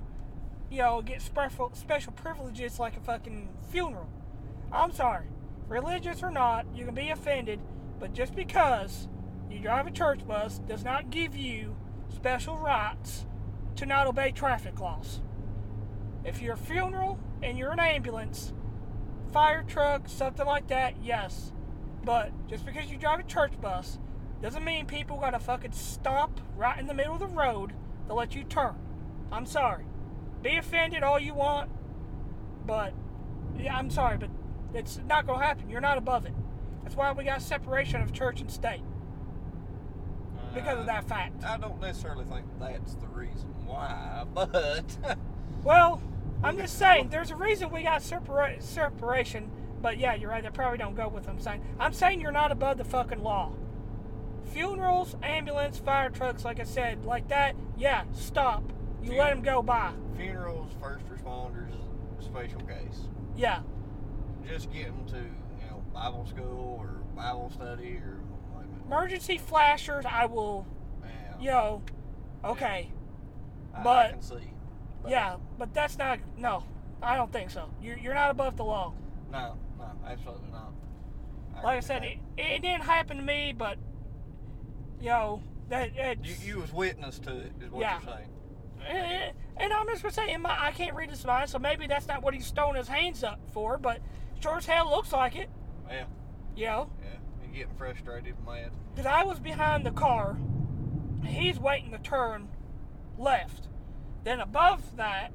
you know, get special special privileges like a fucking funeral. I'm sorry, religious or not, you can be offended, but just because you drive a church bus does not give you special rights to not obey traffic laws. If you're a funeral and you're an ambulance, fire truck, something like that, yes. But just because you drive a church bus doesn't mean people gotta fucking stop right in the middle of the road to let you turn. I'm sorry. Be offended all you want, but yeah, I'm sorry, but it's not gonna happen. You're not above it. That's why we got separation of church and state because of that fact.
I don't necessarily think that's the reason why, but
Well, I'm just saying, there's a reason we got separa- separation. But yeah, you're right. That probably don't go with what I'm saying. I'm saying you're not above the fucking law. Funerals, ambulance, fire trucks, like I said, like that. Yeah, stop. You let them go by.
funerals, first responders, special case.
Yeah,
Just get them to you know Bible school or Bible study or whatever.
emergency flashers. I will. You know. Okay.
I, I
but-
can see. but
Yeah, but that's not. No, I don't think so. You're you're not above the law.
No, no, absolutely not.
Like I said, it, it didn't happen to me, but. You know that it's,
you, you was witness to it, is what
Yeah.
you're saying.
And, and I'm just gonna say, in my, I can't read his mind, so maybe that's not what he's throwing his hands up for. But sure as hell looks like it,
Yeah,
you know.
yeah. You're getting frustrated, mad.
Because I was behind the car, and he's waiting to turn left. Then above that,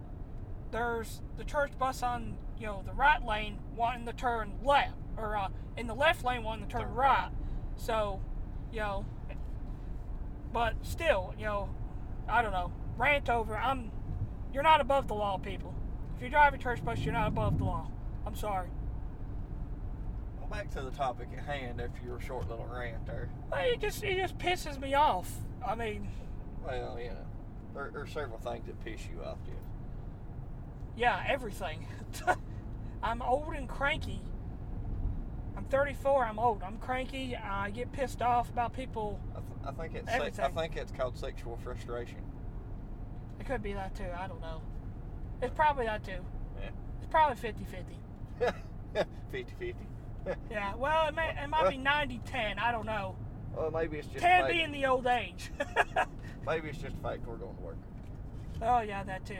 there's the church bus on you know the right lane wanting to turn left, or uh, in the left lane wanting to turn right. So, you know, but still, you know, I don't know. Rant over. I'm. You're not above the law, people. If you drive a church bus, you're not above the law. I'm sorry.
Well, back to the topic at hand after your short little rant there.
It just it just pisses me off. I mean,
Well, you know, there, there are several things that piss you off, Jeff.
Yeah, everything. I'm old and cranky. I'm 34. I'm old. I'm cranky. I get pissed off about people.
I, th- I think it's se- I
Everything.
think it's called sexual frustration.
It could be that too. I don't know. It's probably that too.
Yeah.
It's probably 50 50.
50-50.
Yeah, well, it, may, it might be 90 10. I don't know.
Well, maybe it's just
10
fake.
being the old age.
maybe it's just fake. We're going to work.
oh, yeah, that too.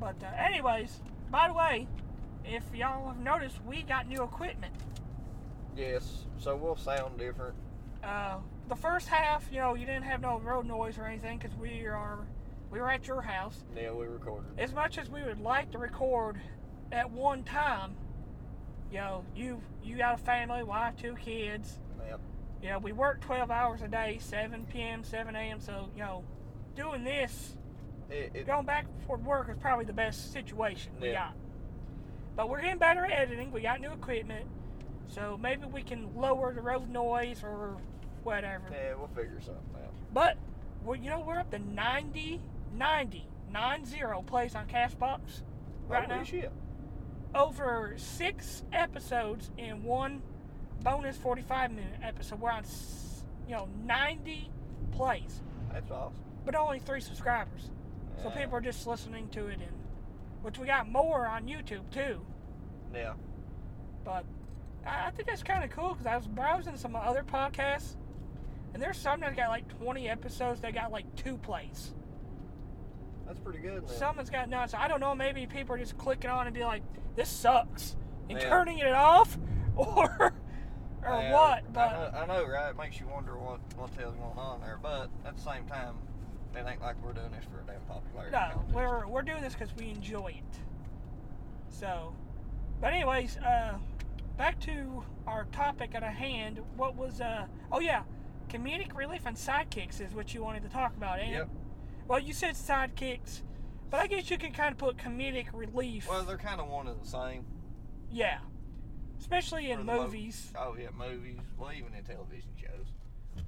But, uh, anyways, by the way, if y'all have noticed, we got new equipment.
Yes. So we'll sound different.
uh, the first half, you know, you didn't have no road noise or anything because we are we were at your house.
Yeah, we recorded.
As much as we would like to record at one time, You know, you you got a family, wife, two kids.
Yep.
You know, we work 12 hours a day, 7 p.m., 7 a.m. So you know, doing this,
It, it,
going back and forth to work is probably the best situation we
Yeah.
got. But we're getting better at editing. We got new equipment, so maybe we can lower the road noise or whatever.
yeah, we'll figure something out.
But we're, you know we're up to 90, 90, 90 plays on Castbox right
Holy
now.
shit.
Over six episodes in one bonus forty-five minute episode. We're on s- you know ninety plays,
That's awesome.
but only three subscribers. So
Yeah.
people are just listening to it, and which we got more on YouTube too.
Yeah.
But I, I think that's kind of cool because I was browsing some other podcasts, and there's some that got like 20 episodes that got like two plays.
That's pretty good. Man.
Someone's got nuts. I don't know. Maybe people are just clicking on and be like, "This sucks," and
Yeah.
turning it off, or or
Yeah,
what? But
I know, I know, right? It makes you wonder what what the hell's going on there. But at the same time, it ain't like we're doing this for a damn popularity.
No,
contest.
we're we're doing this because we enjoy it. So, but anyways, uh, back to our topic at hand. What was uh? Oh yeah, comedic relief and sidekicks is what you wanted to talk about, ain't it?
Yep.
Well, you said sidekicks, but I guess you can kind of put comedic relief.
Well, they're kind of one and the same.
yeah, especially in
For the mo-
movies.
Oh yeah, movies. Well, even in television shows.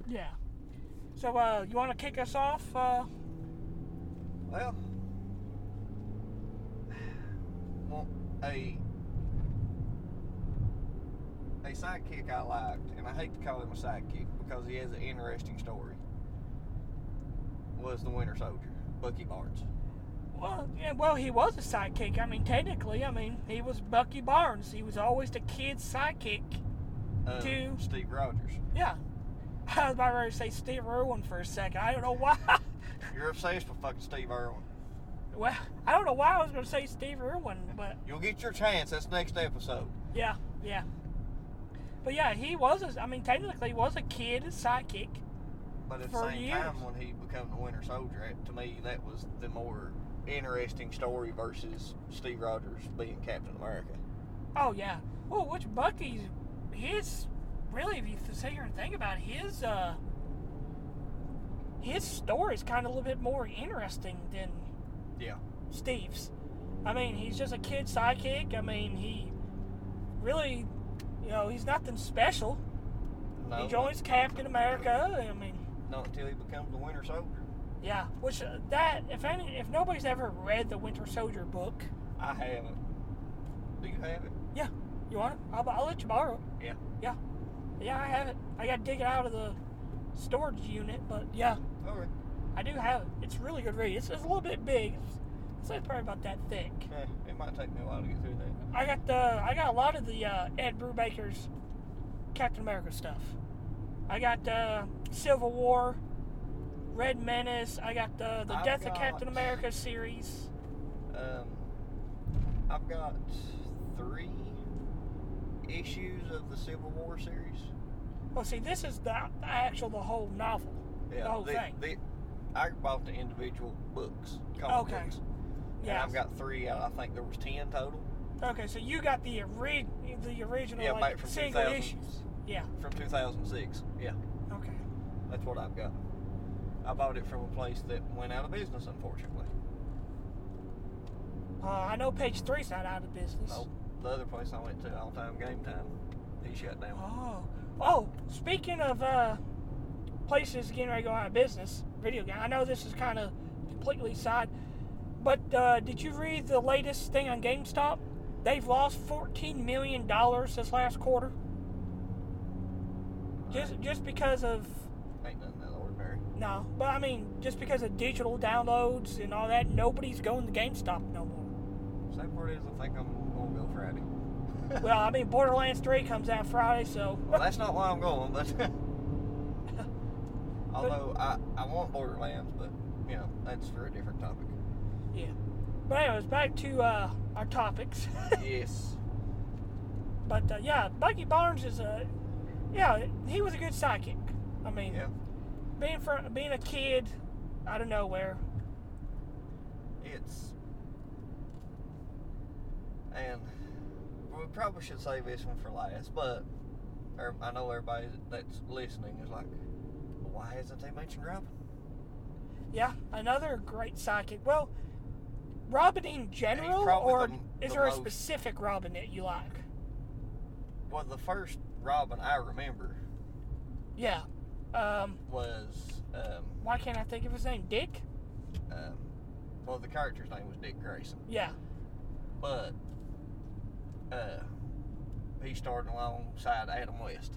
yeah. So, uh, you want to kick us off? Uh,
Well, well, a a sidekick I liked, and I hate to call him a sidekick because he has an interesting story. Was the Winter Soldier, Bucky Barnes.
Well, yeah, well, he was a sidekick. I mean, technically, I mean, he was Bucky Barnes. He was always the kid's sidekick.
Uh,
Two.
Steve Rogers.
Yeah. I was about ready to say Steve Irwin for a second. I don't know why.
You're obsessed with fucking Steve Irwin.
Well, I don't know why I was going to say Steve Irwin, but
You'll get your chance. That's next episode.
yeah, yeah. But yeah, he was. A, I mean, technically, he was a kid sidekick.
But at
For
the same
years.
time, when he became the Winter Soldier, it- to me that was the more interesting story versus Steve Rogers being Captain America.
Oh yeah. Well, which Bucky's his really if you th- sit here and think about it, his uh his story is kind of a little bit more interesting than
Yeah.
Steve's. I mean, he's just a kid sidekick. I mean, he really you know, he's nothing special.
No,
he joins Captain America. I mean,
Not until he becomes the Winter Soldier.
yeah, which uh, that if any if nobody's ever read the Winter Soldier book,
I haven't. Do you have it?
You want it? I'll, I'll let you borrow it.
Yeah.
Yeah. Yeah, I have it. I got to dig it out of the storage unit, but yeah,
Okay.
I do have it. It's a really good read. It's, it's a little bit big. It's, it's like probably about that thick.
Yeah, Eh, it might take me a while to get through that.
I got the I got a lot of the uh, Ed Brubaker's Captain America stuff. I got uh, Civil War, Red Menace. I got the the
I've
Death of
got-
Captain America series.
Um, I've got three issues of the Civil War series.
Well, see, this is the actual the whole novel. The whole
they-
thing.
they- I bought the individual books. comic
Okay.
books. And
Yeah.
I've got three out. I think there was ten total.
Okay, so you got the ori- the original
Yeah, back
like
from
single
2000.
issues. Yeah.
From 2006. Yeah,
Okay.
that's what I've got. I bought it from a place that went out of business, unfortunately.
Uh, I know page three's not out of business.
Nope. Oh, The other place I went to, All Time Game Time, he shut down.
Oh. Oh, speaking of uh, places getting ready to go out of business, video game. I know this is kind of completely side, but uh, did you read the latest thing on GameStop? They've lost fourteen million dollars this last quarter. Just just because of
Ain't nothing out of the ordinary.
No, but I mean, just because of digital downloads and all that, nobody's going to GameStop no more.
Same part is, I think I'm gonna go Friday.
well, I mean, Borderlands 3 comes out Friday, so.
Well, that's not why I'm going, but although I, I want Borderlands, but you know that's for a different topic.
yeah. But, anyways, back to uh, our topics.
yes.
but, uh, yeah, Bucky Barnes is a. Yeah, he was a good psychic. I mean,
Yeah.
being, for, being a kid out of nowhere.
It's and we probably should save this one for last, but er- I know everybody that's listening is like, why hasn't they mentioned Robin?
Yeah, another great sidekick. Well, Robin in general,
probably
or
the-
is
the
there a
most-
specific Robin that you like?
Well, the first Robin I remember
Yeah. Um,
was, um,
why can't I think of his name? Dick?
um, well, the character's name was Dick Grayson,
Yeah.
but uh, he starred alongside Adam West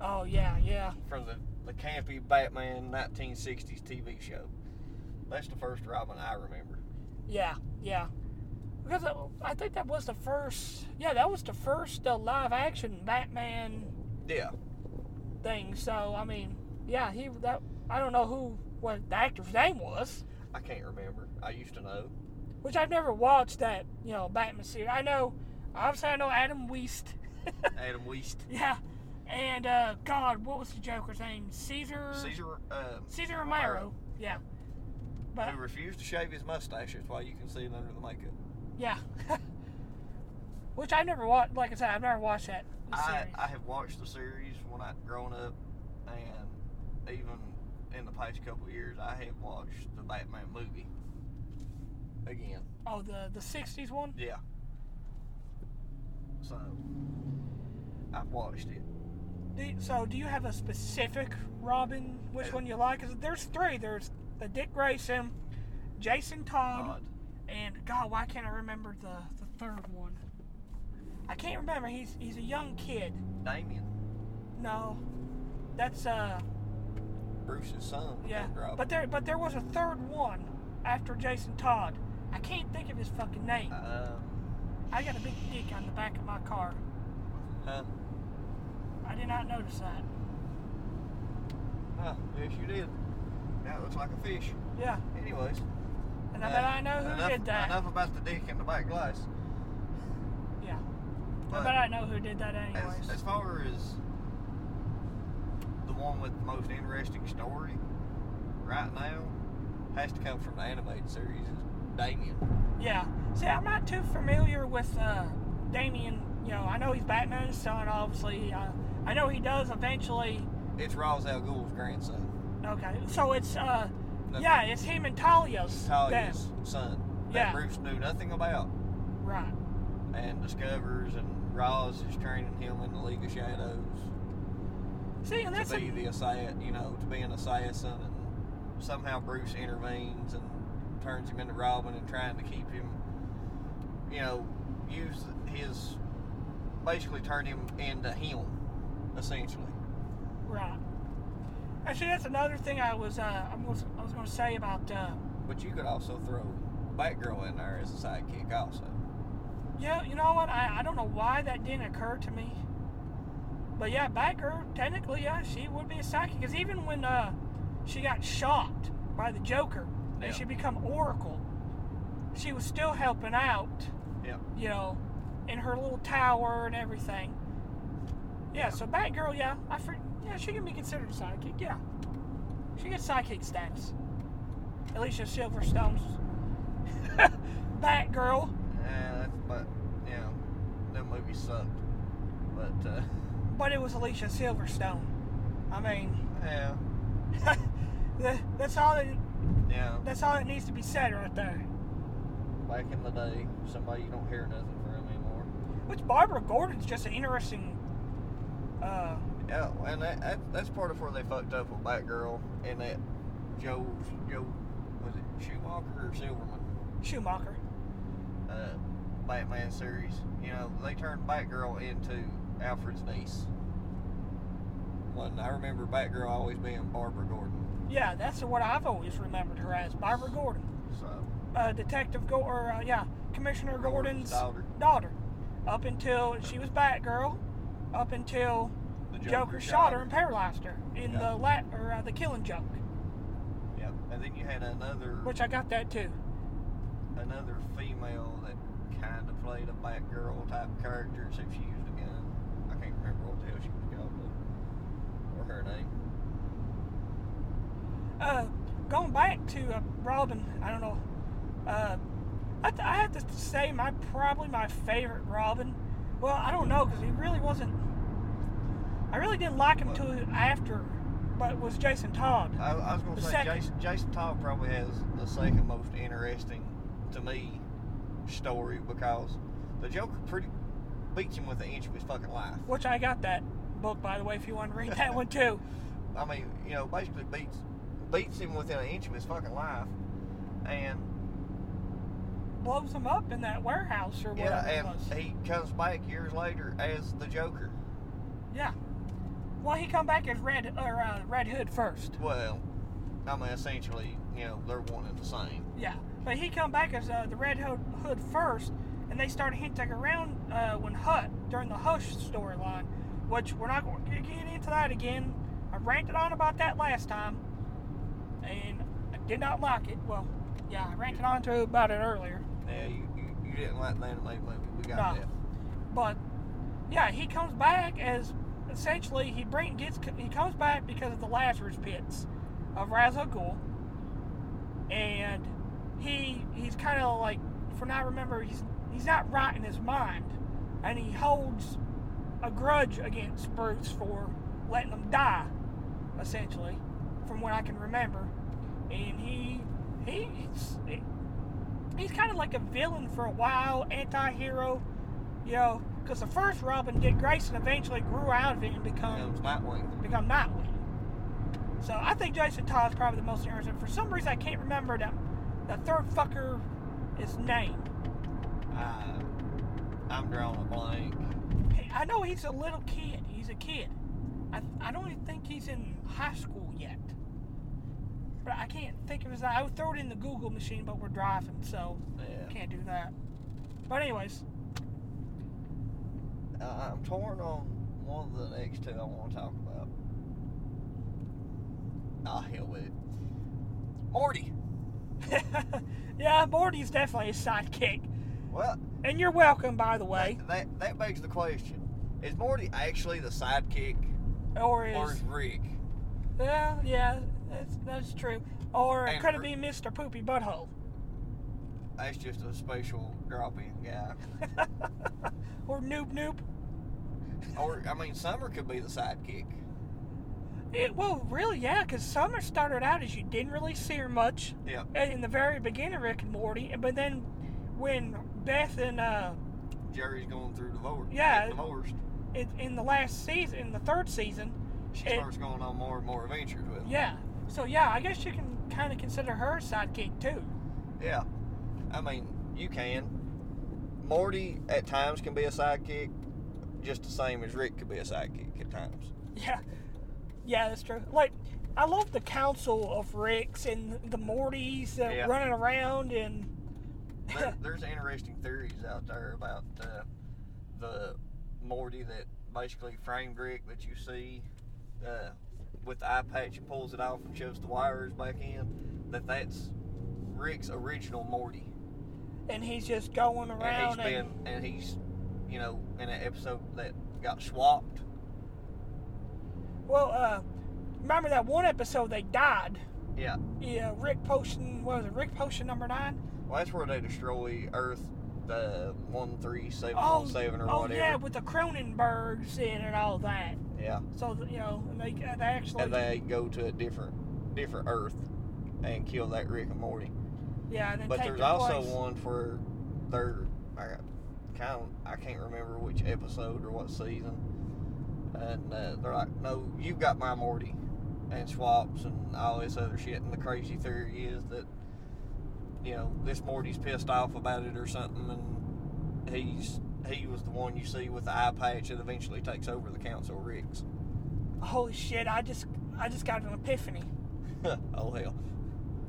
Oh, yeah, yeah.
from the, the campy Batman 1960s TV show. That's the first Robin I remember.
Yeah, yeah. Because I, I think that was the first. Yeah, that was the first uh, live action Batman
Yeah,
thing. So I mean, yeah, he that I don't know who what the actor's name was,
I can't remember. I used to know.
which I've never watched that you know Batman series. I know, obviously I know Adam West.
Adam West.
yeah, and uh, God, what was the Joker's name? Caesar.
Caesar, um,
Uh,
uh,
Caesar Romero. Yeah. But
who refused to shave his mustache. That's why you can see it under the makeup.
yeah. Which I've never watched. Like I said, I've never watched that
I,
series.
I have watched the series when I growing up, and even in the past couple of years, I have watched the Batman movie again.
oh, the the '60s one.
Yeah. So I've watched it.
Do you- so, do you have a specific Robin? Which one you like? 'Cause there's three. There's the Dick Grayson, Jason Todd,
Odd.
and God, why can't I remember the, the third one? I can't remember. He's he's a young kid.
Damien,
No, that's uh
Bruce's son.
yeah.
played Robin.
But there but there was a third one after Jason Todd. I can't think of his fucking name.
um,
I got a big dick on the back of my car.
huh?
I did not notice that.
Huh, yes, you did. That looks like a fish.
Yeah,
Anyways.
and I
uh,
bet I know who
enough,
did that.
Enough about the dick in the back glass.
Yeah, I
But-
bet I know who did that anyways.
As, as far as the one with the most interesting story right now has to come from the animated series is Damien.
Yeah. See, I'm not too familiar with uh, Damien. You know, I know he's Batman's son, obviously. Uh, I know he does eventually.
It's Ra's al Ghul's grandson.
Okay, so it's uh,
That's
yeah, it's him and Talia's.
Talia's
then.
son that
Yeah.
Bruce knew nothing about
Right.
and discovers and Ra's is training him in the League of Shadows
See, and that's
to be
a,
the assassin, you know, to be an assassin and somehow Bruce intervenes and turns him into Robin and trying to keep him, you know, use his, basically turn him into him, essentially.
right. Actually, that's another thing I was uh, I'm gonna, I was going to say about uh,
But you could also throw Batgirl in there as a sidekick also.
yeah. You know what? I, I don't know why that didn't occur to me. But yeah, Batgirl technically, yeah, she would be a psychic because even when uh, she got shot by the Joker,
Yeah.
and she become Oracle. She was still helping out.
Yep.
You know, in her little tower and everything. Yeah. So Batgirl, yeah, I for, yeah, she can be considered a sidekick. Yeah. She gets sidekick status. Alicia Silverstone's Batgirl.
Yeah, that's, but, you know, that movie sucked. But, uh,
but it was Alicia Silverstone. I mean,
yeah,
that- that's all. That,
yeah,
that's all that needs to be said right there.
back in the day, somebody you don't hear nothing from anymore.
Which Barbara Gordon's just an interesting. Uh,
Yeah, and that, that, that's part of where they fucked up with Batgirl and that Joe Joe was it Schumacher or Silverman
Schumacher.
uh, Batman series. You know, they turned Batgirl into Alfred's niece. When I remember Batgirl always being Barbara Gordon.
Yeah, that's what I've always remembered her as, Barbara Gordon,
So
uh, Detective Go or uh, yeah, Commissioner Gordon's
daughter,
daughter, up until she was Batgirl, up until
the
Joker, shot her and paralyzed her in
Yeah.
the lat or uh, the Killing Joke,
Yep. And then you had another
which I got that too.
another female that kind of played a Batgirl type character, except she used a gun. I can't remember what the hell she was called, but- or her name.
uh, going back to uh, Robin, I don't know. Uh, I, th- I have to say my probably my favorite Robin. Well, I don't know because he really wasn't. I really didn't like him till after, but was Jason Todd.
I, I was going
The
to say
second-
Jason, Jason Todd probably has the second most interesting to me story because the Joker pretty beats him with an inch of his fucking life.
Which I got that book by the way. If you want to read that one too.
I mean, you know, basically beats beats him within an inch of his fucking life, and
blows him up in that warehouse or whatever
yeah,
it was.
and he comes back years later as the Joker.
Yeah. Well, he come back as Red or uh, Red Hood first.
Well, I mean, essentially, you know, they're one and the same.
Yeah, but he come back as uh, the Red Hood, Hood first, and they started hinting around uh, when Hut during the Hush storyline, which we're not going to get into that again. I ranted on about that last time, and I did not like it. Well, yeah, I ranted on to about it earlier.
Yeah, you, you, you didn't like the animated movie. We got
No.
that.
But yeah, he comes back as essentially he bring gets he comes back because of the Lazarus pits of Ra's al Ghul, and he he's kind of like from what I remember he's he's not right in his mind, and he holds a grudge against Bruce for letting him die, essentially, from what I can remember, and he he he's, he's kind of like a villain for a while, anti-hero. You know, because the first Robin, Dick Grayson, eventually grew out of it and become
Comes Nightwing.
become Nightwing. So I think Jason Todd's probably the most interesting. For some reason, I can't remember the the third fucker is name.
I, I'm drawing a blank.
Hey, I know he's a little kid. He's a kid. I, I don't even think he's in high school yet. But I can't think of his. I would throw it in the Google machine, but we're driving, so
Yeah.
can't do that. But anyways,
I, I'm torn on one of the next two I want to talk about. Ah, hell with it. Morty.
yeah, Morty's definitely a sidekick,
Well,
and you're welcome, by the way.
that, that that begs the question: Is Morty actually the sidekick,
Or is
or is Rick?
well, yeah, that's that's true. Or
And
could it
Bru-
be Mr. Poopy Butthole?
That's just a special drop-in guy.
or Noob Noob?
or I mean, Summer could be the sidekick.
It, well, really, yeah, because Summer started out as you didn't really see her much
Yeah.
in in the very beginning, of Rick and Morty, and- but then when Beth and uh,
Jerry's going through divorce.
Yeah.
Divorced.
in, in the last season, in the third season,
She
It-
starts going on more and more adventures with him.
yeah. So yeah, I guess you can kind of consider her a sidekick too.
Yeah. I mean, you can. Morty at times can be a sidekick, just the same as Rick could be a sidekick at times.
Yeah, yeah, that's true. Like, I love the council of Ricks and the Mortys uh,
Yeah.
running around and
There, there's interesting theories out there about uh, the Morty that basically framed Rick that you see uh, with the eye patch and pulls it off and shoves the wires back in. That that's Rick's original Morty,
and he's just going
and he's
around
been and he's you know in an episode that got swapped.
well, uh, remember that one episode they died.
Yeah.
Yeah, Rick Potion what was it Rick Potion number nine?
Well, that's where they destroy Earth, the one three seven
Oh,
one seven or
oh
whatever.
yeah, with the Cronenbergs in and all that.
Yeah.
So you know, and they uh, they actually
and they go to a different different Earth and kill that Rick and Morty.
yeah, and then
But
take
there's
their
also
place.
one for their I kind of I can't remember which episode or what season, and uh, they're like, "No, you've got my Morty," and swaps and all this other shit. And the crazy theory is that you know this Morty's pissed off about it or something, and he's he was the one you see with the eye patch that eventually takes over the Council of Ricks.
Holy shit! I just I just got an epiphany.
oh hell,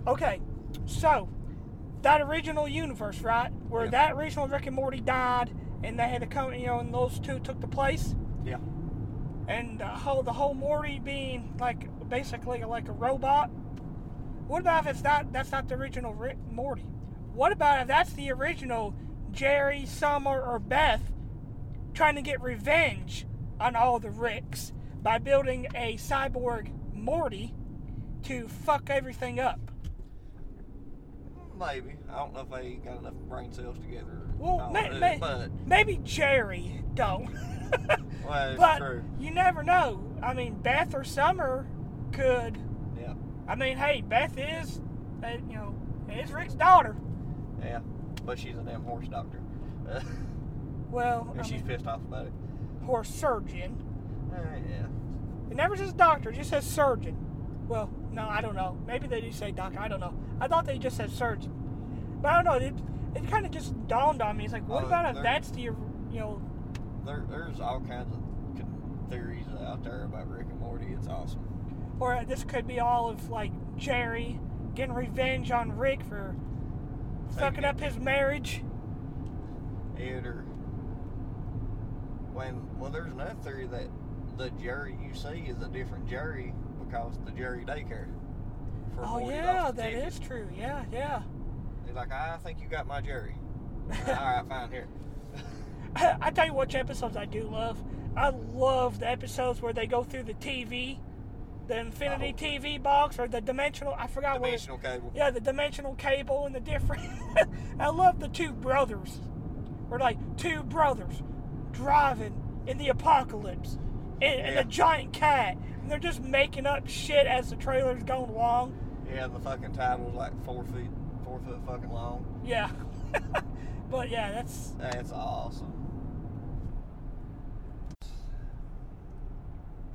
Okay, so that original universe, right, where
Yeah.
that original Rick and Morty died, and they had to come, you know, and those two took the place,
yeah,
and the whole the whole Morty being like basically like a robot. What about if it's not that's not the original Rick Morty? What about if that's the original Jerry, Summer, or Beth trying to get revenge on all the Ricks by building a cyborg Morty to fuck everything up?
Maybe. I don't know if they got enough brain cells together. or
Well,
not,
may-
uh,
may-
but
Maybe Jerry don't.
well, that's
but
true.
you never know. I mean, Beth or Summer could.
Yeah,
I mean, hey, Beth is, uh, you know, is Rick's daughter.
yeah. But she's a damn horse doctor, Uh,
Well, I
and she's
mean,
pissed off about it.
horse surgeon.
Uh, yeah.
It never says doctor; it just says surgeon. Well, no, I don't know. Maybe they do say doctor. I don't know. I thought they just said surgeon, but I don't know. It, it kind of just dawned on me. It's like, what
Oh,
about if
they're-
that's the, you know,
There, there's all kinds of con- theories out there about Rick and Morty. It's awesome.
or this could be all of like Jerry getting revenge on Rick for fucking up his marriage.
It or when well, there's another theory that the Jerry you see is a different Jerry because the Jerry daycare. For
Oh
Morty
yeah,
lost the
that
ticket.
is true. Yeah, yeah.
He's like, I think you got my Jerry. all right, fine here.
I tell you which episodes I do love. I love the episodes where they go through the TV, the Infinity
Oh.
TV box or the dimensional. I forgot what. It,
Dimensional cable.
yeah, the dimensional cable and the different. I love the two brothers. We're like two brothers driving in the apocalypse and, and
Yeah.
a giant cat. And they're just making up shit as the trailer's going along.
Yeah, the fucking title's like four feet, four foot fucking long.
Yeah. but yeah, that's
That's awesome.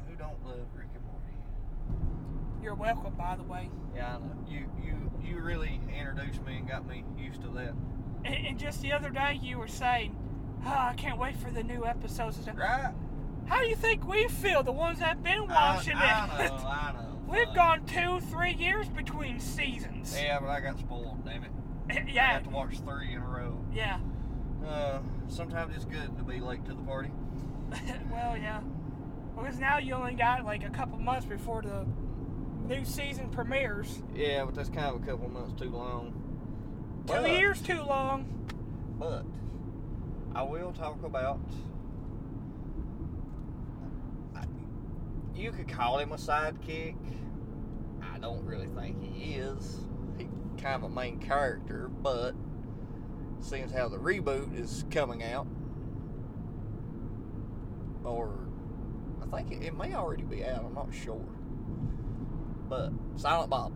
Who don't love Rick and Morty?
you're welcome by the way.
Yeah, I know. You you you really introduced me and got me used to that.
And, and just the other day, you were saying, oh, "I can't wait for the new episodes." and stuff."
Right?
How do you think we feel? The ones that've been watching
I, I
it.
know, I know.
Oh, We've
Fuck.
gone two, three years between seasons.
Yeah, but I got spoiled. Damn it. I
yeah,
got to watch three in a row.
yeah.
Uh, sometimes it's good to be late to the party.
well, yeah. Because now you only got like a couple months before the new season premieres.
Yeah, but that's kind of a couple months too long. uh,
Two
But-
years too long.
But I will talk about. I- You could call him a sidekick. I don't really think he is. He kind of a main character, but seems how the reboot is coming out, or I think it, it may already be out. I'm not sure. But Silent Bob,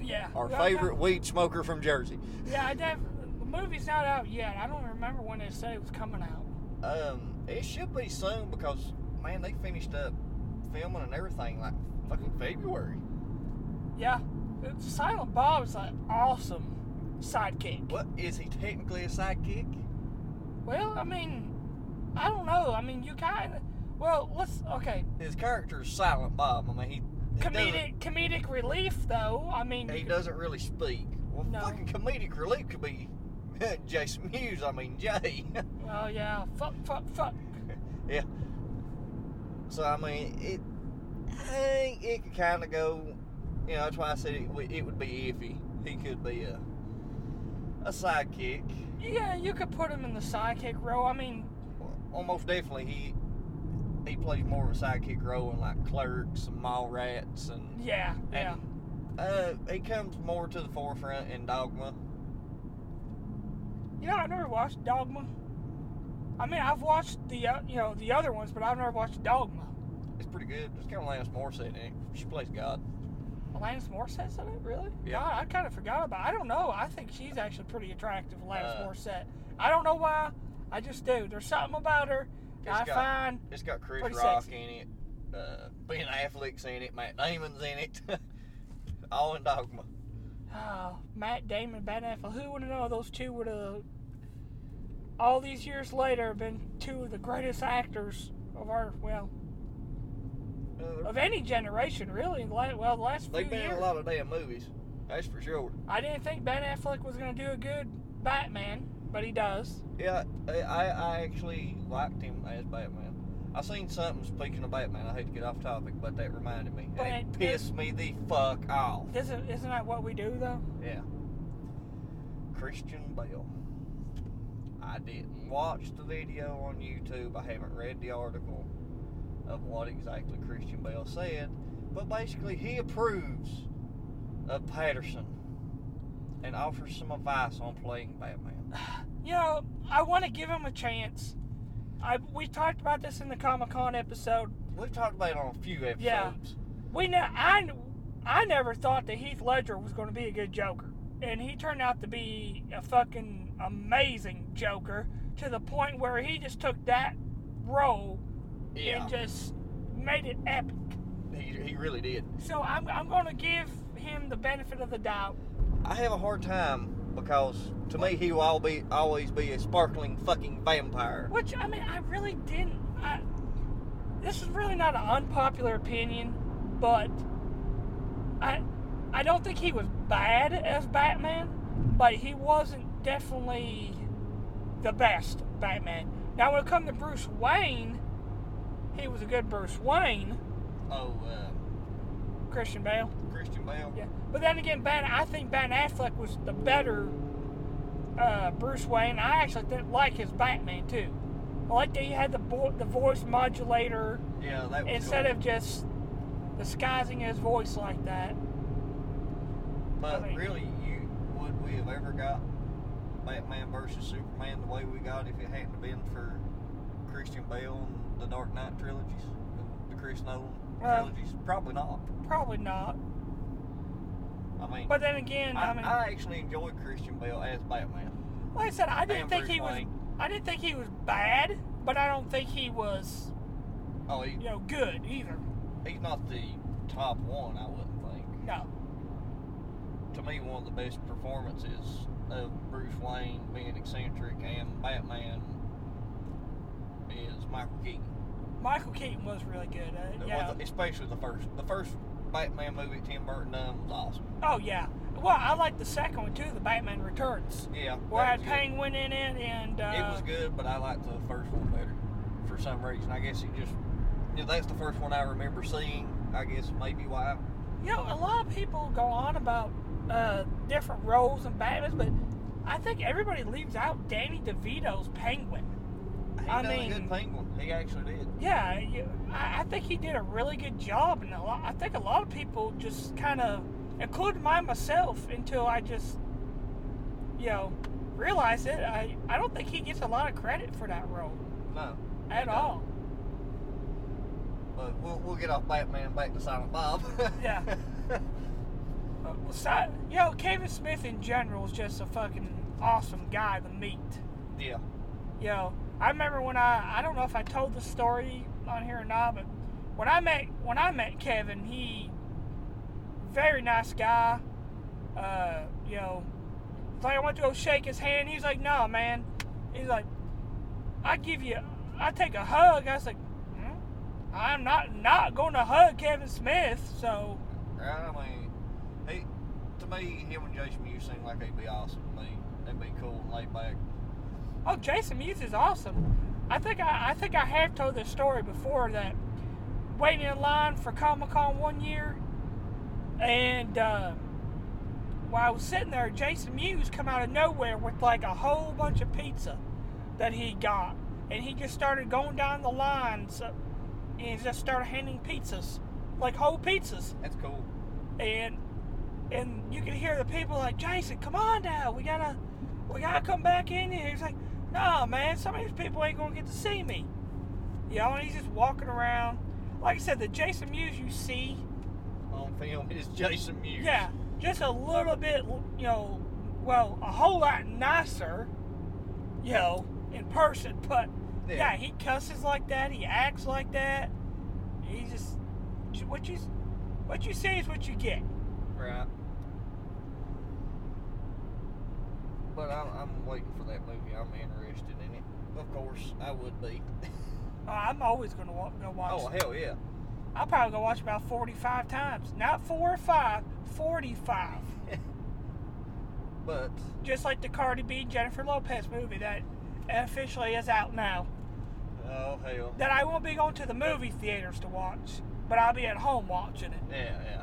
Yeah.
our
Well, yeah.
favorite weed smoker from Jersey.
Yeah, I def- the movie's not out yet. I don't remember when they said it was coming out.
Um, it should be soon because man, they finished up filming and everything like fucking February.
Yeah, Silent Bob's an awesome sidekick.
What is he technically a sidekick?
Well, I mean, I don't know. I mean, you kind of. Well, let's okay.
His character is Silent Bob. I mean, he he
Comedic comedic relief, though. I mean,
Doesn't, he doesn't really speak. Well,
No.
fucking comedic relief could be Jason Mewes. I mean Jay.
well, yeah. Fuck, fuck, fuck.
so I mean it. I think it could kind of go. You know, that's why I said it, would- it would be iffy. He could be a a sidekick.
Yeah, you could put him in the sidekick role. I mean,
almost definitely he he plays more of a sidekick role in like clerks and mall rats and
yeah, yeah,
and, uh he comes more to the forefront in dogma
You know, I never watched Dogma. I mean, I've watched the uh, you know the other ones, but I've never watched Dogma.
it's pretty good it's kind of Lance Morrison in it she plays God
Alanis Morissette's in it, really?
Yeah.
God, I kind of forgot about. I don't know. I think she's actually pretty attractive, Alanis
Uh,
Morissette. I don't know why. I just do. There's something about her that I
It's got-
find.
it's got Chris
Pretty
Rock
sexy.
in it uh Ben Affleck's in it Matt Damon's in it all in dogma
Oh, Matt Damon, Ben Affleck. Who would have known those two would have, all these years later, been two of the greatest actors of our, well,
uh,
of any generation, really. La- Well, the last few
they've been in
years.
a lot of damn movies that's for sure
I didn't think Ben Affleck was going to do a good Batman, but he does.
Yeah, I, I I actually liked him as Batman. I seen something speaking of Batman. I hate to get off topic, but that reminded me.
But
and
it-
it pissed me the fuck off.
Isn't, isn't that what we do, though?
Yeah. Christian Bale. I didn't watch the video on YouTube. I haven't read the article of what exactly Christian Bale said, but basically he approves of Patterson and offers some advice on playing Batman.
you know, I want to give him a chance. I we talked about this in the Comic Con episode.
We've talked about it on a few episodes.
Yeah. We ne- I I never thought that Heath Ledger was going to be a good Joker, and he turned out to be a fucking amazing Joker to the point where he just took that role
Yeah,
and just made it epic.
he, he really did.
So I'm I'm going to give him the benefit of the doubt.
I have a hard time because to me he will all be, always be a sparkling fucking vampire.
Which I mean, I really didn't. I, this is really not an unpopular opinion, but I I don't think he was bad as Batman, but he wasn't definitely the best Batman. Now when it comes to Bruce Wayne, he was a good Bruce Wayne,
Oh, uh,
Christian Bale.
Christian Bale.
Yeah, but then again, Ben, I think Ben Affleck was the better uh, Bruce Wayne. I actually did like his Batman too. I like that he had the vo- the voice modulator
Yeah, that was
instead
cool.
of just disguising his voice like that.
But
I mean-
really, you would we have ever got Batman versus Superman the way we got if it hadn't been for Christian Bale and the Dark Knight trilogies, and the Chris Nolan
Well-
trilogies? Probably not.
Probably not.
I mean,
But then again, I,
I,
mean,
I actually enjoyed Christian Bale as Batman.
like I said, I didn't
and
think
Bruce
he was.
Wayne.
I didn't think he was bad, but I don't think he was
Oh, he,
you know good either.
he's not the top one, I wouldn't think.
No.
To me, one of the best performances of Bruce Wayne being eccentric and Batman is Michael Keaton.
Michael Keaton was really good. Uh, yeah.
Well, the- especially the first, the first Batman movie Tim Burton done was awesome.
Oh yeah. Well, I like the second one too, the Batman Returns.
Yeah,
Where I
that
had
was good.
Penguin in it and uh,
It was good, but I liked the first one better for some reason. I guess it just, you know, that's the first one I remember seeing. I guess maybe why.
You know, a lot of people go on about uh, different roles and Batmans, but I think everybody leaves out Danny DeVito's Penguin.
He
I
done a
mean-
good penguin. He actually did.
Yeah, you, I, I think he did a really good job, and a lot, I think a lot of people just kind of, including my myself, until I just, you know, realized it. I I don't think he gets a lot of credit for that role
No,
at
No.
all.
but we'll, we'll get off Batman back to Silent Bob.
Yeah. Uh, well, si- you know, Kevin Smith in general is just a fucking awesome guy to meet.
yeah.
You know, I remember when I I don't know if I told the story on here or not, but when I met when I met Kevin, he very nice guy. Uh, you know, it's like I went to go shake his hand. He's like, "No, man." He's like, "I give you, I take a hug." I was like, "Hmm? "I'm not not going to hug Kevin Smith." So
Right? I mean, he, to me, him and Jason Mewes seem like they'd be awesome. to me. they'd be cool and laid back.
Oh, Jason Mewes is awesome. I think I, I think I have told this story before that waiting in line for Comic Con one year, and uh, while I was sitting there, Jason Mewes come out of nowhere with like a whole bunch of pizza that he got, and he just started going down the lines uh, and just started handing pizzas, like whole pizzas
That's cool.
and and you can hear the people like Jason, come on now, we gotta we gotta come back in here. He's like, nah, man, some of these people ain't gonna get to see me. You know, and he's just walking around. Like I said, the Jason Mewes you see,
On film is Jason Mewes.
yeah, just a little bit, you know, well, a whole lot nicer, you know, in person. But yeah,
Yeah.
he cusses like that, he acts like that. He just what you what you see is what you get.
Right. But I'm, I'm waiting for that movie. I'm interested in it. Of course, I would be.
Oh, I'm always gonna wa- go watch.
Oh, hell yeah.
I'll probably go watch about 45 times. Not four or five, 45.
But,
Just like the Cardi B Jennifer Lopez movie that officially is out now.
oh, hell.
That I won't be going to the movie theaters to watch, but I'll be at home watching it
Yeah, yeah.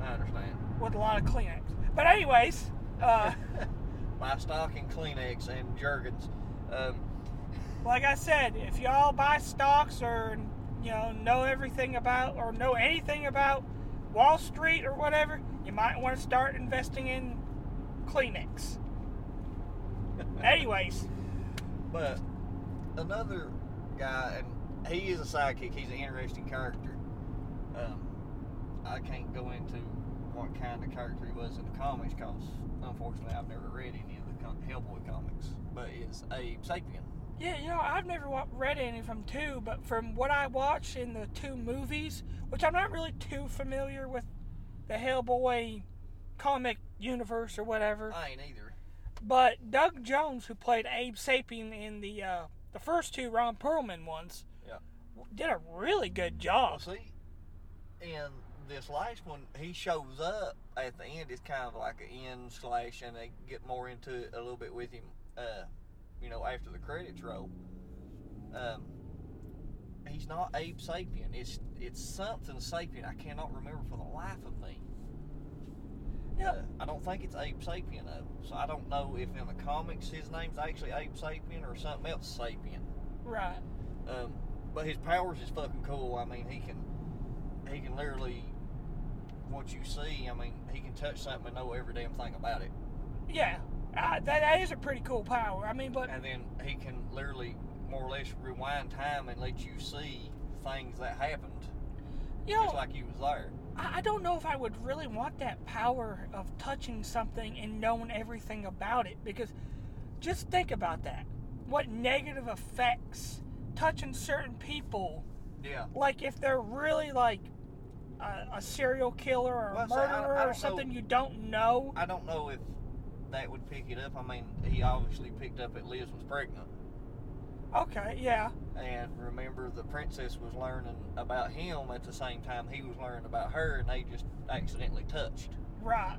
I understand.
with a lot of Kleenex. But anyways, uh,
My stock in Kleenex and Jergens. Um,
like I said, if y'all buy stocks or you know know everything about or know anything about Wall Street or whatever, you might want to start investing in Kleenex. Anyways,
But another guy, and he is a sidekick. He's an interesting character. Um, I can't go into what kind of character he was in the comics because, unfortunately, I've never read any of the com- Hellboy comics. But it's Abe Sapien.
yeah, you know, I've never wa- read any from two, but from what I watched in the two movies, which I'm not really too familiar with the Hellboy comic universe or whatever.
I ain't either.
But Doug Jones, who played Abe Sapien in the uh, the first two Ron Perlman ones,
Yeah.
w- did a really good
Well,
job.
see, in this last one, he shows up at the end. It's kind of like an end slash, and they get more into it a little bit with him, uh, you know, after the credits roll. Um, he's not Abe Sapien. It's it's something Sapien. I cannot remember for the life of me.
Yeah.
Uh, I don't think it's Abe Sapien though, so I don't know if in the comics his name's actually Abe Sapien or something else Sapien.
Right.
Um, but his powers is fucking cool. I mean, he can he can literally what you see. I mean, he can touch something and know every damn thing about it.
Yeah. Uh, that, that is a pretty cool power. I mean, but
And then he can literally more or less rewind time and let you see things that happened
you
just
know,
like you was there.
I, I don't know if I would really want that power of touching something and knowing everything about it because just think about that. What negative effects touching certain people,
Yeah.
like if they're really like a, a serial killer or
Well,
a
see, I- I
murderer
don't know.
or something you don't know.
I don't know if that would pick it up. I mean, he obviously picked up that Liz was pregnant.
Okay, yeah.
And remember, the princess was learning about him at the same time he was learning about her, and they just accidentally touched
Right.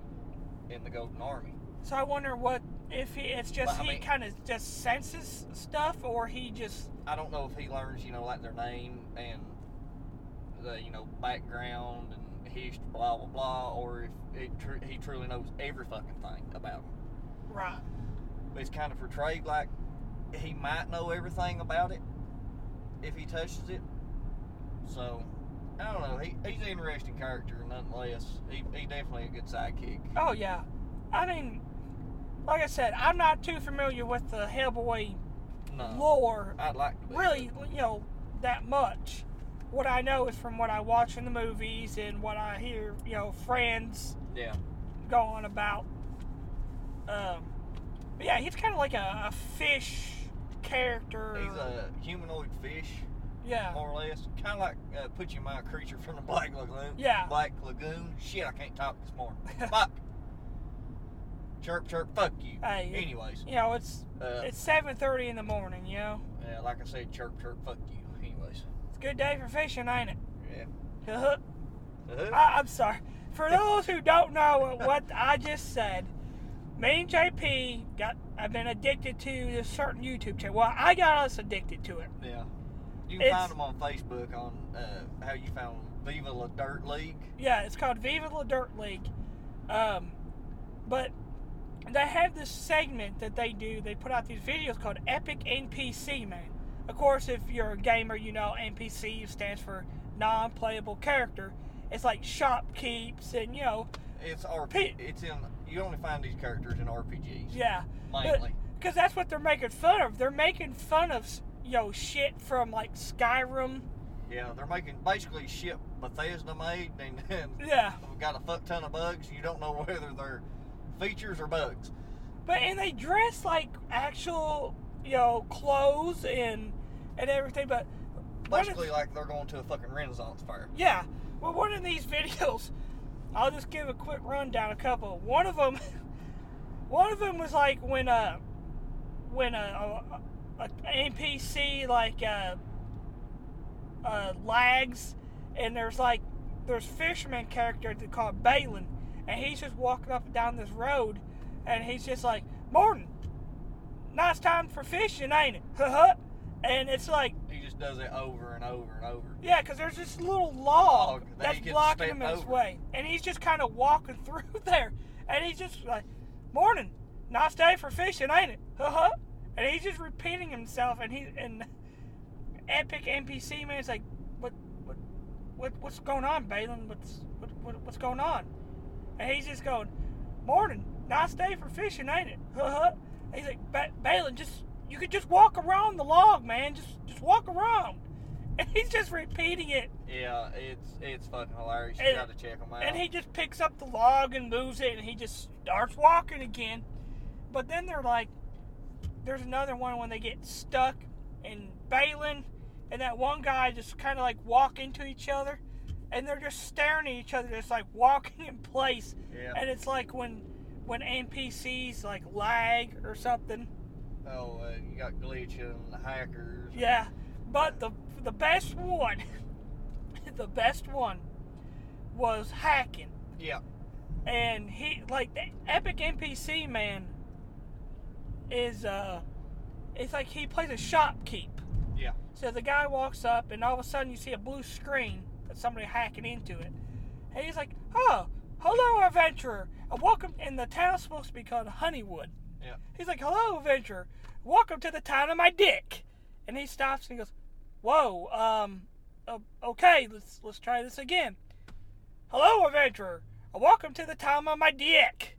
in the Golden Army.
So I wonder what if he, it's just
Well, I
he
mean-
kind of just senses stuff, or he just
I don't know if he learns, you know, like their name and the, you know, background and history, blah blah blah, or if it tr- he truly knows every fucking thing about him.
right.
But it's kind of portrayed like he might know everything about it if he touches it. So I don't know. He, he's an interesting character, nonetheless. He, he definitely a good sidekick.
Oh yeah. I mean, like I said, I'm not too familiar with the Hellboy
No,
lore,
I'd like to be.
really, you know, that much. What I know is from what I watch in the movies and what I hear, you know, friends
Yeah.
go on about. Um, but yeah, he's kind of like a, a fish character.
He's a humanoid fish.
yeah.
more or less. Kind of like uh, put you in mind a creature from the Black Lagoon.
Yeah.
Black Lagoon. Shit, I can't talk this morning. fuck. Chirp, chirp, fuck you.
Hey, it-
Anyways,
You know, it's
uh,
It's seven thirty in the morning, you know.
uh, like I said, chirp, chirp, fuck you. Anyways.
It's a good day for fishing, ain't it?
Yeah.
I,
Uh-huh.
I'm sorry. For those who don't know what I just said, me and JP got I've been addicted to this certain YouTube channel. Well, I got us addicted to it.
Yeah. You can
It's-
find them on Facebook on uh, how you found Viva La Dirt League.
Yeah, it's called Viva La Dirt League. Um, but they have this segment that they do. They put out these videos called Epic NPC Man. Of course, if you're a gamer, you know NPC stands for non-playable character. It's like shopkeeps and you know,
It's RP.
Pete.
It's in. You only find these characters in RPGs.
yeah,
Mainly.
because that's what they're making fun of. They're making fun of you know shit from like Skyrim.
Yeah, they're making basically shit Bethesda made and, and
Yeah,
We've got a fuck ton of bugs. You don't know whether they're features or bugs.
But and they dress like actual, you know, clothes and and everything. But one of-
Basically, like they're going to a fucking Renaissance fair.
yeah. Well, one of these videos, I'll just give a quick rundown. A couple. One of them, one of them was like when uh when a, a, a NPC like uh, uh lags, and there's like there's fisherman character that called Balin, and he's just walking up and down this road, and he's just like Morton. Now it's time for fishing, ain't it? Huh? And it's like,
He just does it over and over and over.
yeah, because there's this little log
Log that
that's
he gets
blocking
spent
him in his
over.
way. And he's just kind of walking through there. And he's just like, Morning, nice day for fishing, ain't it? Huh huh. And he's just repeating himself. And he and epic NPC man is like, what, what, what, what's going on, Balin? What's, what, what, what's going on? And he's just going, Morning, nice day for fishing, ain't it? Huh? He's like, ba- Balin, just you could just walk around the log, man. Just just walk around. And he's just repeating it.
Yeah, it's it's fucking hilarious. You
And-
got to check them out.
And he just picks up the log and moves it, and he just starts walking again. But then they're like, there's another one when they get stuck and Balin and that one guy just kind of like walk into each other, and they're just staring at each other, just like walking in place.
yeah.
And it's like when when NPCs like lag or something.
Oh, uh, you got glitch and the hackers.
Yeah, but the the best one, the best one, was hacking.
Yeah.
and he like the epic npc man is uh it's like he plays a shopkeep
Yeah.
so the guy walks up and all of a sudden you see a blue screen that's somebody hacking into it and he's like oh hello adventurer and welcome and the town's supposed to be called honeywood
Yeah.
he's like hello adventurer welcome to the town of my dick and he stops and he goes whoa um uh, okay let's let's try this again hello adventurer and welcome to the town of my dick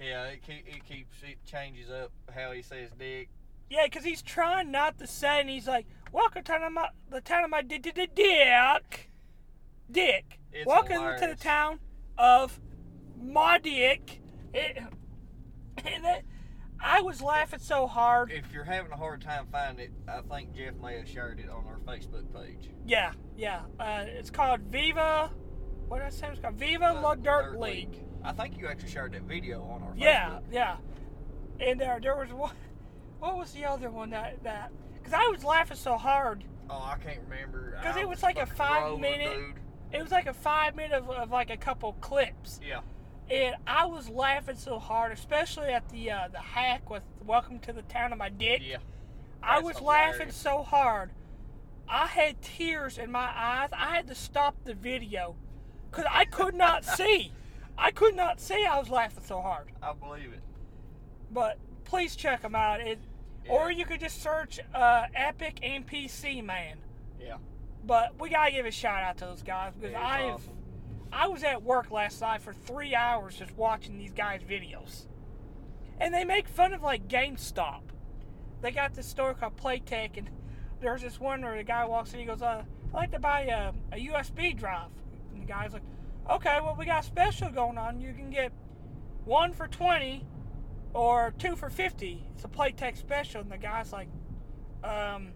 Yeah, it, keep, it keeps it changes up how he says dick.
Yeah, because he's trying not to say, and he's like, "Welcome to my, the town of my di- di- di- dick, dick.
It's
Welcome to the
hilarious.
town of my dick." It, and it, I was laughing so hard.
If you're having a hard time finding it, I think Jeff may have shared it on our Facebook page.
Yeah, yeah. Uh, it's called Viva. What did I say? It's called Viva
Uh,
La Dirt,
Dirt
League.
League. I think you actually shared that video on our
Yeah,
Facebook.
yeah. And uh, there was one. What was the other one that that? Because I was laughing so hard.
Oh, I can't remember.
'Cause
I
it was like a
fucking
five
rolling,
minute-
dude.
It was like a five minute of, of like a couple clips.
Yeah.
and I was laughing so hard, especially at the uh, the hack with "Welcome to the Town of My Dick."
Yeah.
I
that's
was laughing
hilarious.
so hard, I had tears in my eyes. I had to stop the video because I could not see. I could not see. I was laughing so hard.
I believe it.
But please check them out. It,
Yeah.
Or you could just search uh, "Epic NPC Man."
Yeah.
But we gotta give a shout out to those guys because
Yeah, it's
I've
awesome.
I was at work last night for three hours just watching these guys' videos. And they make fun of like GameStop. They got this store called Playtech, and there's this one where the guy walks in, he goes, uh, I'd like to buy a, a USB drive. And the guy's like, okay, well, we got a special going on. You can get one for 20 or two for 50. It's a Playtech special. And the guy's like, um,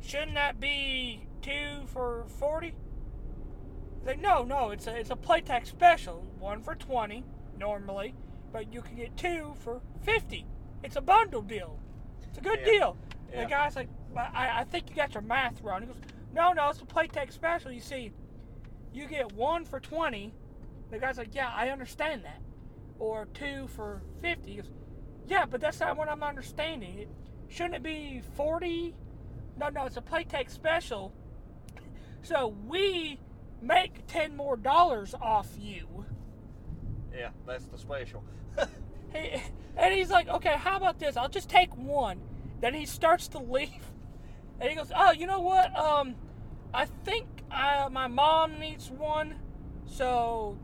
shouldn't that be two for 40? He's like, no, no, it's a it's a playtech special, one for twenty normally, but you can get two for fifty. It's a bundle deal. It's a good
Yeah.
deal.
Yeah.
The guy's like, "But I, I think you got your math wrong. He goes, no, no, it's a playtech special. You see, you get one for twenty. The guy's like, yeah, I understand that, or two for fifty. He goes, yeah, but that's not what I'm understanding. It, shouldn't it be forty? No, no, it's a playtech special. So we make ten more dollars off you.
Yeah, that's the special.
He, and he's like, okay, how about this? I'll just take one. Then he starts to leave, and he goes, oh, you know what? Um, I think uh my mom needs one, so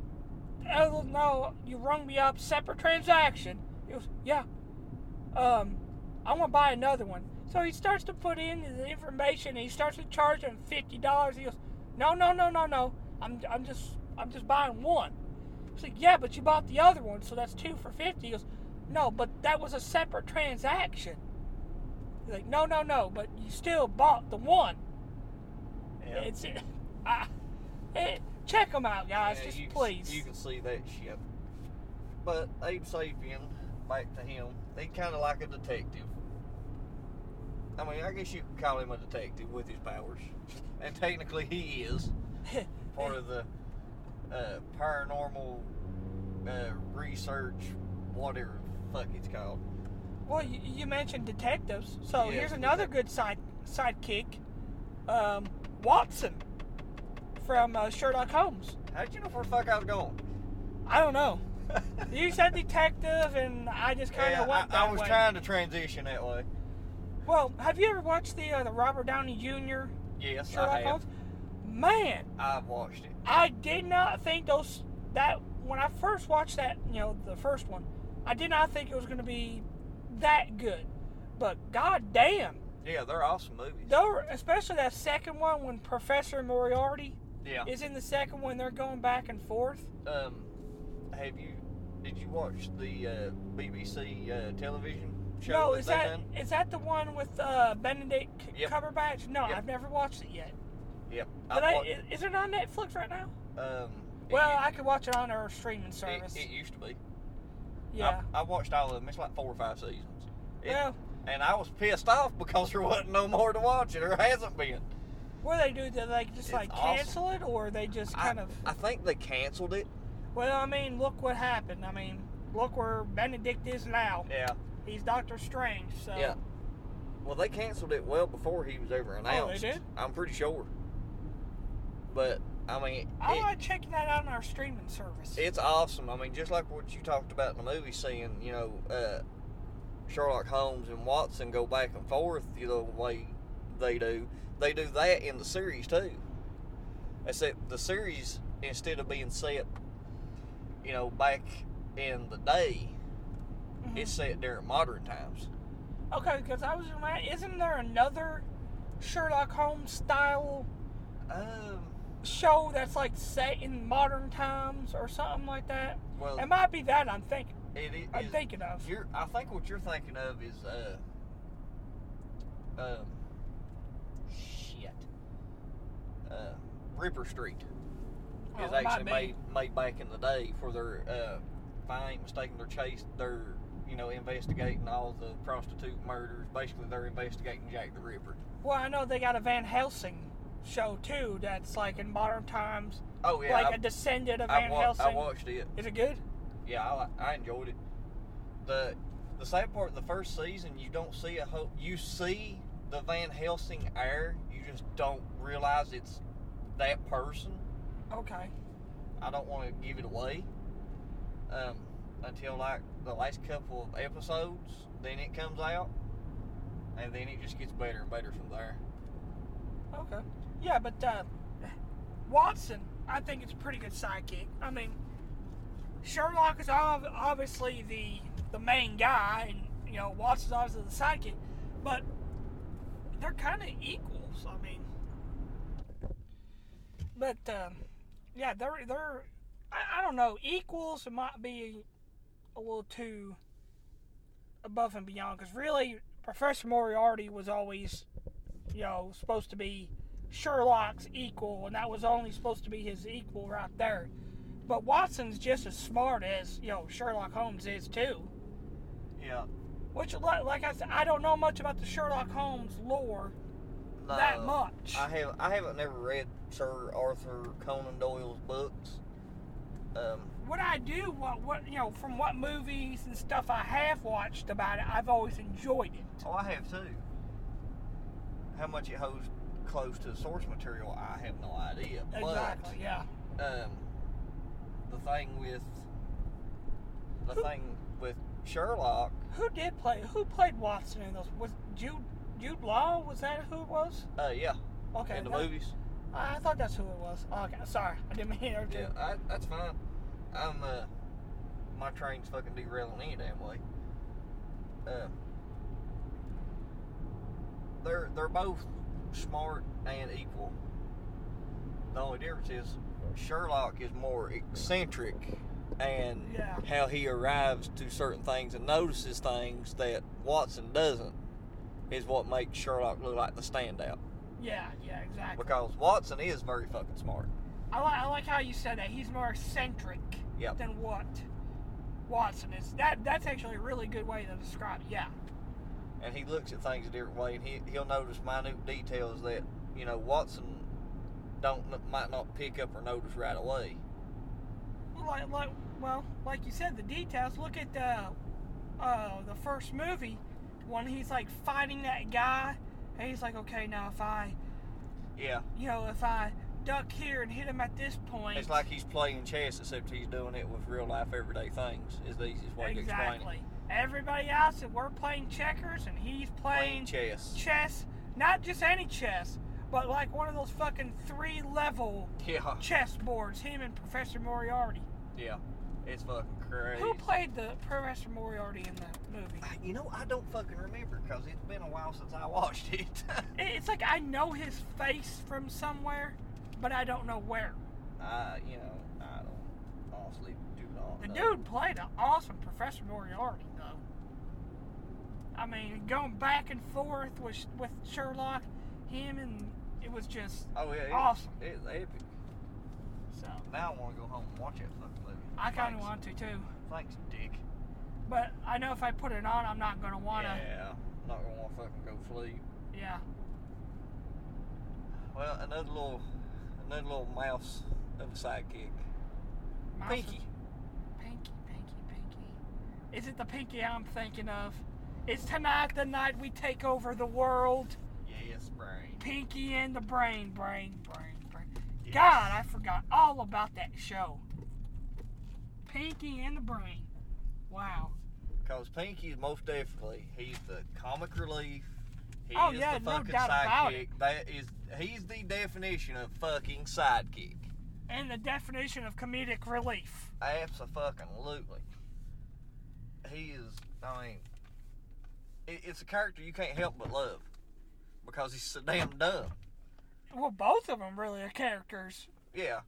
oh no, you rung me up. Separate transaction. He goes, yeah. Um, I want to buy another one. So he starts to put in the information. And he starts to charge him fifty dollars. He goes, no, no, no, no, no. I'm, I'm just, I'm just buying one. He's like, yeah, but you bought the other one, so that's two for 50. He goes, no, but that was a separate transaction. He's like, no, no, no, but you still bought the one.
Yeah.
It's, I, it, check them out, guys,
Yeah,
just
you can-
please.
you can see that shit. But Abe Sapien, back to him, he kind of like a detective. I mean, I guess you could call him a detective with his powers, and technically he is part of the uh, paranormal uh, research, whatever the fuck it's called.
Well, you, you mentioned detectives, so
Yeah,
here's another good side sidekick, um, Watson from uh, Sherlock Holmes.
How'd you know where the fuck I was going?
I don't know. You said detective, and I just kind
Yeah,
of went
I, I
that
was
way.
trying to transition that way.
Well, have you ever watched the uh, the Robert Downey Jr.
Yes, I
Sherlock
have.
Holmes? Man,
I've watched it.
I did not think those that when I first watched that, you know, the first one, I did not think it was going to be that good, but goddamn,
Yeah, they're awesome movies.
though, especially that second one when Professor Moriarty
Yeah.
is in the second one, they're going back and forth.
Um, have you? Did you watch the uh, BBC uh, television show?
no,
that
is
they
that is
done?
that the one with uh, Benedict C-
Yep.
Cumberbatch? No,
Yep.
I've never watched it yet.
Yep.
But
I
I,
watched,
is it on Netflix right now?
um, it
Well,
used-
I could watch it on our streaming service.
It, it used to be.
yeah.
I, I watched all of them. It's like four or five seasons. It-
well,
And I was pissed off because there wasn't no more to watch, and there hasn't been.
what do they do? Do they just
It's
like
awesome.
cancel it, or they just
I-
kind of?
I think they canceled it.
Well, I mean, look what happened. I mean, look where Benedict is now.
Yeah.
He's Doctor Strange. So
Yeah. Well, they canceled it well before he was ever
Oh, they
announced.
did?
I'm pretty sure. But I mean,
I
it-
want to check that out on our streaming service.
It's awesome. I mean, just like what you talked about in the movie, seeing you know uh, Sherlock Holmes and Watson go back and forth, you know, the way they do. They do that in the series too. Except the series, instead of being set, you know, back in the day,
Mhm.
it's set during modern times.
okay because I was reminded. Isn't there another Sherlock Holmes style
Um,
show that's like set in modern times or something like that?
well,
It might be that I'm thinking.
it Um, is.
I'm thinking of.
You're, I think what you're thinking of is, uh, um, shit, uh, Ripper Street
Oh,
is
it might
actually
be.
made made back in the day for their, uh, if I ain't mistaken, their chase, their you know investigating all the prostitute murders. Basically, they're investigating Jack the Ripper.
Well, I know they got a Van Helsing show too. That's like in modern times,
Oh yeah,
like a
I-
descendant of
I
Van
wa-
Helsing.
I watched it.
Is it good?
yeah, I, li- I enjoyed it. the The sad part, of the first season, you don't see a whole. You see the Van Helsing air, you just don't realize it's that person.
Okay.
I don't want to give it away um, until like the last couple of episodes. Then it comes out, and then it just gets better and better from there.
Okay. Yeah, but uh, Watson, I think it's a pretty good sidekick. I mean, Sherlock is ob- obviously the the main guy, and you know Watson's obviously the sidekick, but they're kind of equals. I mean, but um, yeah, they're they're I, I don't know equals. It might be a little too above and beyond because really Professor Moriarty was always you know, supposed to be Sherlock's equal, and that was only supposed to be his equal right there. But Watson's just as smart as, you know, Sherlock Holmes is too.
Yeah,
Which, li- like I said, I don't know much about the Sherlock Holmes lore that much.
I have I haven't never read Sir Arthur Conan Doyle's books. Um,
what I do, what, what, you know, from what movies and stuff I have watched about it, I've always enjoyed it.
Oh, I have too. How much it holds close to the source material, I have no idea.
Exactly, yeah.
But um, the thing with the thing with Sherlock,
Who did play, who played Watson in those? Was Jude, Jude Law, was that who it was?
uh, yeah,
Okay.
in the
that-
movies,
I I thought that's who it was. Oh, Okay, sorry, I didn't mean to.
yeah, I, that's fine. I'm uh, my train's fucking derailing any damn way. Uh, they're they're both smart and equal. The only difference is Sherlock is more eccentric and
Yeah.
how he arrives to certain things and notices things that Watson doesn't is what makes Sherlock look like the standout.
Yeah, yeah, exactly.
Because Watson is very fucking smart.
I, li- I like how you said that. He's more eccentric
Yep.
than what Watson is. That that's actually a really good way to describe it. Yeah.
and he looks at things a different way, and he he'll notice minute details that you know Watson don't might not pick up or notice right away.
Like, like well, like you said, the details. Look at the uh, the first movie when he's like fighting that guy, and he's like, okay, now if I
Yeah,
you know if I duck here and hit him at this point,
it's like he's playing chess, except he's doing it with real life everyday things. Is the easiest way to explain
exactly.
it.
Everybody else, and we're playing checkers, and he's playing
Playing chess.
chess, not just any chess, but like one of those fucking three level
Yeah,
chess boards, him and Professor Moriarty.
yeah. It's fucking crazy.
Who played the pro wrestler Moriarty in the movie?
I- You know, I don't fucking remember because it's been a while since I watched it.
It- It's like I know his face from somewhere, but I don't know where.
I, you know, I don't honestly do not.
The
know.
dude played an awesome Professor Moriarty, though. I mean, going back and forth with with Sherlock, him and it was just
Oh yeah, it,
awesome.
It's epic.
so.
Now I want to go home and watch that fucking movie.
I kind of
Thanks.
want to too,
Thanks, Dick.
but I know if I put it on, I'm not gonna wanna.
Yeah, I'm not gonna want to fucking go sleep.
Yeah.
Well, another little, another little mouse of a sidekick.
Mouse is-
Pinky.
Pinky, pinky, pinky. Is it the pinky I'm thinking of? It's tonight the night we take over the world.
Yes, brain.
Pinky and the Brain, Brain, Brain, Brain.
Yes.
God, I forgot all about that show. Pinky and the Brain. Wow.
Because Pinky's most definitely he's the comic relief. He
Oh,
is
yeah,
the
no
fucking
doubt about
sidekick. That is he's the definition of fucking sidekick.
And the definition of comedic relief.
Absolutely. He is I mean it, it's a character you can't help but love. Because he's so damn dumb.
Well, both of them really are characters.
Yeah.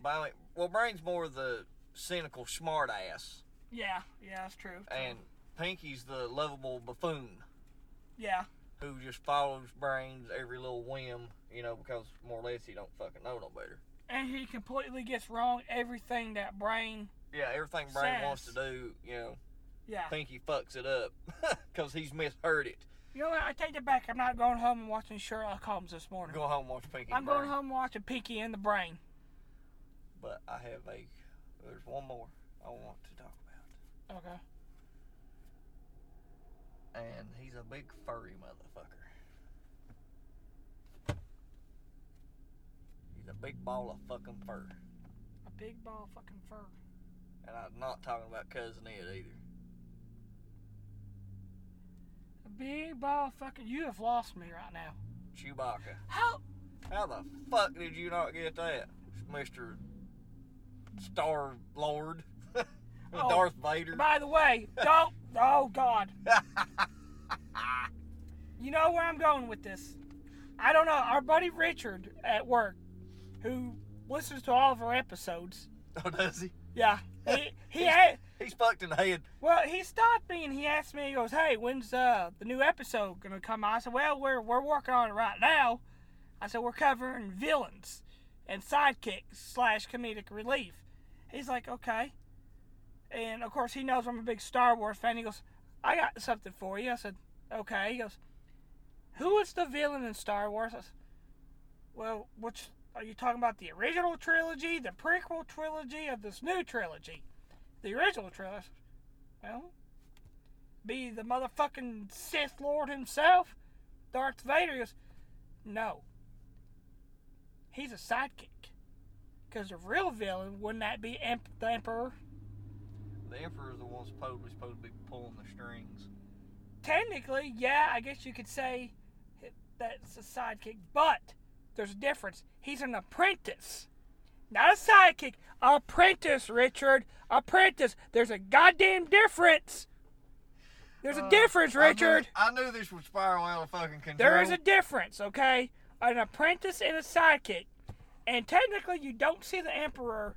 But I mean, well Brain's more the cynical smart ass.
Yeah, yeah, that's true.
And Pinky's the lovable buffoon.
yeah,
who just follows Brains every little whim, you know, because more or less he don't fucking know no better.
and he completely gets wrong everything that Brain.
Yeah, everything Brain wants to
Sass.
do, you know,
Yeah.
Pinky fucks it up because he's misheard it.
You know what? I take it back. I'm not going home and watching Sherlock Holmes this
I'm
morning.
going home and watch Pinky.
I'm
and Brain.
going home and watching Pinky and the Brain.
But I have a. There's one more I want to talk about,
Okay.
and he's a big furry motherfucker. He's a big ball of fucking fur,
A big ball of fucking fur.
and I'm not talking about cousin Ed either.
A big ball of fucking. You have lost me right now.
Chewbacca.
How?
How the fuck did you not get that, Mister Star Lord,
Oh,
Darth Vader?
By the way, don't. oh God. you know where I'm going with this. I don't know. Our buddy Richard at work, who listens to all of our episodes.
Oh, does he?
Yeah. He he had.
He's fucked in the head.
Well, he stopped me and he asked me. He goes, "Hey, when's uh, the new episode gonna come out?" I said, "Well, we're we're working on it right now." I said, "We're covering villains and sidekicks slash comedic relief." He's like, "Okay," and of course he knows I'm a big Star Wars fan. He goes, "I got something for you." I said, "Okay." He goes, "Who is the villain in Star Wars?" I said, "Well, which are you talking about? The original trilogy, the prequel trilogy, of this new trilogy?" The original trilogy. Well, be the motherfucking Sith Lord himself, Darth Vader. He goes, no. He's a sidekick. Because the real villain, wouldn't that be Em- the Emperor?
The Emperor's the one supposedly supposed to be pulling the strings.
Technically, yeah, I guess you could say that's a sidekick, but there's a difference. He's an apprentice. Not a sidekick. Apprentice, Richard. Apprentice. There's a goddamn difference. There's a difference, Richard.
Uh, I knew, I knew this would spiral out of fucking control.
There is a difference, okay? An apprentice and a sidekick. And technically, you don't see the Emperor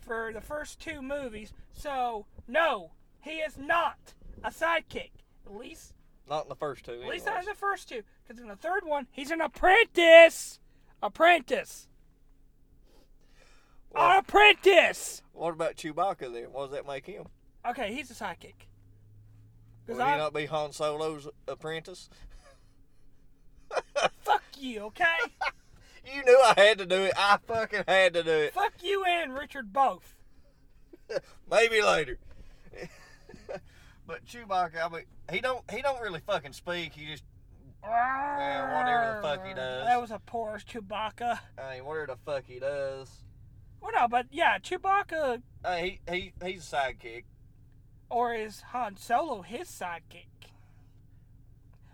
for the first two movies, so no, he is not a sidekick. At least,
not in the first two.
at
Anyways.
least not in the first two, because in the third one, he's an apprentice. Apprentice. An
Well,
apprentice.
what about Chewbacca then? What does that make him?
Okay, he's a sidekick.
Would
Because
he
I
not be Han Solo's apprentice?
fuck you, okay?
You knew I had to do it. I fucking had to do it.
fuck you and Richard both.
Maybe later. but Chewbacca, I mean, he don't he don't really fucking speak. He just whatever the fuck he does.
That was a poor Chewbacca.
I mean, whatever the fuck he does.
Well, no, but yeah, Chewbacca
I mean, he he he's a sidekick.
or is Han Solo his sidekick?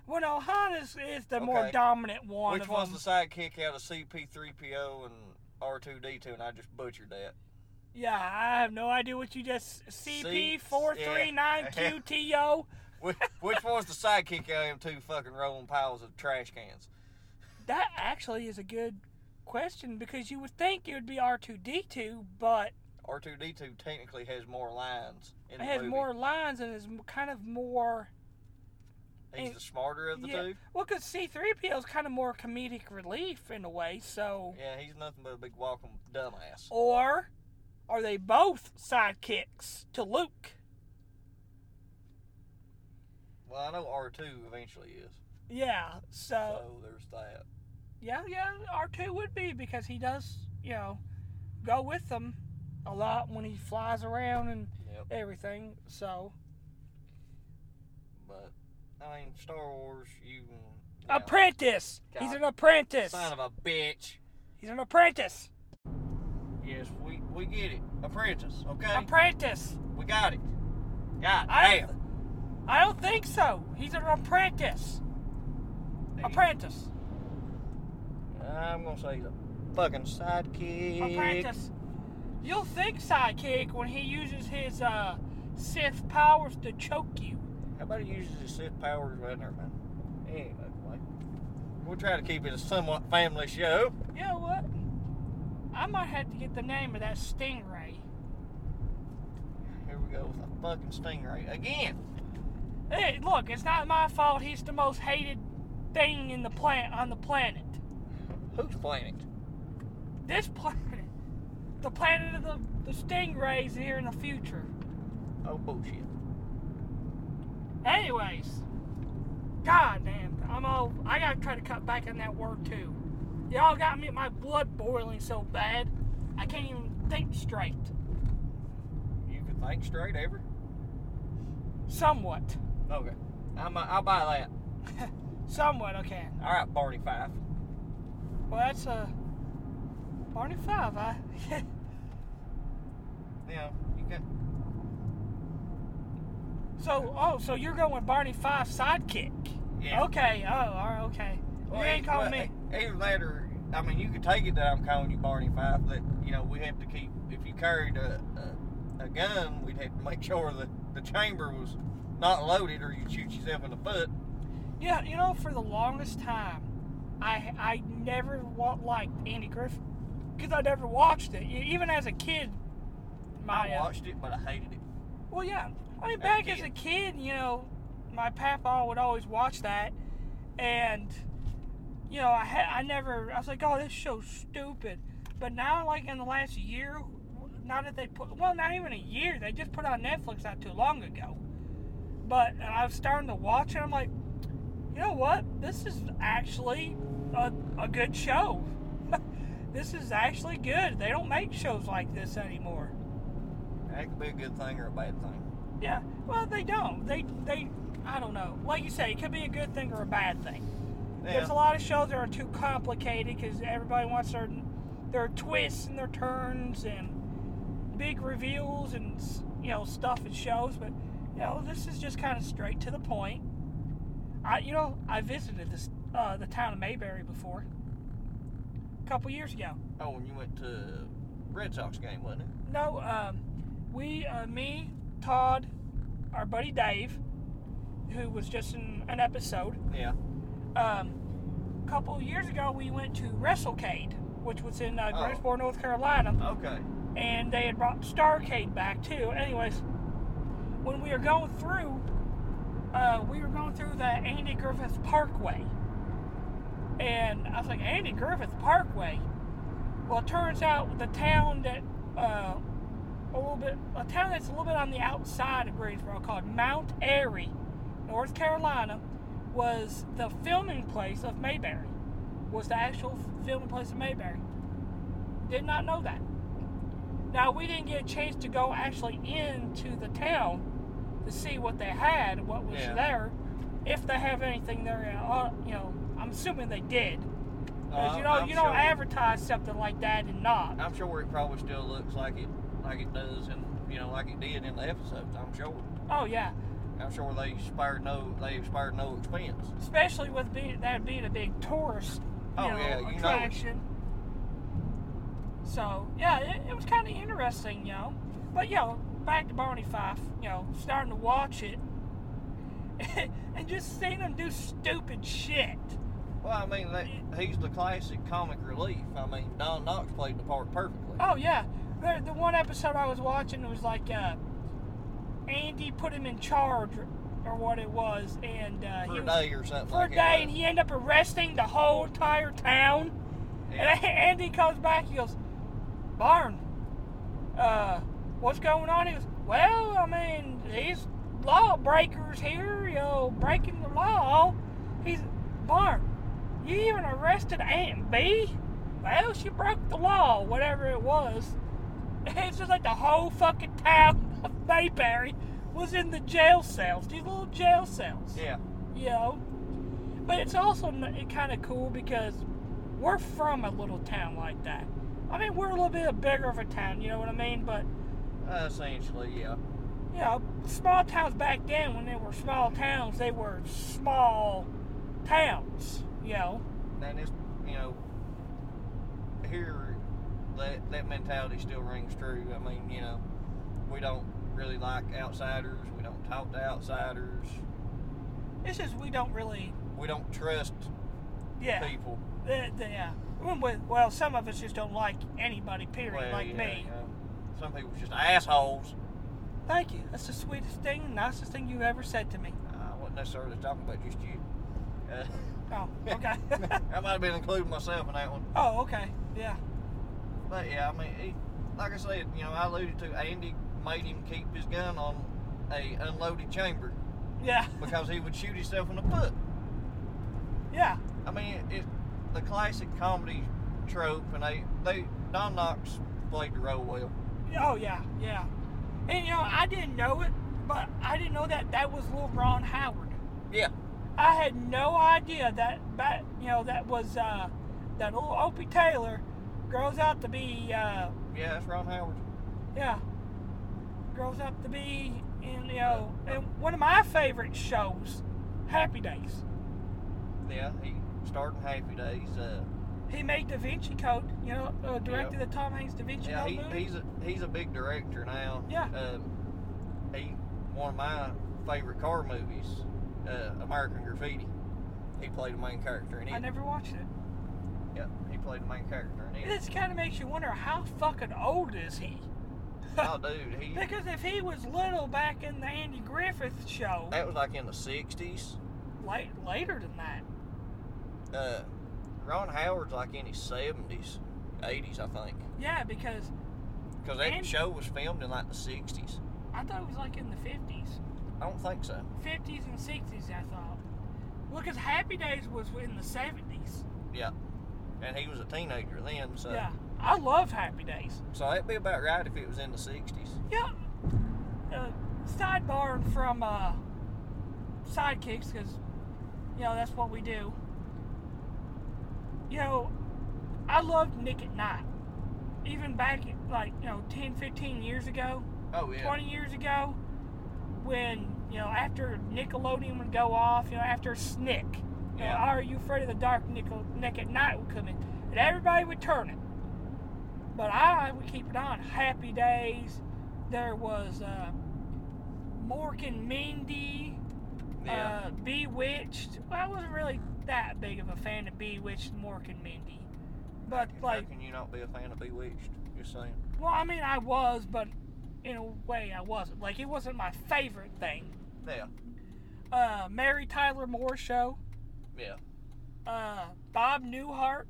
Well, no, Han is, is the more
Okay.
dominant one
Which
of
one's
them.
the sidekick out of CP3PO and R2D2? And I just butchered that.
Yeah, I have no idea what you just CP439QTO.
Which, which one's the sidekick of them two fucking rolling piles of trash cans?
That actually is a good question because you would think it would be R2D2, but
R2D2 technically has more lines in
it
the
has
movie.
more lines and is kind of more.
He's the smarter of the
yeah.
two.
Well, because C3PO is kind of more comedic relief in a way, so.
Yeah, he's nothing but a big walking dumbass.
Or are they both sidekicks to Luke?
Well, I know R2 eventually is.
Yeah, so.
so there's that.
Yeah, yeah, R2 would be because he does, you know, go with them a lot when he flies around and
Yep.
everything, so.
But I mean, Star Wars, you can. yeah.
Apprentice. He's
God.
an apprentice.
Son of a bitch.
He's an apprentice.
Yes, we we get it. Apprentice, okay?
Apprentice.
we got it. God
I don't,
damn.
I don't think so. He's an apprentice. Apprentice.
I'm gonna say he's a fucking sidekick.
Apprentice. You'll think sidekick when he uses his uh, Sith powers to choke you.
How about he uses his Sith powers right there, man? Anyway, like, we'll try to keep it a somewhat family show.
You know what? I might have to get the name of that stingray.
Here we go with a fucking stingray again.
Hey, look, it's not my fault. He's the most hated thing in the plant on the planet.
Who's playing it?
This planet, the planet of the, the stingrays, here in the future.
Oh bullshit.
Anyways, God damn, I'm all. I gotta try to cut back on that word too. Y'all got me my blood boiling so bad, I can't even think straight.
You can think straight, ever?
Somewhat,
Okay. I'm, I'll buy that.
somewhat I can.
All right, Barney Fife.
Well, that's uh, Barney Five. I
Yeah, you got
so oh, so you're going with Barney Five sidekick?
Yeah.
Okay. Oh, all right. Okay.
Well,
you ain't
e-
calling
well,
me.
e- Either that or, I mean, you could take it that I'm calling you Barney Fife, that, you know, we have to keep, if you carried a, a, a gun, we'd have to make sure that the chamber was not loaded or you'd shoot yourself in the foot.
Yeah, you know, for the longest time, I I never wa- liked Andy Griffith because I never watched it. E- Even as a kid, my
I
uh,
watched it, but I hated it.
well, yeah, I mean,
As a
back as
kid.
a kid, you know, my papa would always watch that, and you know, I had I never I was like, oh, this show's stupid. But now, like in the last year, now that they put well, not even a year, they just put on Netflix not too long ago. But and I was starting to watch it. I'm like, you know what? This is actually a, a good show. this is actually good. They don't make shows like this anymore.
That could be a good thing or a bad thing.
Yeah. Well, they don't. They they I don't know. Like you say, it could be a good thing or a bad thing. There's a lot of shows that are too complicated because everybody wants their their twists and their turns and big reveals and s- you know stuff and shows. But you know, this is just kind of straight to the point. I you know I visited this uh, the town of Mayberry before a couple years ago.
Oh, when you went to Red Sox game, wasn't it?
No, um, we, uh, me, Todd, our buddy Dave, who was just in an episode.
Yeah.
Um, a couple of years ago, we went to WrestleCade, which was in uh,
Oh.
Greensboro, North Carolina
Okay.
and they had brought Starcade back too. Anyways, when we were going through, uh, we were going through the Andy Griffith Parkway, and I was like, Andy Griffith Parkway. Well, it turns out the town that uh, a little bit, a town that's a little bit on the outside of Greensboro called Mount Airy, North Carolina, was the filming place of Mayberry. Was the actual filming place of Mayberry. Did not know that. Now we didn't get a chance to go actually into the town to see what they had, what was
Yeah.
there, if they have anything there. in uh, You know, I'm assuming they did, because
Uh,
you know
I'm
you don't
sure-
advertise something like that and not.
I'm sure it probably still looks like it, like it does, and you know, like it did in the episodes. I'm sure.
Oh yeah,
I'm sure they spared no, they spared no expense.
especially with being, that being a big tourist you
Oh,
know,
yeah, you know it.
attraction. So yeah, it, it was kind of interesting, you know. But you know, back to Barney Fife, you know, starting to watch it and just seeing him do stupid shit.
Well, I mean, that, he's the classic comic relief. I mean, Don Knox played the part perfectly.
Oh yeah, the, the one episode I was watching was like uh, Andy put him in charge or- or what it was, and uh,
for
he
a
was,
day or something
for a
like
day,
that.
and he ended up arresting the whole entire town.
Yeah.
And Andy comes back, he goes, Barn, uh, what's going on? He goes, Well, I mean, these lawbreakers here, you know, breaking the law. He's, Barn, you even arrested Aunt B? Well, she broke the law, whatever it was. It's just like the whole fucking town of Mayberry was in the jail cells, these little jail cells
yeah.
you know. But it's also kind of cool because we're from a little town like that. I mean, we're a little bit bigger of a town, you know what I mean? But
Uh, essentially, yeah.
you know, small towns back then, when they were small towns, they were small towns, you know.
And it's you know here that that mentality still rings true. I mean, you know, we don't really like outsiders. We don't talk to outsiders.
It's just we don't really,
We don't trust
yeah,
people.
the, the, yeah. When we- Well, some of us just don't like anybody, period,
Well,
like
yeah,
me.
yeah. Some people just assholes.
Thank you. That's the sweetest thing, nicest thing you've ever said to me.
I wasn't necessarily talking about just you. Uh,
Oh, okay.
I might have been including myself in that one.
oh, okay. Yeah.
But yeah, I mean, he, like I said, you know, I alluded to Andy made him keep his gun on a unloaded chamber
Yeah.
because he would shoot himself in the foot.
Yeah.
I mean, it, it the classic comedy trope, and they they Don Knox played the role well.
Oh yeah, yeah. And you know, I didn't know it, but I didn't know that that was little Ron Howard.
Yeah.
I had no idea that that you know that was uh, that little Opie Taylor grows out to be uh,
Yeah, that's Ron Howard.
yeah grows up to be in you know in one of my favorite shows, Happy Days.
Yeah, he starred in Happy Days. Uh,
He made Da Vinci Code. You know, uh, directed the Tom Hanks Da Vinci
yeah,
Code
he,
movie.
he's a, he's a big director now.
Yeah.
Um, he one of my favorite car movies, uh, American Graffiti. He played the main character in it.
I never watched it.
Yeah, he played the main character in it.
This kind of makes you wonder how fucking old is he?
oh, dude, he
Because if he was little back in the Andy Griffith show,
that was like in the '60s.
late later than that.
Uh, Ron Howard's like in his '70s, '80s, I think,
Yeah, because
because that
And-
show was filmed in like the '60s.
I thought it was like in the fifties,
I don't think so.
fifties and sixties. I thought. Well, because Happy Days was in the seventies.
And he was a teenager then, so
Yeah, I love Happy Days.
so that'd be about right if it was in the '60s.
Yeah. Uh, sidebar from uh, sidekicks because you know that's what we do. You know, I loved Nick at Night, even back at, like you know 10, 15 years ago.
Oh yeah.
20 years ago when you know after Nickelodeon would go off, you know after Snick, you know,
Yeah.
Are You Afraid of the Dark? Nickel Nick at Night would come in, and everybody would turn it. But I would keep it on. Happy Days. There was uh, Mork and Mindy.
yeah.
Uh, Bewitched. Well, I wasn't really that big of a fan of Bewitched, and Mork and Mindy. But like,
how can you not be a fan of Bewitched? Just saying.
well, I mean, I was, but in a way, I wasn't. Like, it wasn't my favorite thing.
Yeah,
uh, Mary Tyler Moore show,
yeah.
uh, Bob Newhart.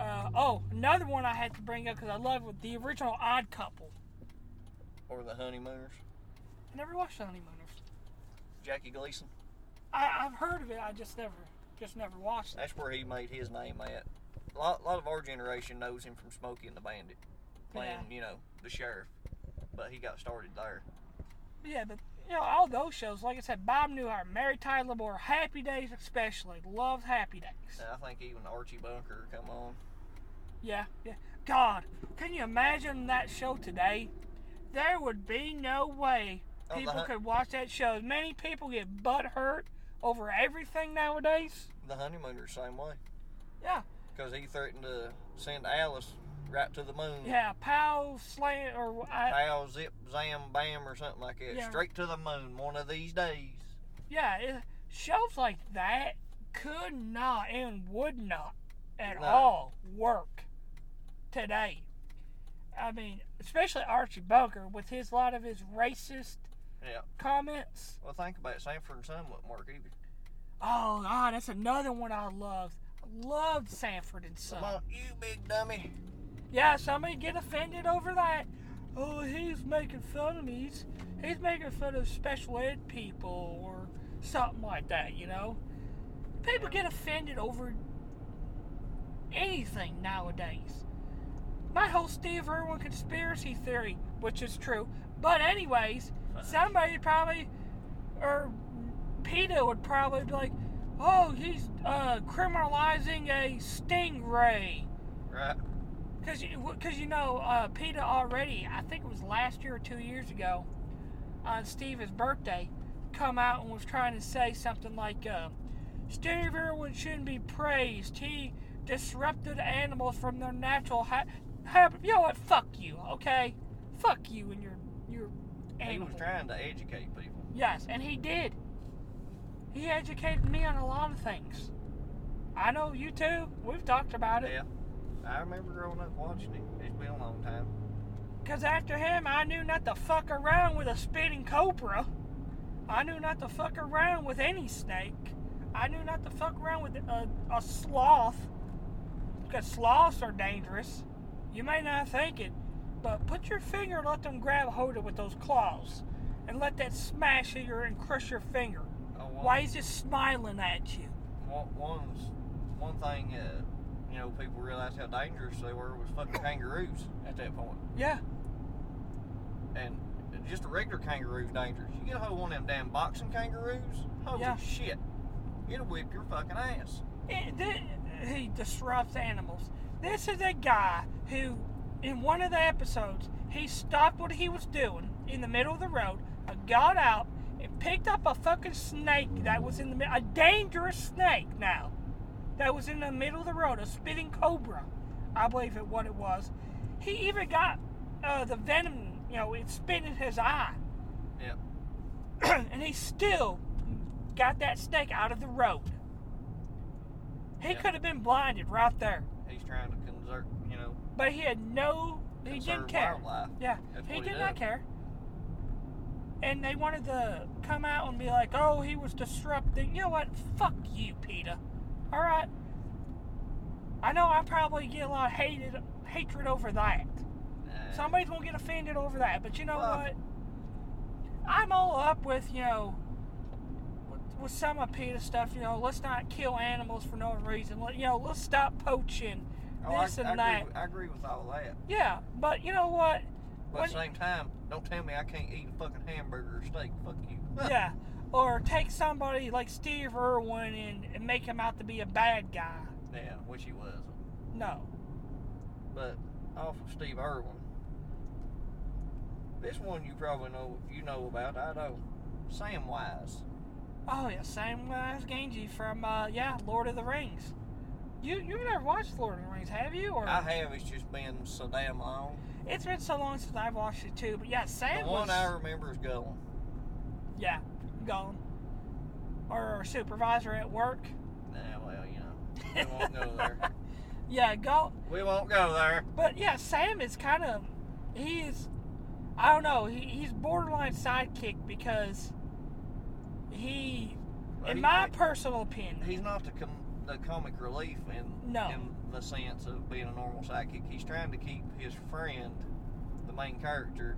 Uh, oh, another one I had to bring up because I love it, the original Odd Couple.
Or the Honeymooners.
I never watched The Honeymooners.
Jackie Gleason.
I, I've heard of it, I just never, just never watched it.
That's where he made his name at. A lot, lot of our generation knows him from Smokey and the Bandit, playing you know the sheriff. But he got started there.
Yeah, but you know all those shows. Like I said, Bob Newhart, Mary Tyler Moore, Happy Days especially. Loved Happy Days.
And I think even Archie Bunker come on.
Yeah, yeah. God, can you imagine that show today? There would be no way
Oh,
people
the-
could watch that show. Many people get butt hurt over everything nowadays.
The Honeymooners same way.
Yeah,
Because he threatened to send Alice right to the moon.
Yeah, pow, slam, or I,
Pow, zip, zam, bam, or something like that.
Yeah.
Straight to the moon one of these days.
yeah, it, shows like that could not and would not at
No.
all work today. I mean, especially Archie Bunker with his lot of his racist
Yeah.
comments.
Well, think about it. Sanford and Son wouldn't work either.
Oh God, that's another one I loved. I loved Sanford and Son.
Come on, you big dummy.
Yeah, somebody get offended over that. Oh, he's making fun of me. He's, he's making fun of special ed people or something like that, you know? People get offended over anything nowadays. My whole Steve Irwin conspiracy theory, which is true. But, anyways, somebody probably, or PETA would probably be like, oh, he's uh, criminalizing a stingray.
Right.
Because you, cause you know, uh, PETA already, I think it was last year or two years ago, on Steve's birthday, come out and was trying to say something like, uh, Steve Irwin shouldn't be praised. He disrupted animals from their natural ha- habitat. You know what? Fuck you, okay? Fuck you and your, your
He
animal.
was trying to educate people.
Yes, and he did. He educated me on a lot of things. I know you too. We've talked about it.
Yeah. I remember growing up watching it. It's been a long time.
Because after him, I knew not to fuck around with a spitting cobra. I knew not to fuck around with any snake. I knew not to fuck around with a, a sloth. Because sloths are dangerous. You may not think it, but put your finger and let them grab hold of with those claws. And let that smash your and crush your finger.
Oh, wow.
Why is it smiling at you?
one, one's, one thing, uh, you know, people realized how dangerous they were was fucking kangaroos at that point.
Yeah,
And just a regular kangaroo's dangerous. You get a hold of one of them damn boxing kangaroos, holy
Yeah.
shit, it'll whip your fucking ass.
It, th- he disrupts animals. This is a guy who, in one of the episodes, he stopped what he was doing in the middle of the road, uh, got out, and picked up a fucking snake that was in the middle, a dangerous snake now, that was in the middle of the road, a spitting cobra, I believe it what it was. He even got uh, the venom, you know, it spit in his eye.
Yep.
and he still got that snake out of the road. He
Yep.
could have been blinded right there,
He's trying to conserve, you know,
but he had no. He didn't
conserve
care.
wildlife.
Yeah,
That's
he
what he
did not
does.
care. And they wanted to come out and be like, "Oh, he was disrupting." You know what? Fuck you, Peter. All right. I know I probably get a lot of hated hatred over that.
Nah.
Somebody's gonna get offended over that, but you know
Well-
what? I'm all up with you know with- with some of PETA stuff. You know, let's not kill animals for no reason. Let, you know, let's stop poaching.
Oh,
this
I,
and
I
that.
Agree with, I agree with all that.
Yeah, but you know what?
But at the
What-
same time, don't tell me I can't eat a fucking hamburger or steak. Fuck you.
yeah, or take somebody like Steve Irwin and, and make him out to be a bad guy.
yeah, which he was.
No.
But off of Steve Irwin. This one you probably know you know about. I don't. Samwise.
Oh yeah, same as Genji from uh, yeah Lord of the Rings. You you've never watched Lord of the Rings, have you? Or
I have. It's just been so damn long.
it's been so long since I've watched it too. But yeah, Sam
The one
was
I remember is Gollum.
yeah gone. Or our supervisor at work.
Nah, well, you know, we won't go there.
Yeah, go.
We won't go there.
But yeah, Sam is kind of he is I don't know, he, he's borderline sidekick because he
Well,
in
he-
my
he-
personal opinion
He's not the com- the comic relief in
No.
in the sense of being a normal psychic. He's trying to keep his friend, the main character,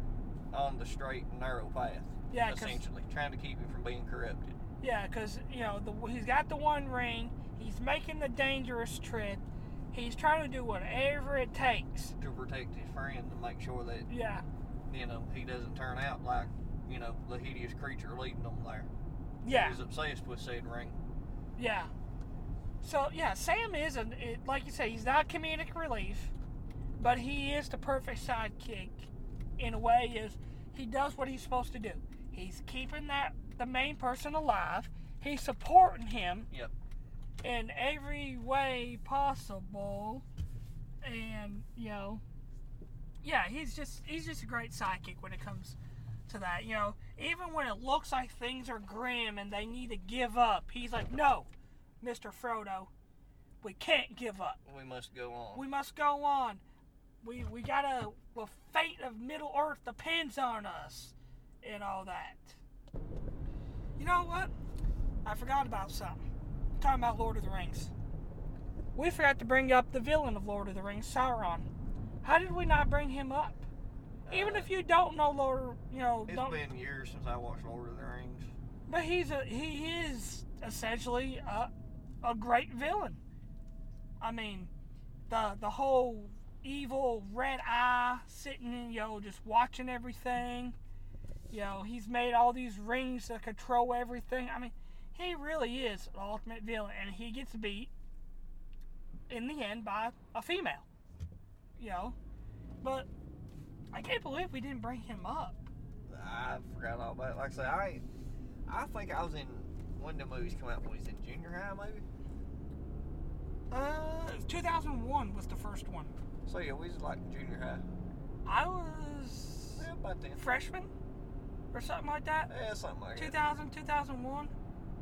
on the straight and narrow path.
yeah, 'cause-
essentially, trying to keep him from being corrupted.
yeah, because you know the, he's got the one ring. He's making the dangerous trip. He's trying to do whatever it takes.
to protect his friend and make sure that
Yeah,
you know he doesn't turn out like you know the hideous creature leading them there.
yeah,
He's obsessed with said ring.
yeah. So yeah, Sam is an it, like you say, he's not comedic relief, but he is the perfect sidekick in a way. Is he does what he's supposed to do? He's keeping that the main person alive. He's supporting him
Yep.
in every way possible. and you know, yeah, he's just he's just a great psychic when it comes to that. You know, even when it looks like things are grim and they need to give up, he's like, no, Mister Frodo, we can't give up.
We must go on.
We must go on. We we gotta. The fate of Middle Earth depends on us, and all that. You know what? I forgot about something. talking about Lord of the Rings. We forgot to bring up the villain of Lord of the Rings, Sauron. How did we not bring him up? Even
Uh,
if you don't know Lord, you know,
It's
don't.
been years since I watched Lord of the Rings.
But he's a he is essentially a, a great villain. I mean, the the whole evil red eye sitting in you know just watching everything. You know he's made all these rings that control everything. I mean, he really is the ultimate villain, and he gets beat in the end by a female. You know, but I can't believe we didn't bring him up.
I forgot all about it. Like I say, I I think I was in when the movies come out. When he's in junior high, maybe.
Uh, 2001 was the first one.
So yeah, we was like junior high.
I was
Yeah, about then.
freshman or something like that.
Yeah, something like that.
2000, 2001.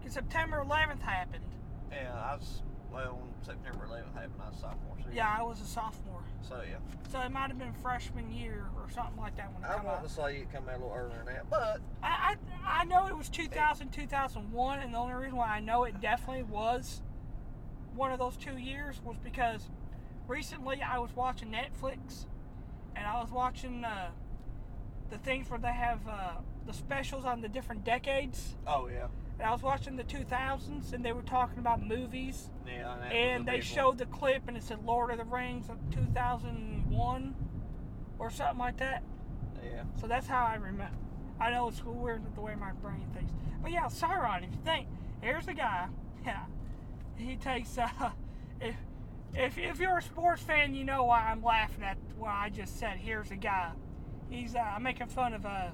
And September 11th happened.
Yeah, I was well when September 11th happened. I was sophomore. So
Yeah, I was a sophomore.
So yeah,
So it might have been freshman year or something like that when it
I
came
want
out.
to say it come out a little earlier than that, but
I, I, I know it was 2000, 2001, and the only reason why I know it definitely was one of those two years was because recently I was watching Netflix and I was watching uh, the things where they have uh, the specials on the different decades.
oh yeah,
And I was watching the 2000s, and they were talking about movies,
yeah. And, that was a
and they
big
showed the clip, and it said Lord of the Rings of 2001 or something like that.
one. Yeah,
So that's how I remember. I know it's weird with the way my brain thinks, but yeah, Sauron. If you think, here's a guy. Yeah, he takes. Uh, if if if you're a sports fan, you know why I'm laughing at what I just said. Here's a guy. He's uh, I'm making fun of uh,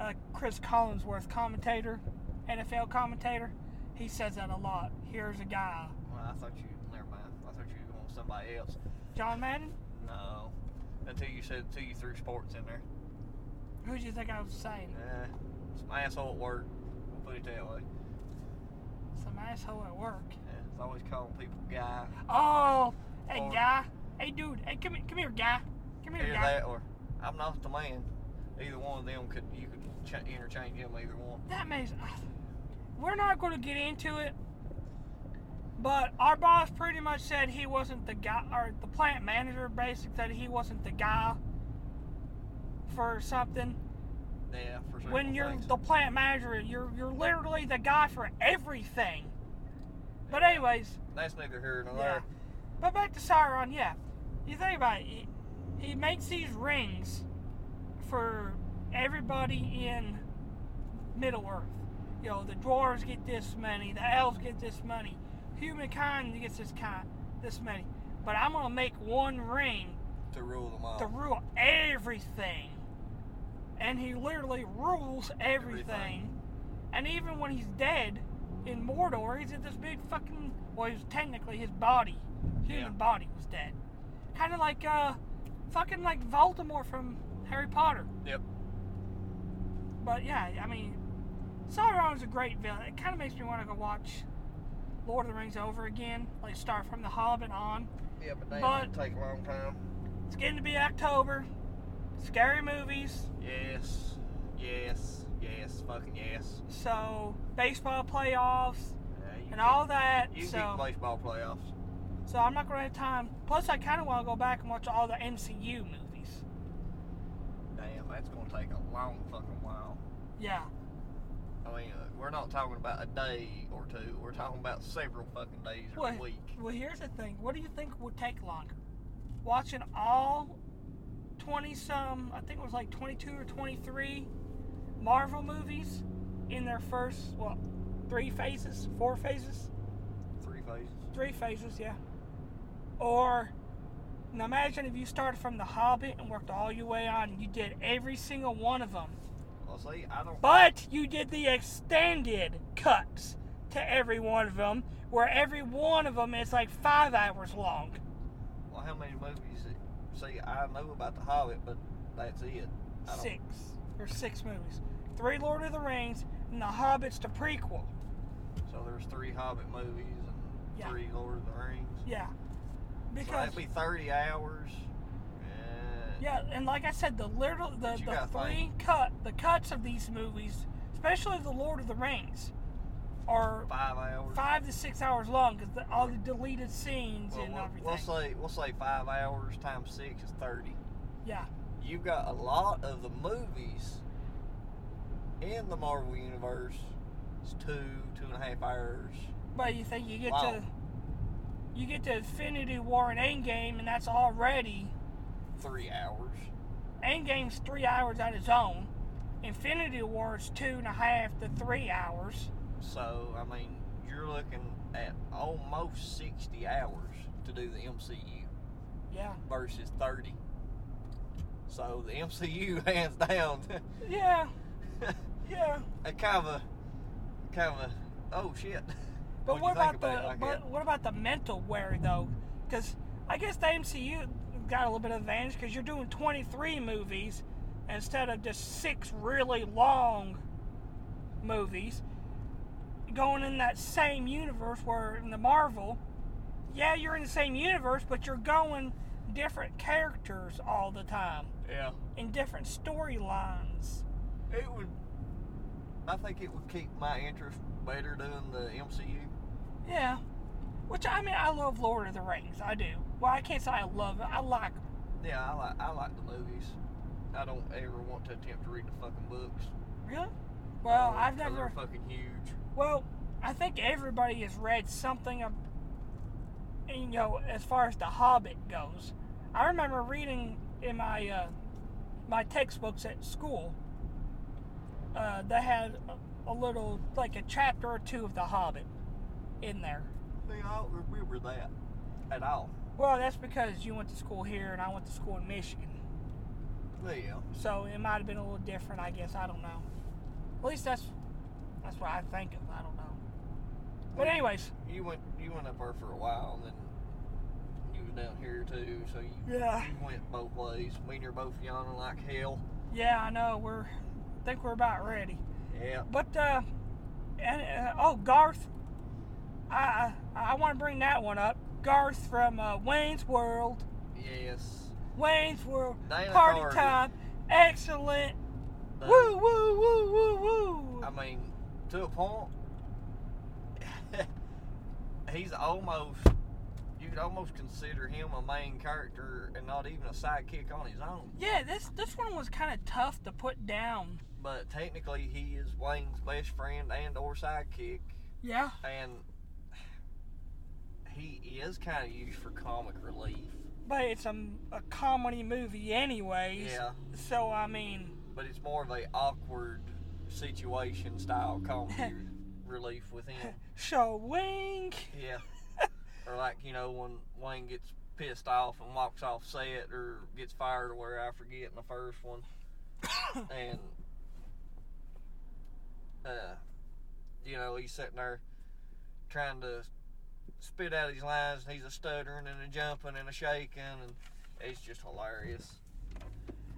uh, Chris Collinsworth, commentator, NFL commentator. He says that a lot. Here's a guy.
well, I thought you. Never mind. I thought you were going with somebody else.
John Madden.
No, until you said until you threw sports in there.
Who do you think I was saying?
Nah, some asshole at work. We'll put it that way.
Some asshole at work.
Yeah, it's always calling people guy.
Oh, hey
Or-
guy, hey dude, hey come here, come here, guy, come here,
Either
guy.
that or I'm not the man. Either one of them could you could ch- interchange them either one.
That makes. We're not going to get into it, but our boss pretty much said he wasn't the guy, or the plant manager basically said he wasn't the guy for something.
Yeah, for sure.
when you're the plant manager, you're you're literally the guy for everything. But anyways,
that's neither here nor
Yeah.
there.
But back to Sauron, yeah. You think about it, he, he makes these rings for everybody in Middle Earth. You know, the dwarves get this many, the elves get this many, humankind gets this kind, this many. But I'm gonna make one ring
To rule them all.
to rule everything. And he literally rules everything.
Everything.
And even when he's dead in Mordor, he's at this big fucking. Well, he was technically his body, human
Yeah.
body, was dead. Kind of like, uh, fucking like Voldemort from Harry Potter.
Yep.
But yeah, I mean, Sauron's a great villain. It kind of makes me want to go watch Lord of the Rings over again, like start from The Hobbit on.
yeah, but damn,
but-
it'd take a long time.
It's getting to be October. Scary movies.
Yes, yes, yes, fucking yes.
so baseball playoffs
Yeah, you
and
keep-
all that.
You keep
So,
baseball playoffs.
so I'm not gonna have time. Plus, I kind of want to go back and watch all the MCU movies.
Damn, that's gonna take a long fucking while.
Yeah,
I mean, uh, we're not talking about a day or two. We're talking about several fucking days or
What?
a week.
Well, here's the thing. What do you think would take longer? Watching all 20 some, I think it was like 22 or 23 Marvel movies in their first, what, three phases? Four phases?
Three phases.
Three phases, yeah. Or now imagine if you started from The Hobbit and worked all your way on, and you did every single one of them,
Well, see, I don't.
but you did the extended cuts to every one of them, where every one of them is like five hours long.
Well, how many movies that. See, I know about The Hobbit, but that's it. I don't-
Six. There's six movies. Three Lord of the Rings and The Hobbit's the prequel.
So there's three Hobbit movies and
Yeah.
three Lord of the Rings.
Yeah.
So
Because
that'd be 30 hours. And
Yeah, and like I said, the little the,
But you
the
gotta
three
think.
cut the cuts of these movies, especially the Lord of the Rings, are
Five hours.
five to six hours long because all the deleted scenes
Well,
and
we'll,
everything.
we'll say we'll say five hours times six is 30.
yeah,
You've got a lot of the movies in the Marvel universe. It's two, two and a half hours.
but you think you get
Wow.
to you get to Infinity War and Endgame, and that's already
Three hours.
Endgame's three hours on its own. Infinity War is two and a half to three hours.
So I mean, you're looking at almost 60 hours to do the MCU.
Yeah,
versus 30. So the MCU, hands down,
yeah, yeah.
a kind of a, kind of a, oh shit.
But
When you
what
think
about, the
it like
but
that.
what about the mental wear though? Because I guess the MCU got a little bit of advantage because you're doing 23 movies instead of just six really long movies going in that same universe where in the Marvel, yeah, you're in the same universe, but you're going different characters all the time
Yeah.
in different storylines.
It would. I think it would keep my interest better doing the MCU.
Yeah. Which I mean, I love Lord of the Rings. I do. Well, I can't say I love it. I like
Yeah, I like I like the movies. I don't ever want to attempt to read the fucking books.
Really? Well, I've
'Cause They're
never.
fucking huge.
Well, I think everybody has read something of, you know, as far as The Hobbit goes. I remember reading in my uh, my textbooks at school. Uh, they had a little, like a chapter or two of The Hobbit in there.
See, I don't remember that at all.
Well, that's because you went to school here and I went to school in Michigan.
Yeah.
So it might have been a little different, I guess. I don't know. At least that's that's what I think of. I don't know. But anyways,
You went you went up there for a while, and then you was down here too. So you
yeah,
We went both ways. Me and you're both yawning like hell.
yeah, I know we're I think we're about ready.
Yeah.
But uh, and uh, oh, Garth, I I, I want to bring that one up. Garth from uh, Wayne's World,
Yes.
Wayne's World
Dana
Party
Carvey.
Time, excellent.
That-
Woo woo woo woo woo.
I mean, to a point, he's almost, you could almost consider him a main character and not e, even a sidekick on his own.
Yeah, this this one was kind of tough to put down.
But technically, he is Wayne's best friend and or sidekick.
Yeah.
And he is kind of used for comic relief.
But it's a, a comedy movie, anyways.
Yeah.
So I mean,
But it's more of a awkward situation style comedy relief with him.
so wink.
Yeah. or like you know when Wayne gets pissed off and walks off set or gets fired or where I forget in the first one. and uh, you know he's sitting there trying to spit out his lines and he's a stuttering and a jumping and a shaking and it's just hilarious.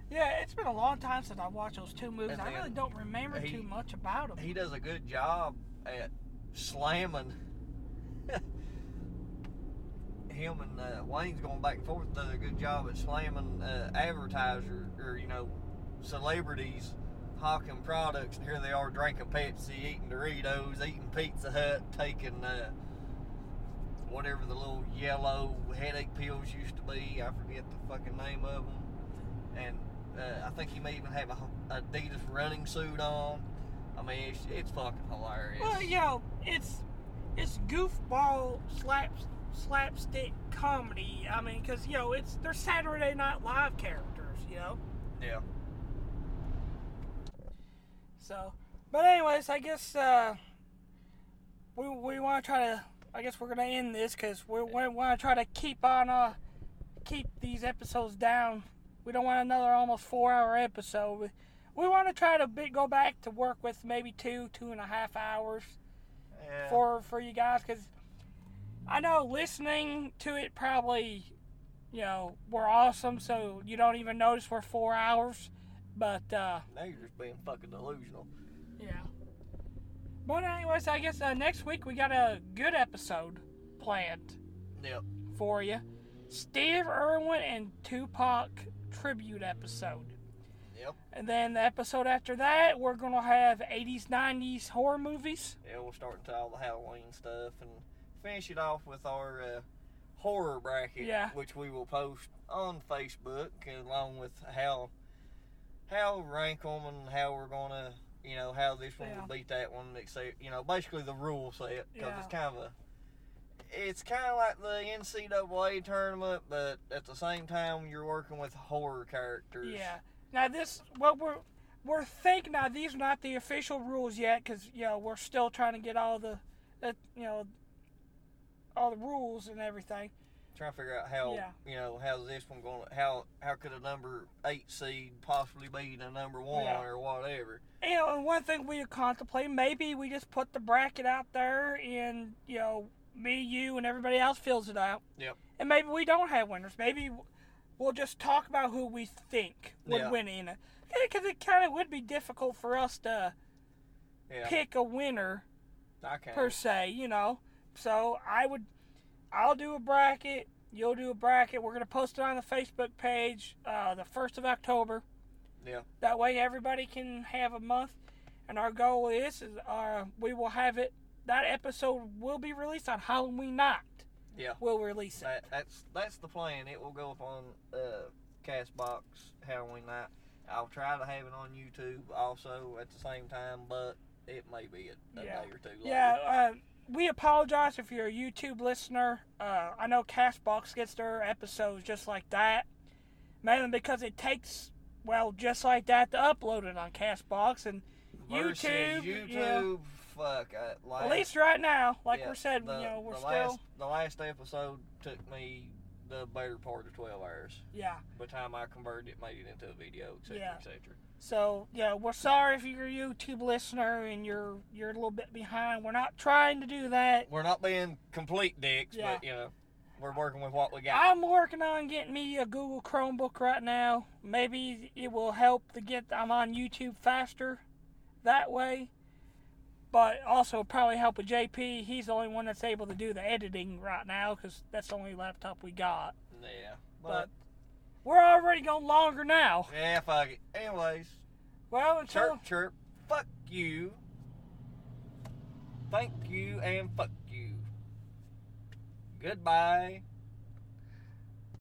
Yeah, it's been a long time since I watched those two movies.
And
I
then
really don't remember
he-
too much about them.
He does a good job at slamming. Him and uh, Wayne's going back and forth. Does a good job at slamming uh, advertiser or you know celebrities hawking products, and here they are drinking Pepsi, eating Doritos, eating Pizza Hut, taking uh, whatever the little yellow headache pills used to be. I forget the fucking name of them. And uh, I think he may even have a Adidas running suit on. I mean, it's, it's fucking hilarious.
well, you know, it's it's goofball slap slapstick comedy. I mean, because you know, it's they're Saturday Night Live characters. You know.
Yeah.
So, but anyways, I guess uh, we we want to try to. I guess we're gonna end this because we, we want to try to keep on uh keep these episodes down. We don't want another almost four hour episode. We, we want to try to be, go back to work with maybe two two and a half hours
Yeah.
for for you guys because I know listening to it probably you know, we're awesome, so you don't even notice we're four hours. But uh,
Now you're just being fucking delusional.
yeah. But anyways, I guess uh, next week we got a good episode planned
Yep.
for you. Steve Irwin and Tupac tribute episode.
Yep.
And then the episode after that, we're gonna have 80s, 90s horror movies.
Yeah, we'll start into all the Halloween stuff and finish it off with our uh, horror bracket,
Yeah.
which we will post on Facebook along with how how rank them and how we're gonna, you know, how this one
Yeah.
will beat that one, except you know, basically the rule set because
Yeah.
it's kind of a it's kind of like the NCAA tournament, but at the same time you're working with horror characters.
Yeah. Now this, what we're we're thinking now. These are not the official rules yet, because you know we're still trying to get all the, uh, you know, all the rules and everything.
trying to figure out how
Yeah.
you know how's this one going to how how could a number eight seed possibly be the number one
Yeah.
or whatever
You know, and one thing we were contemplating, maybe we just put the bracket out there, and you know, me, you, and everybody else fills it out.
Yep.
And maybe we don't have winners. Maybe we'll just talk about who we think would
Yeah.
win in it, because it kind of would be difficult for us to
yeah
pick a winner.
i can't
per se, you know. So I would, I'll do a bracket. You'll do a bracket. We're gonna post it on the Facebook page, uh, the first of October.
Yeah.
That way everybody can have a month, and our goal is, is uh, we will have it. That episode will be released on Halloween night.
Yeah.
We'll release it.
that, that's that's the plan it will go up on uh castbox halloween night i'll try to have it on youtube also at the same time but it may be a, a
Yeah.
day or two later
Yeah, uh, we apologize if you're a YouTube listener. Uh, I know Castbox gets their episodes just like that, mainly because it takes, well, just like that to upload it on Castbox. And
Versus
YouTube, yeah.
youtube fuck uh, like,
at least right now, like
yeah,
we said,
the-
you know, we're
the
still.
last, the last episode took me the better part of 12 hours
yeah.
by the time I converted it, made it into a video, etc.,
Yeah.
etc.
So yeah, we're sorry if you're a YouTube listener and you're you're a little bit behind. We're not trying to do that.
We're not being complete dicks,
Yeah.
but you know, we're working with what we got.
I'm working on getting me a Google Chromebook right now. Maybe it will help to get I'm on YouTube faster that way. But also probably help with JP. He's the only one that's able to do the editing right now because that's the only laptop we got.
yeah,
But
but,
we're already going longer now.
yeah, fuck it. Anyways,
Well, until
chirp, chirp. Fuck you. Thank you and fuck you. Goodbye.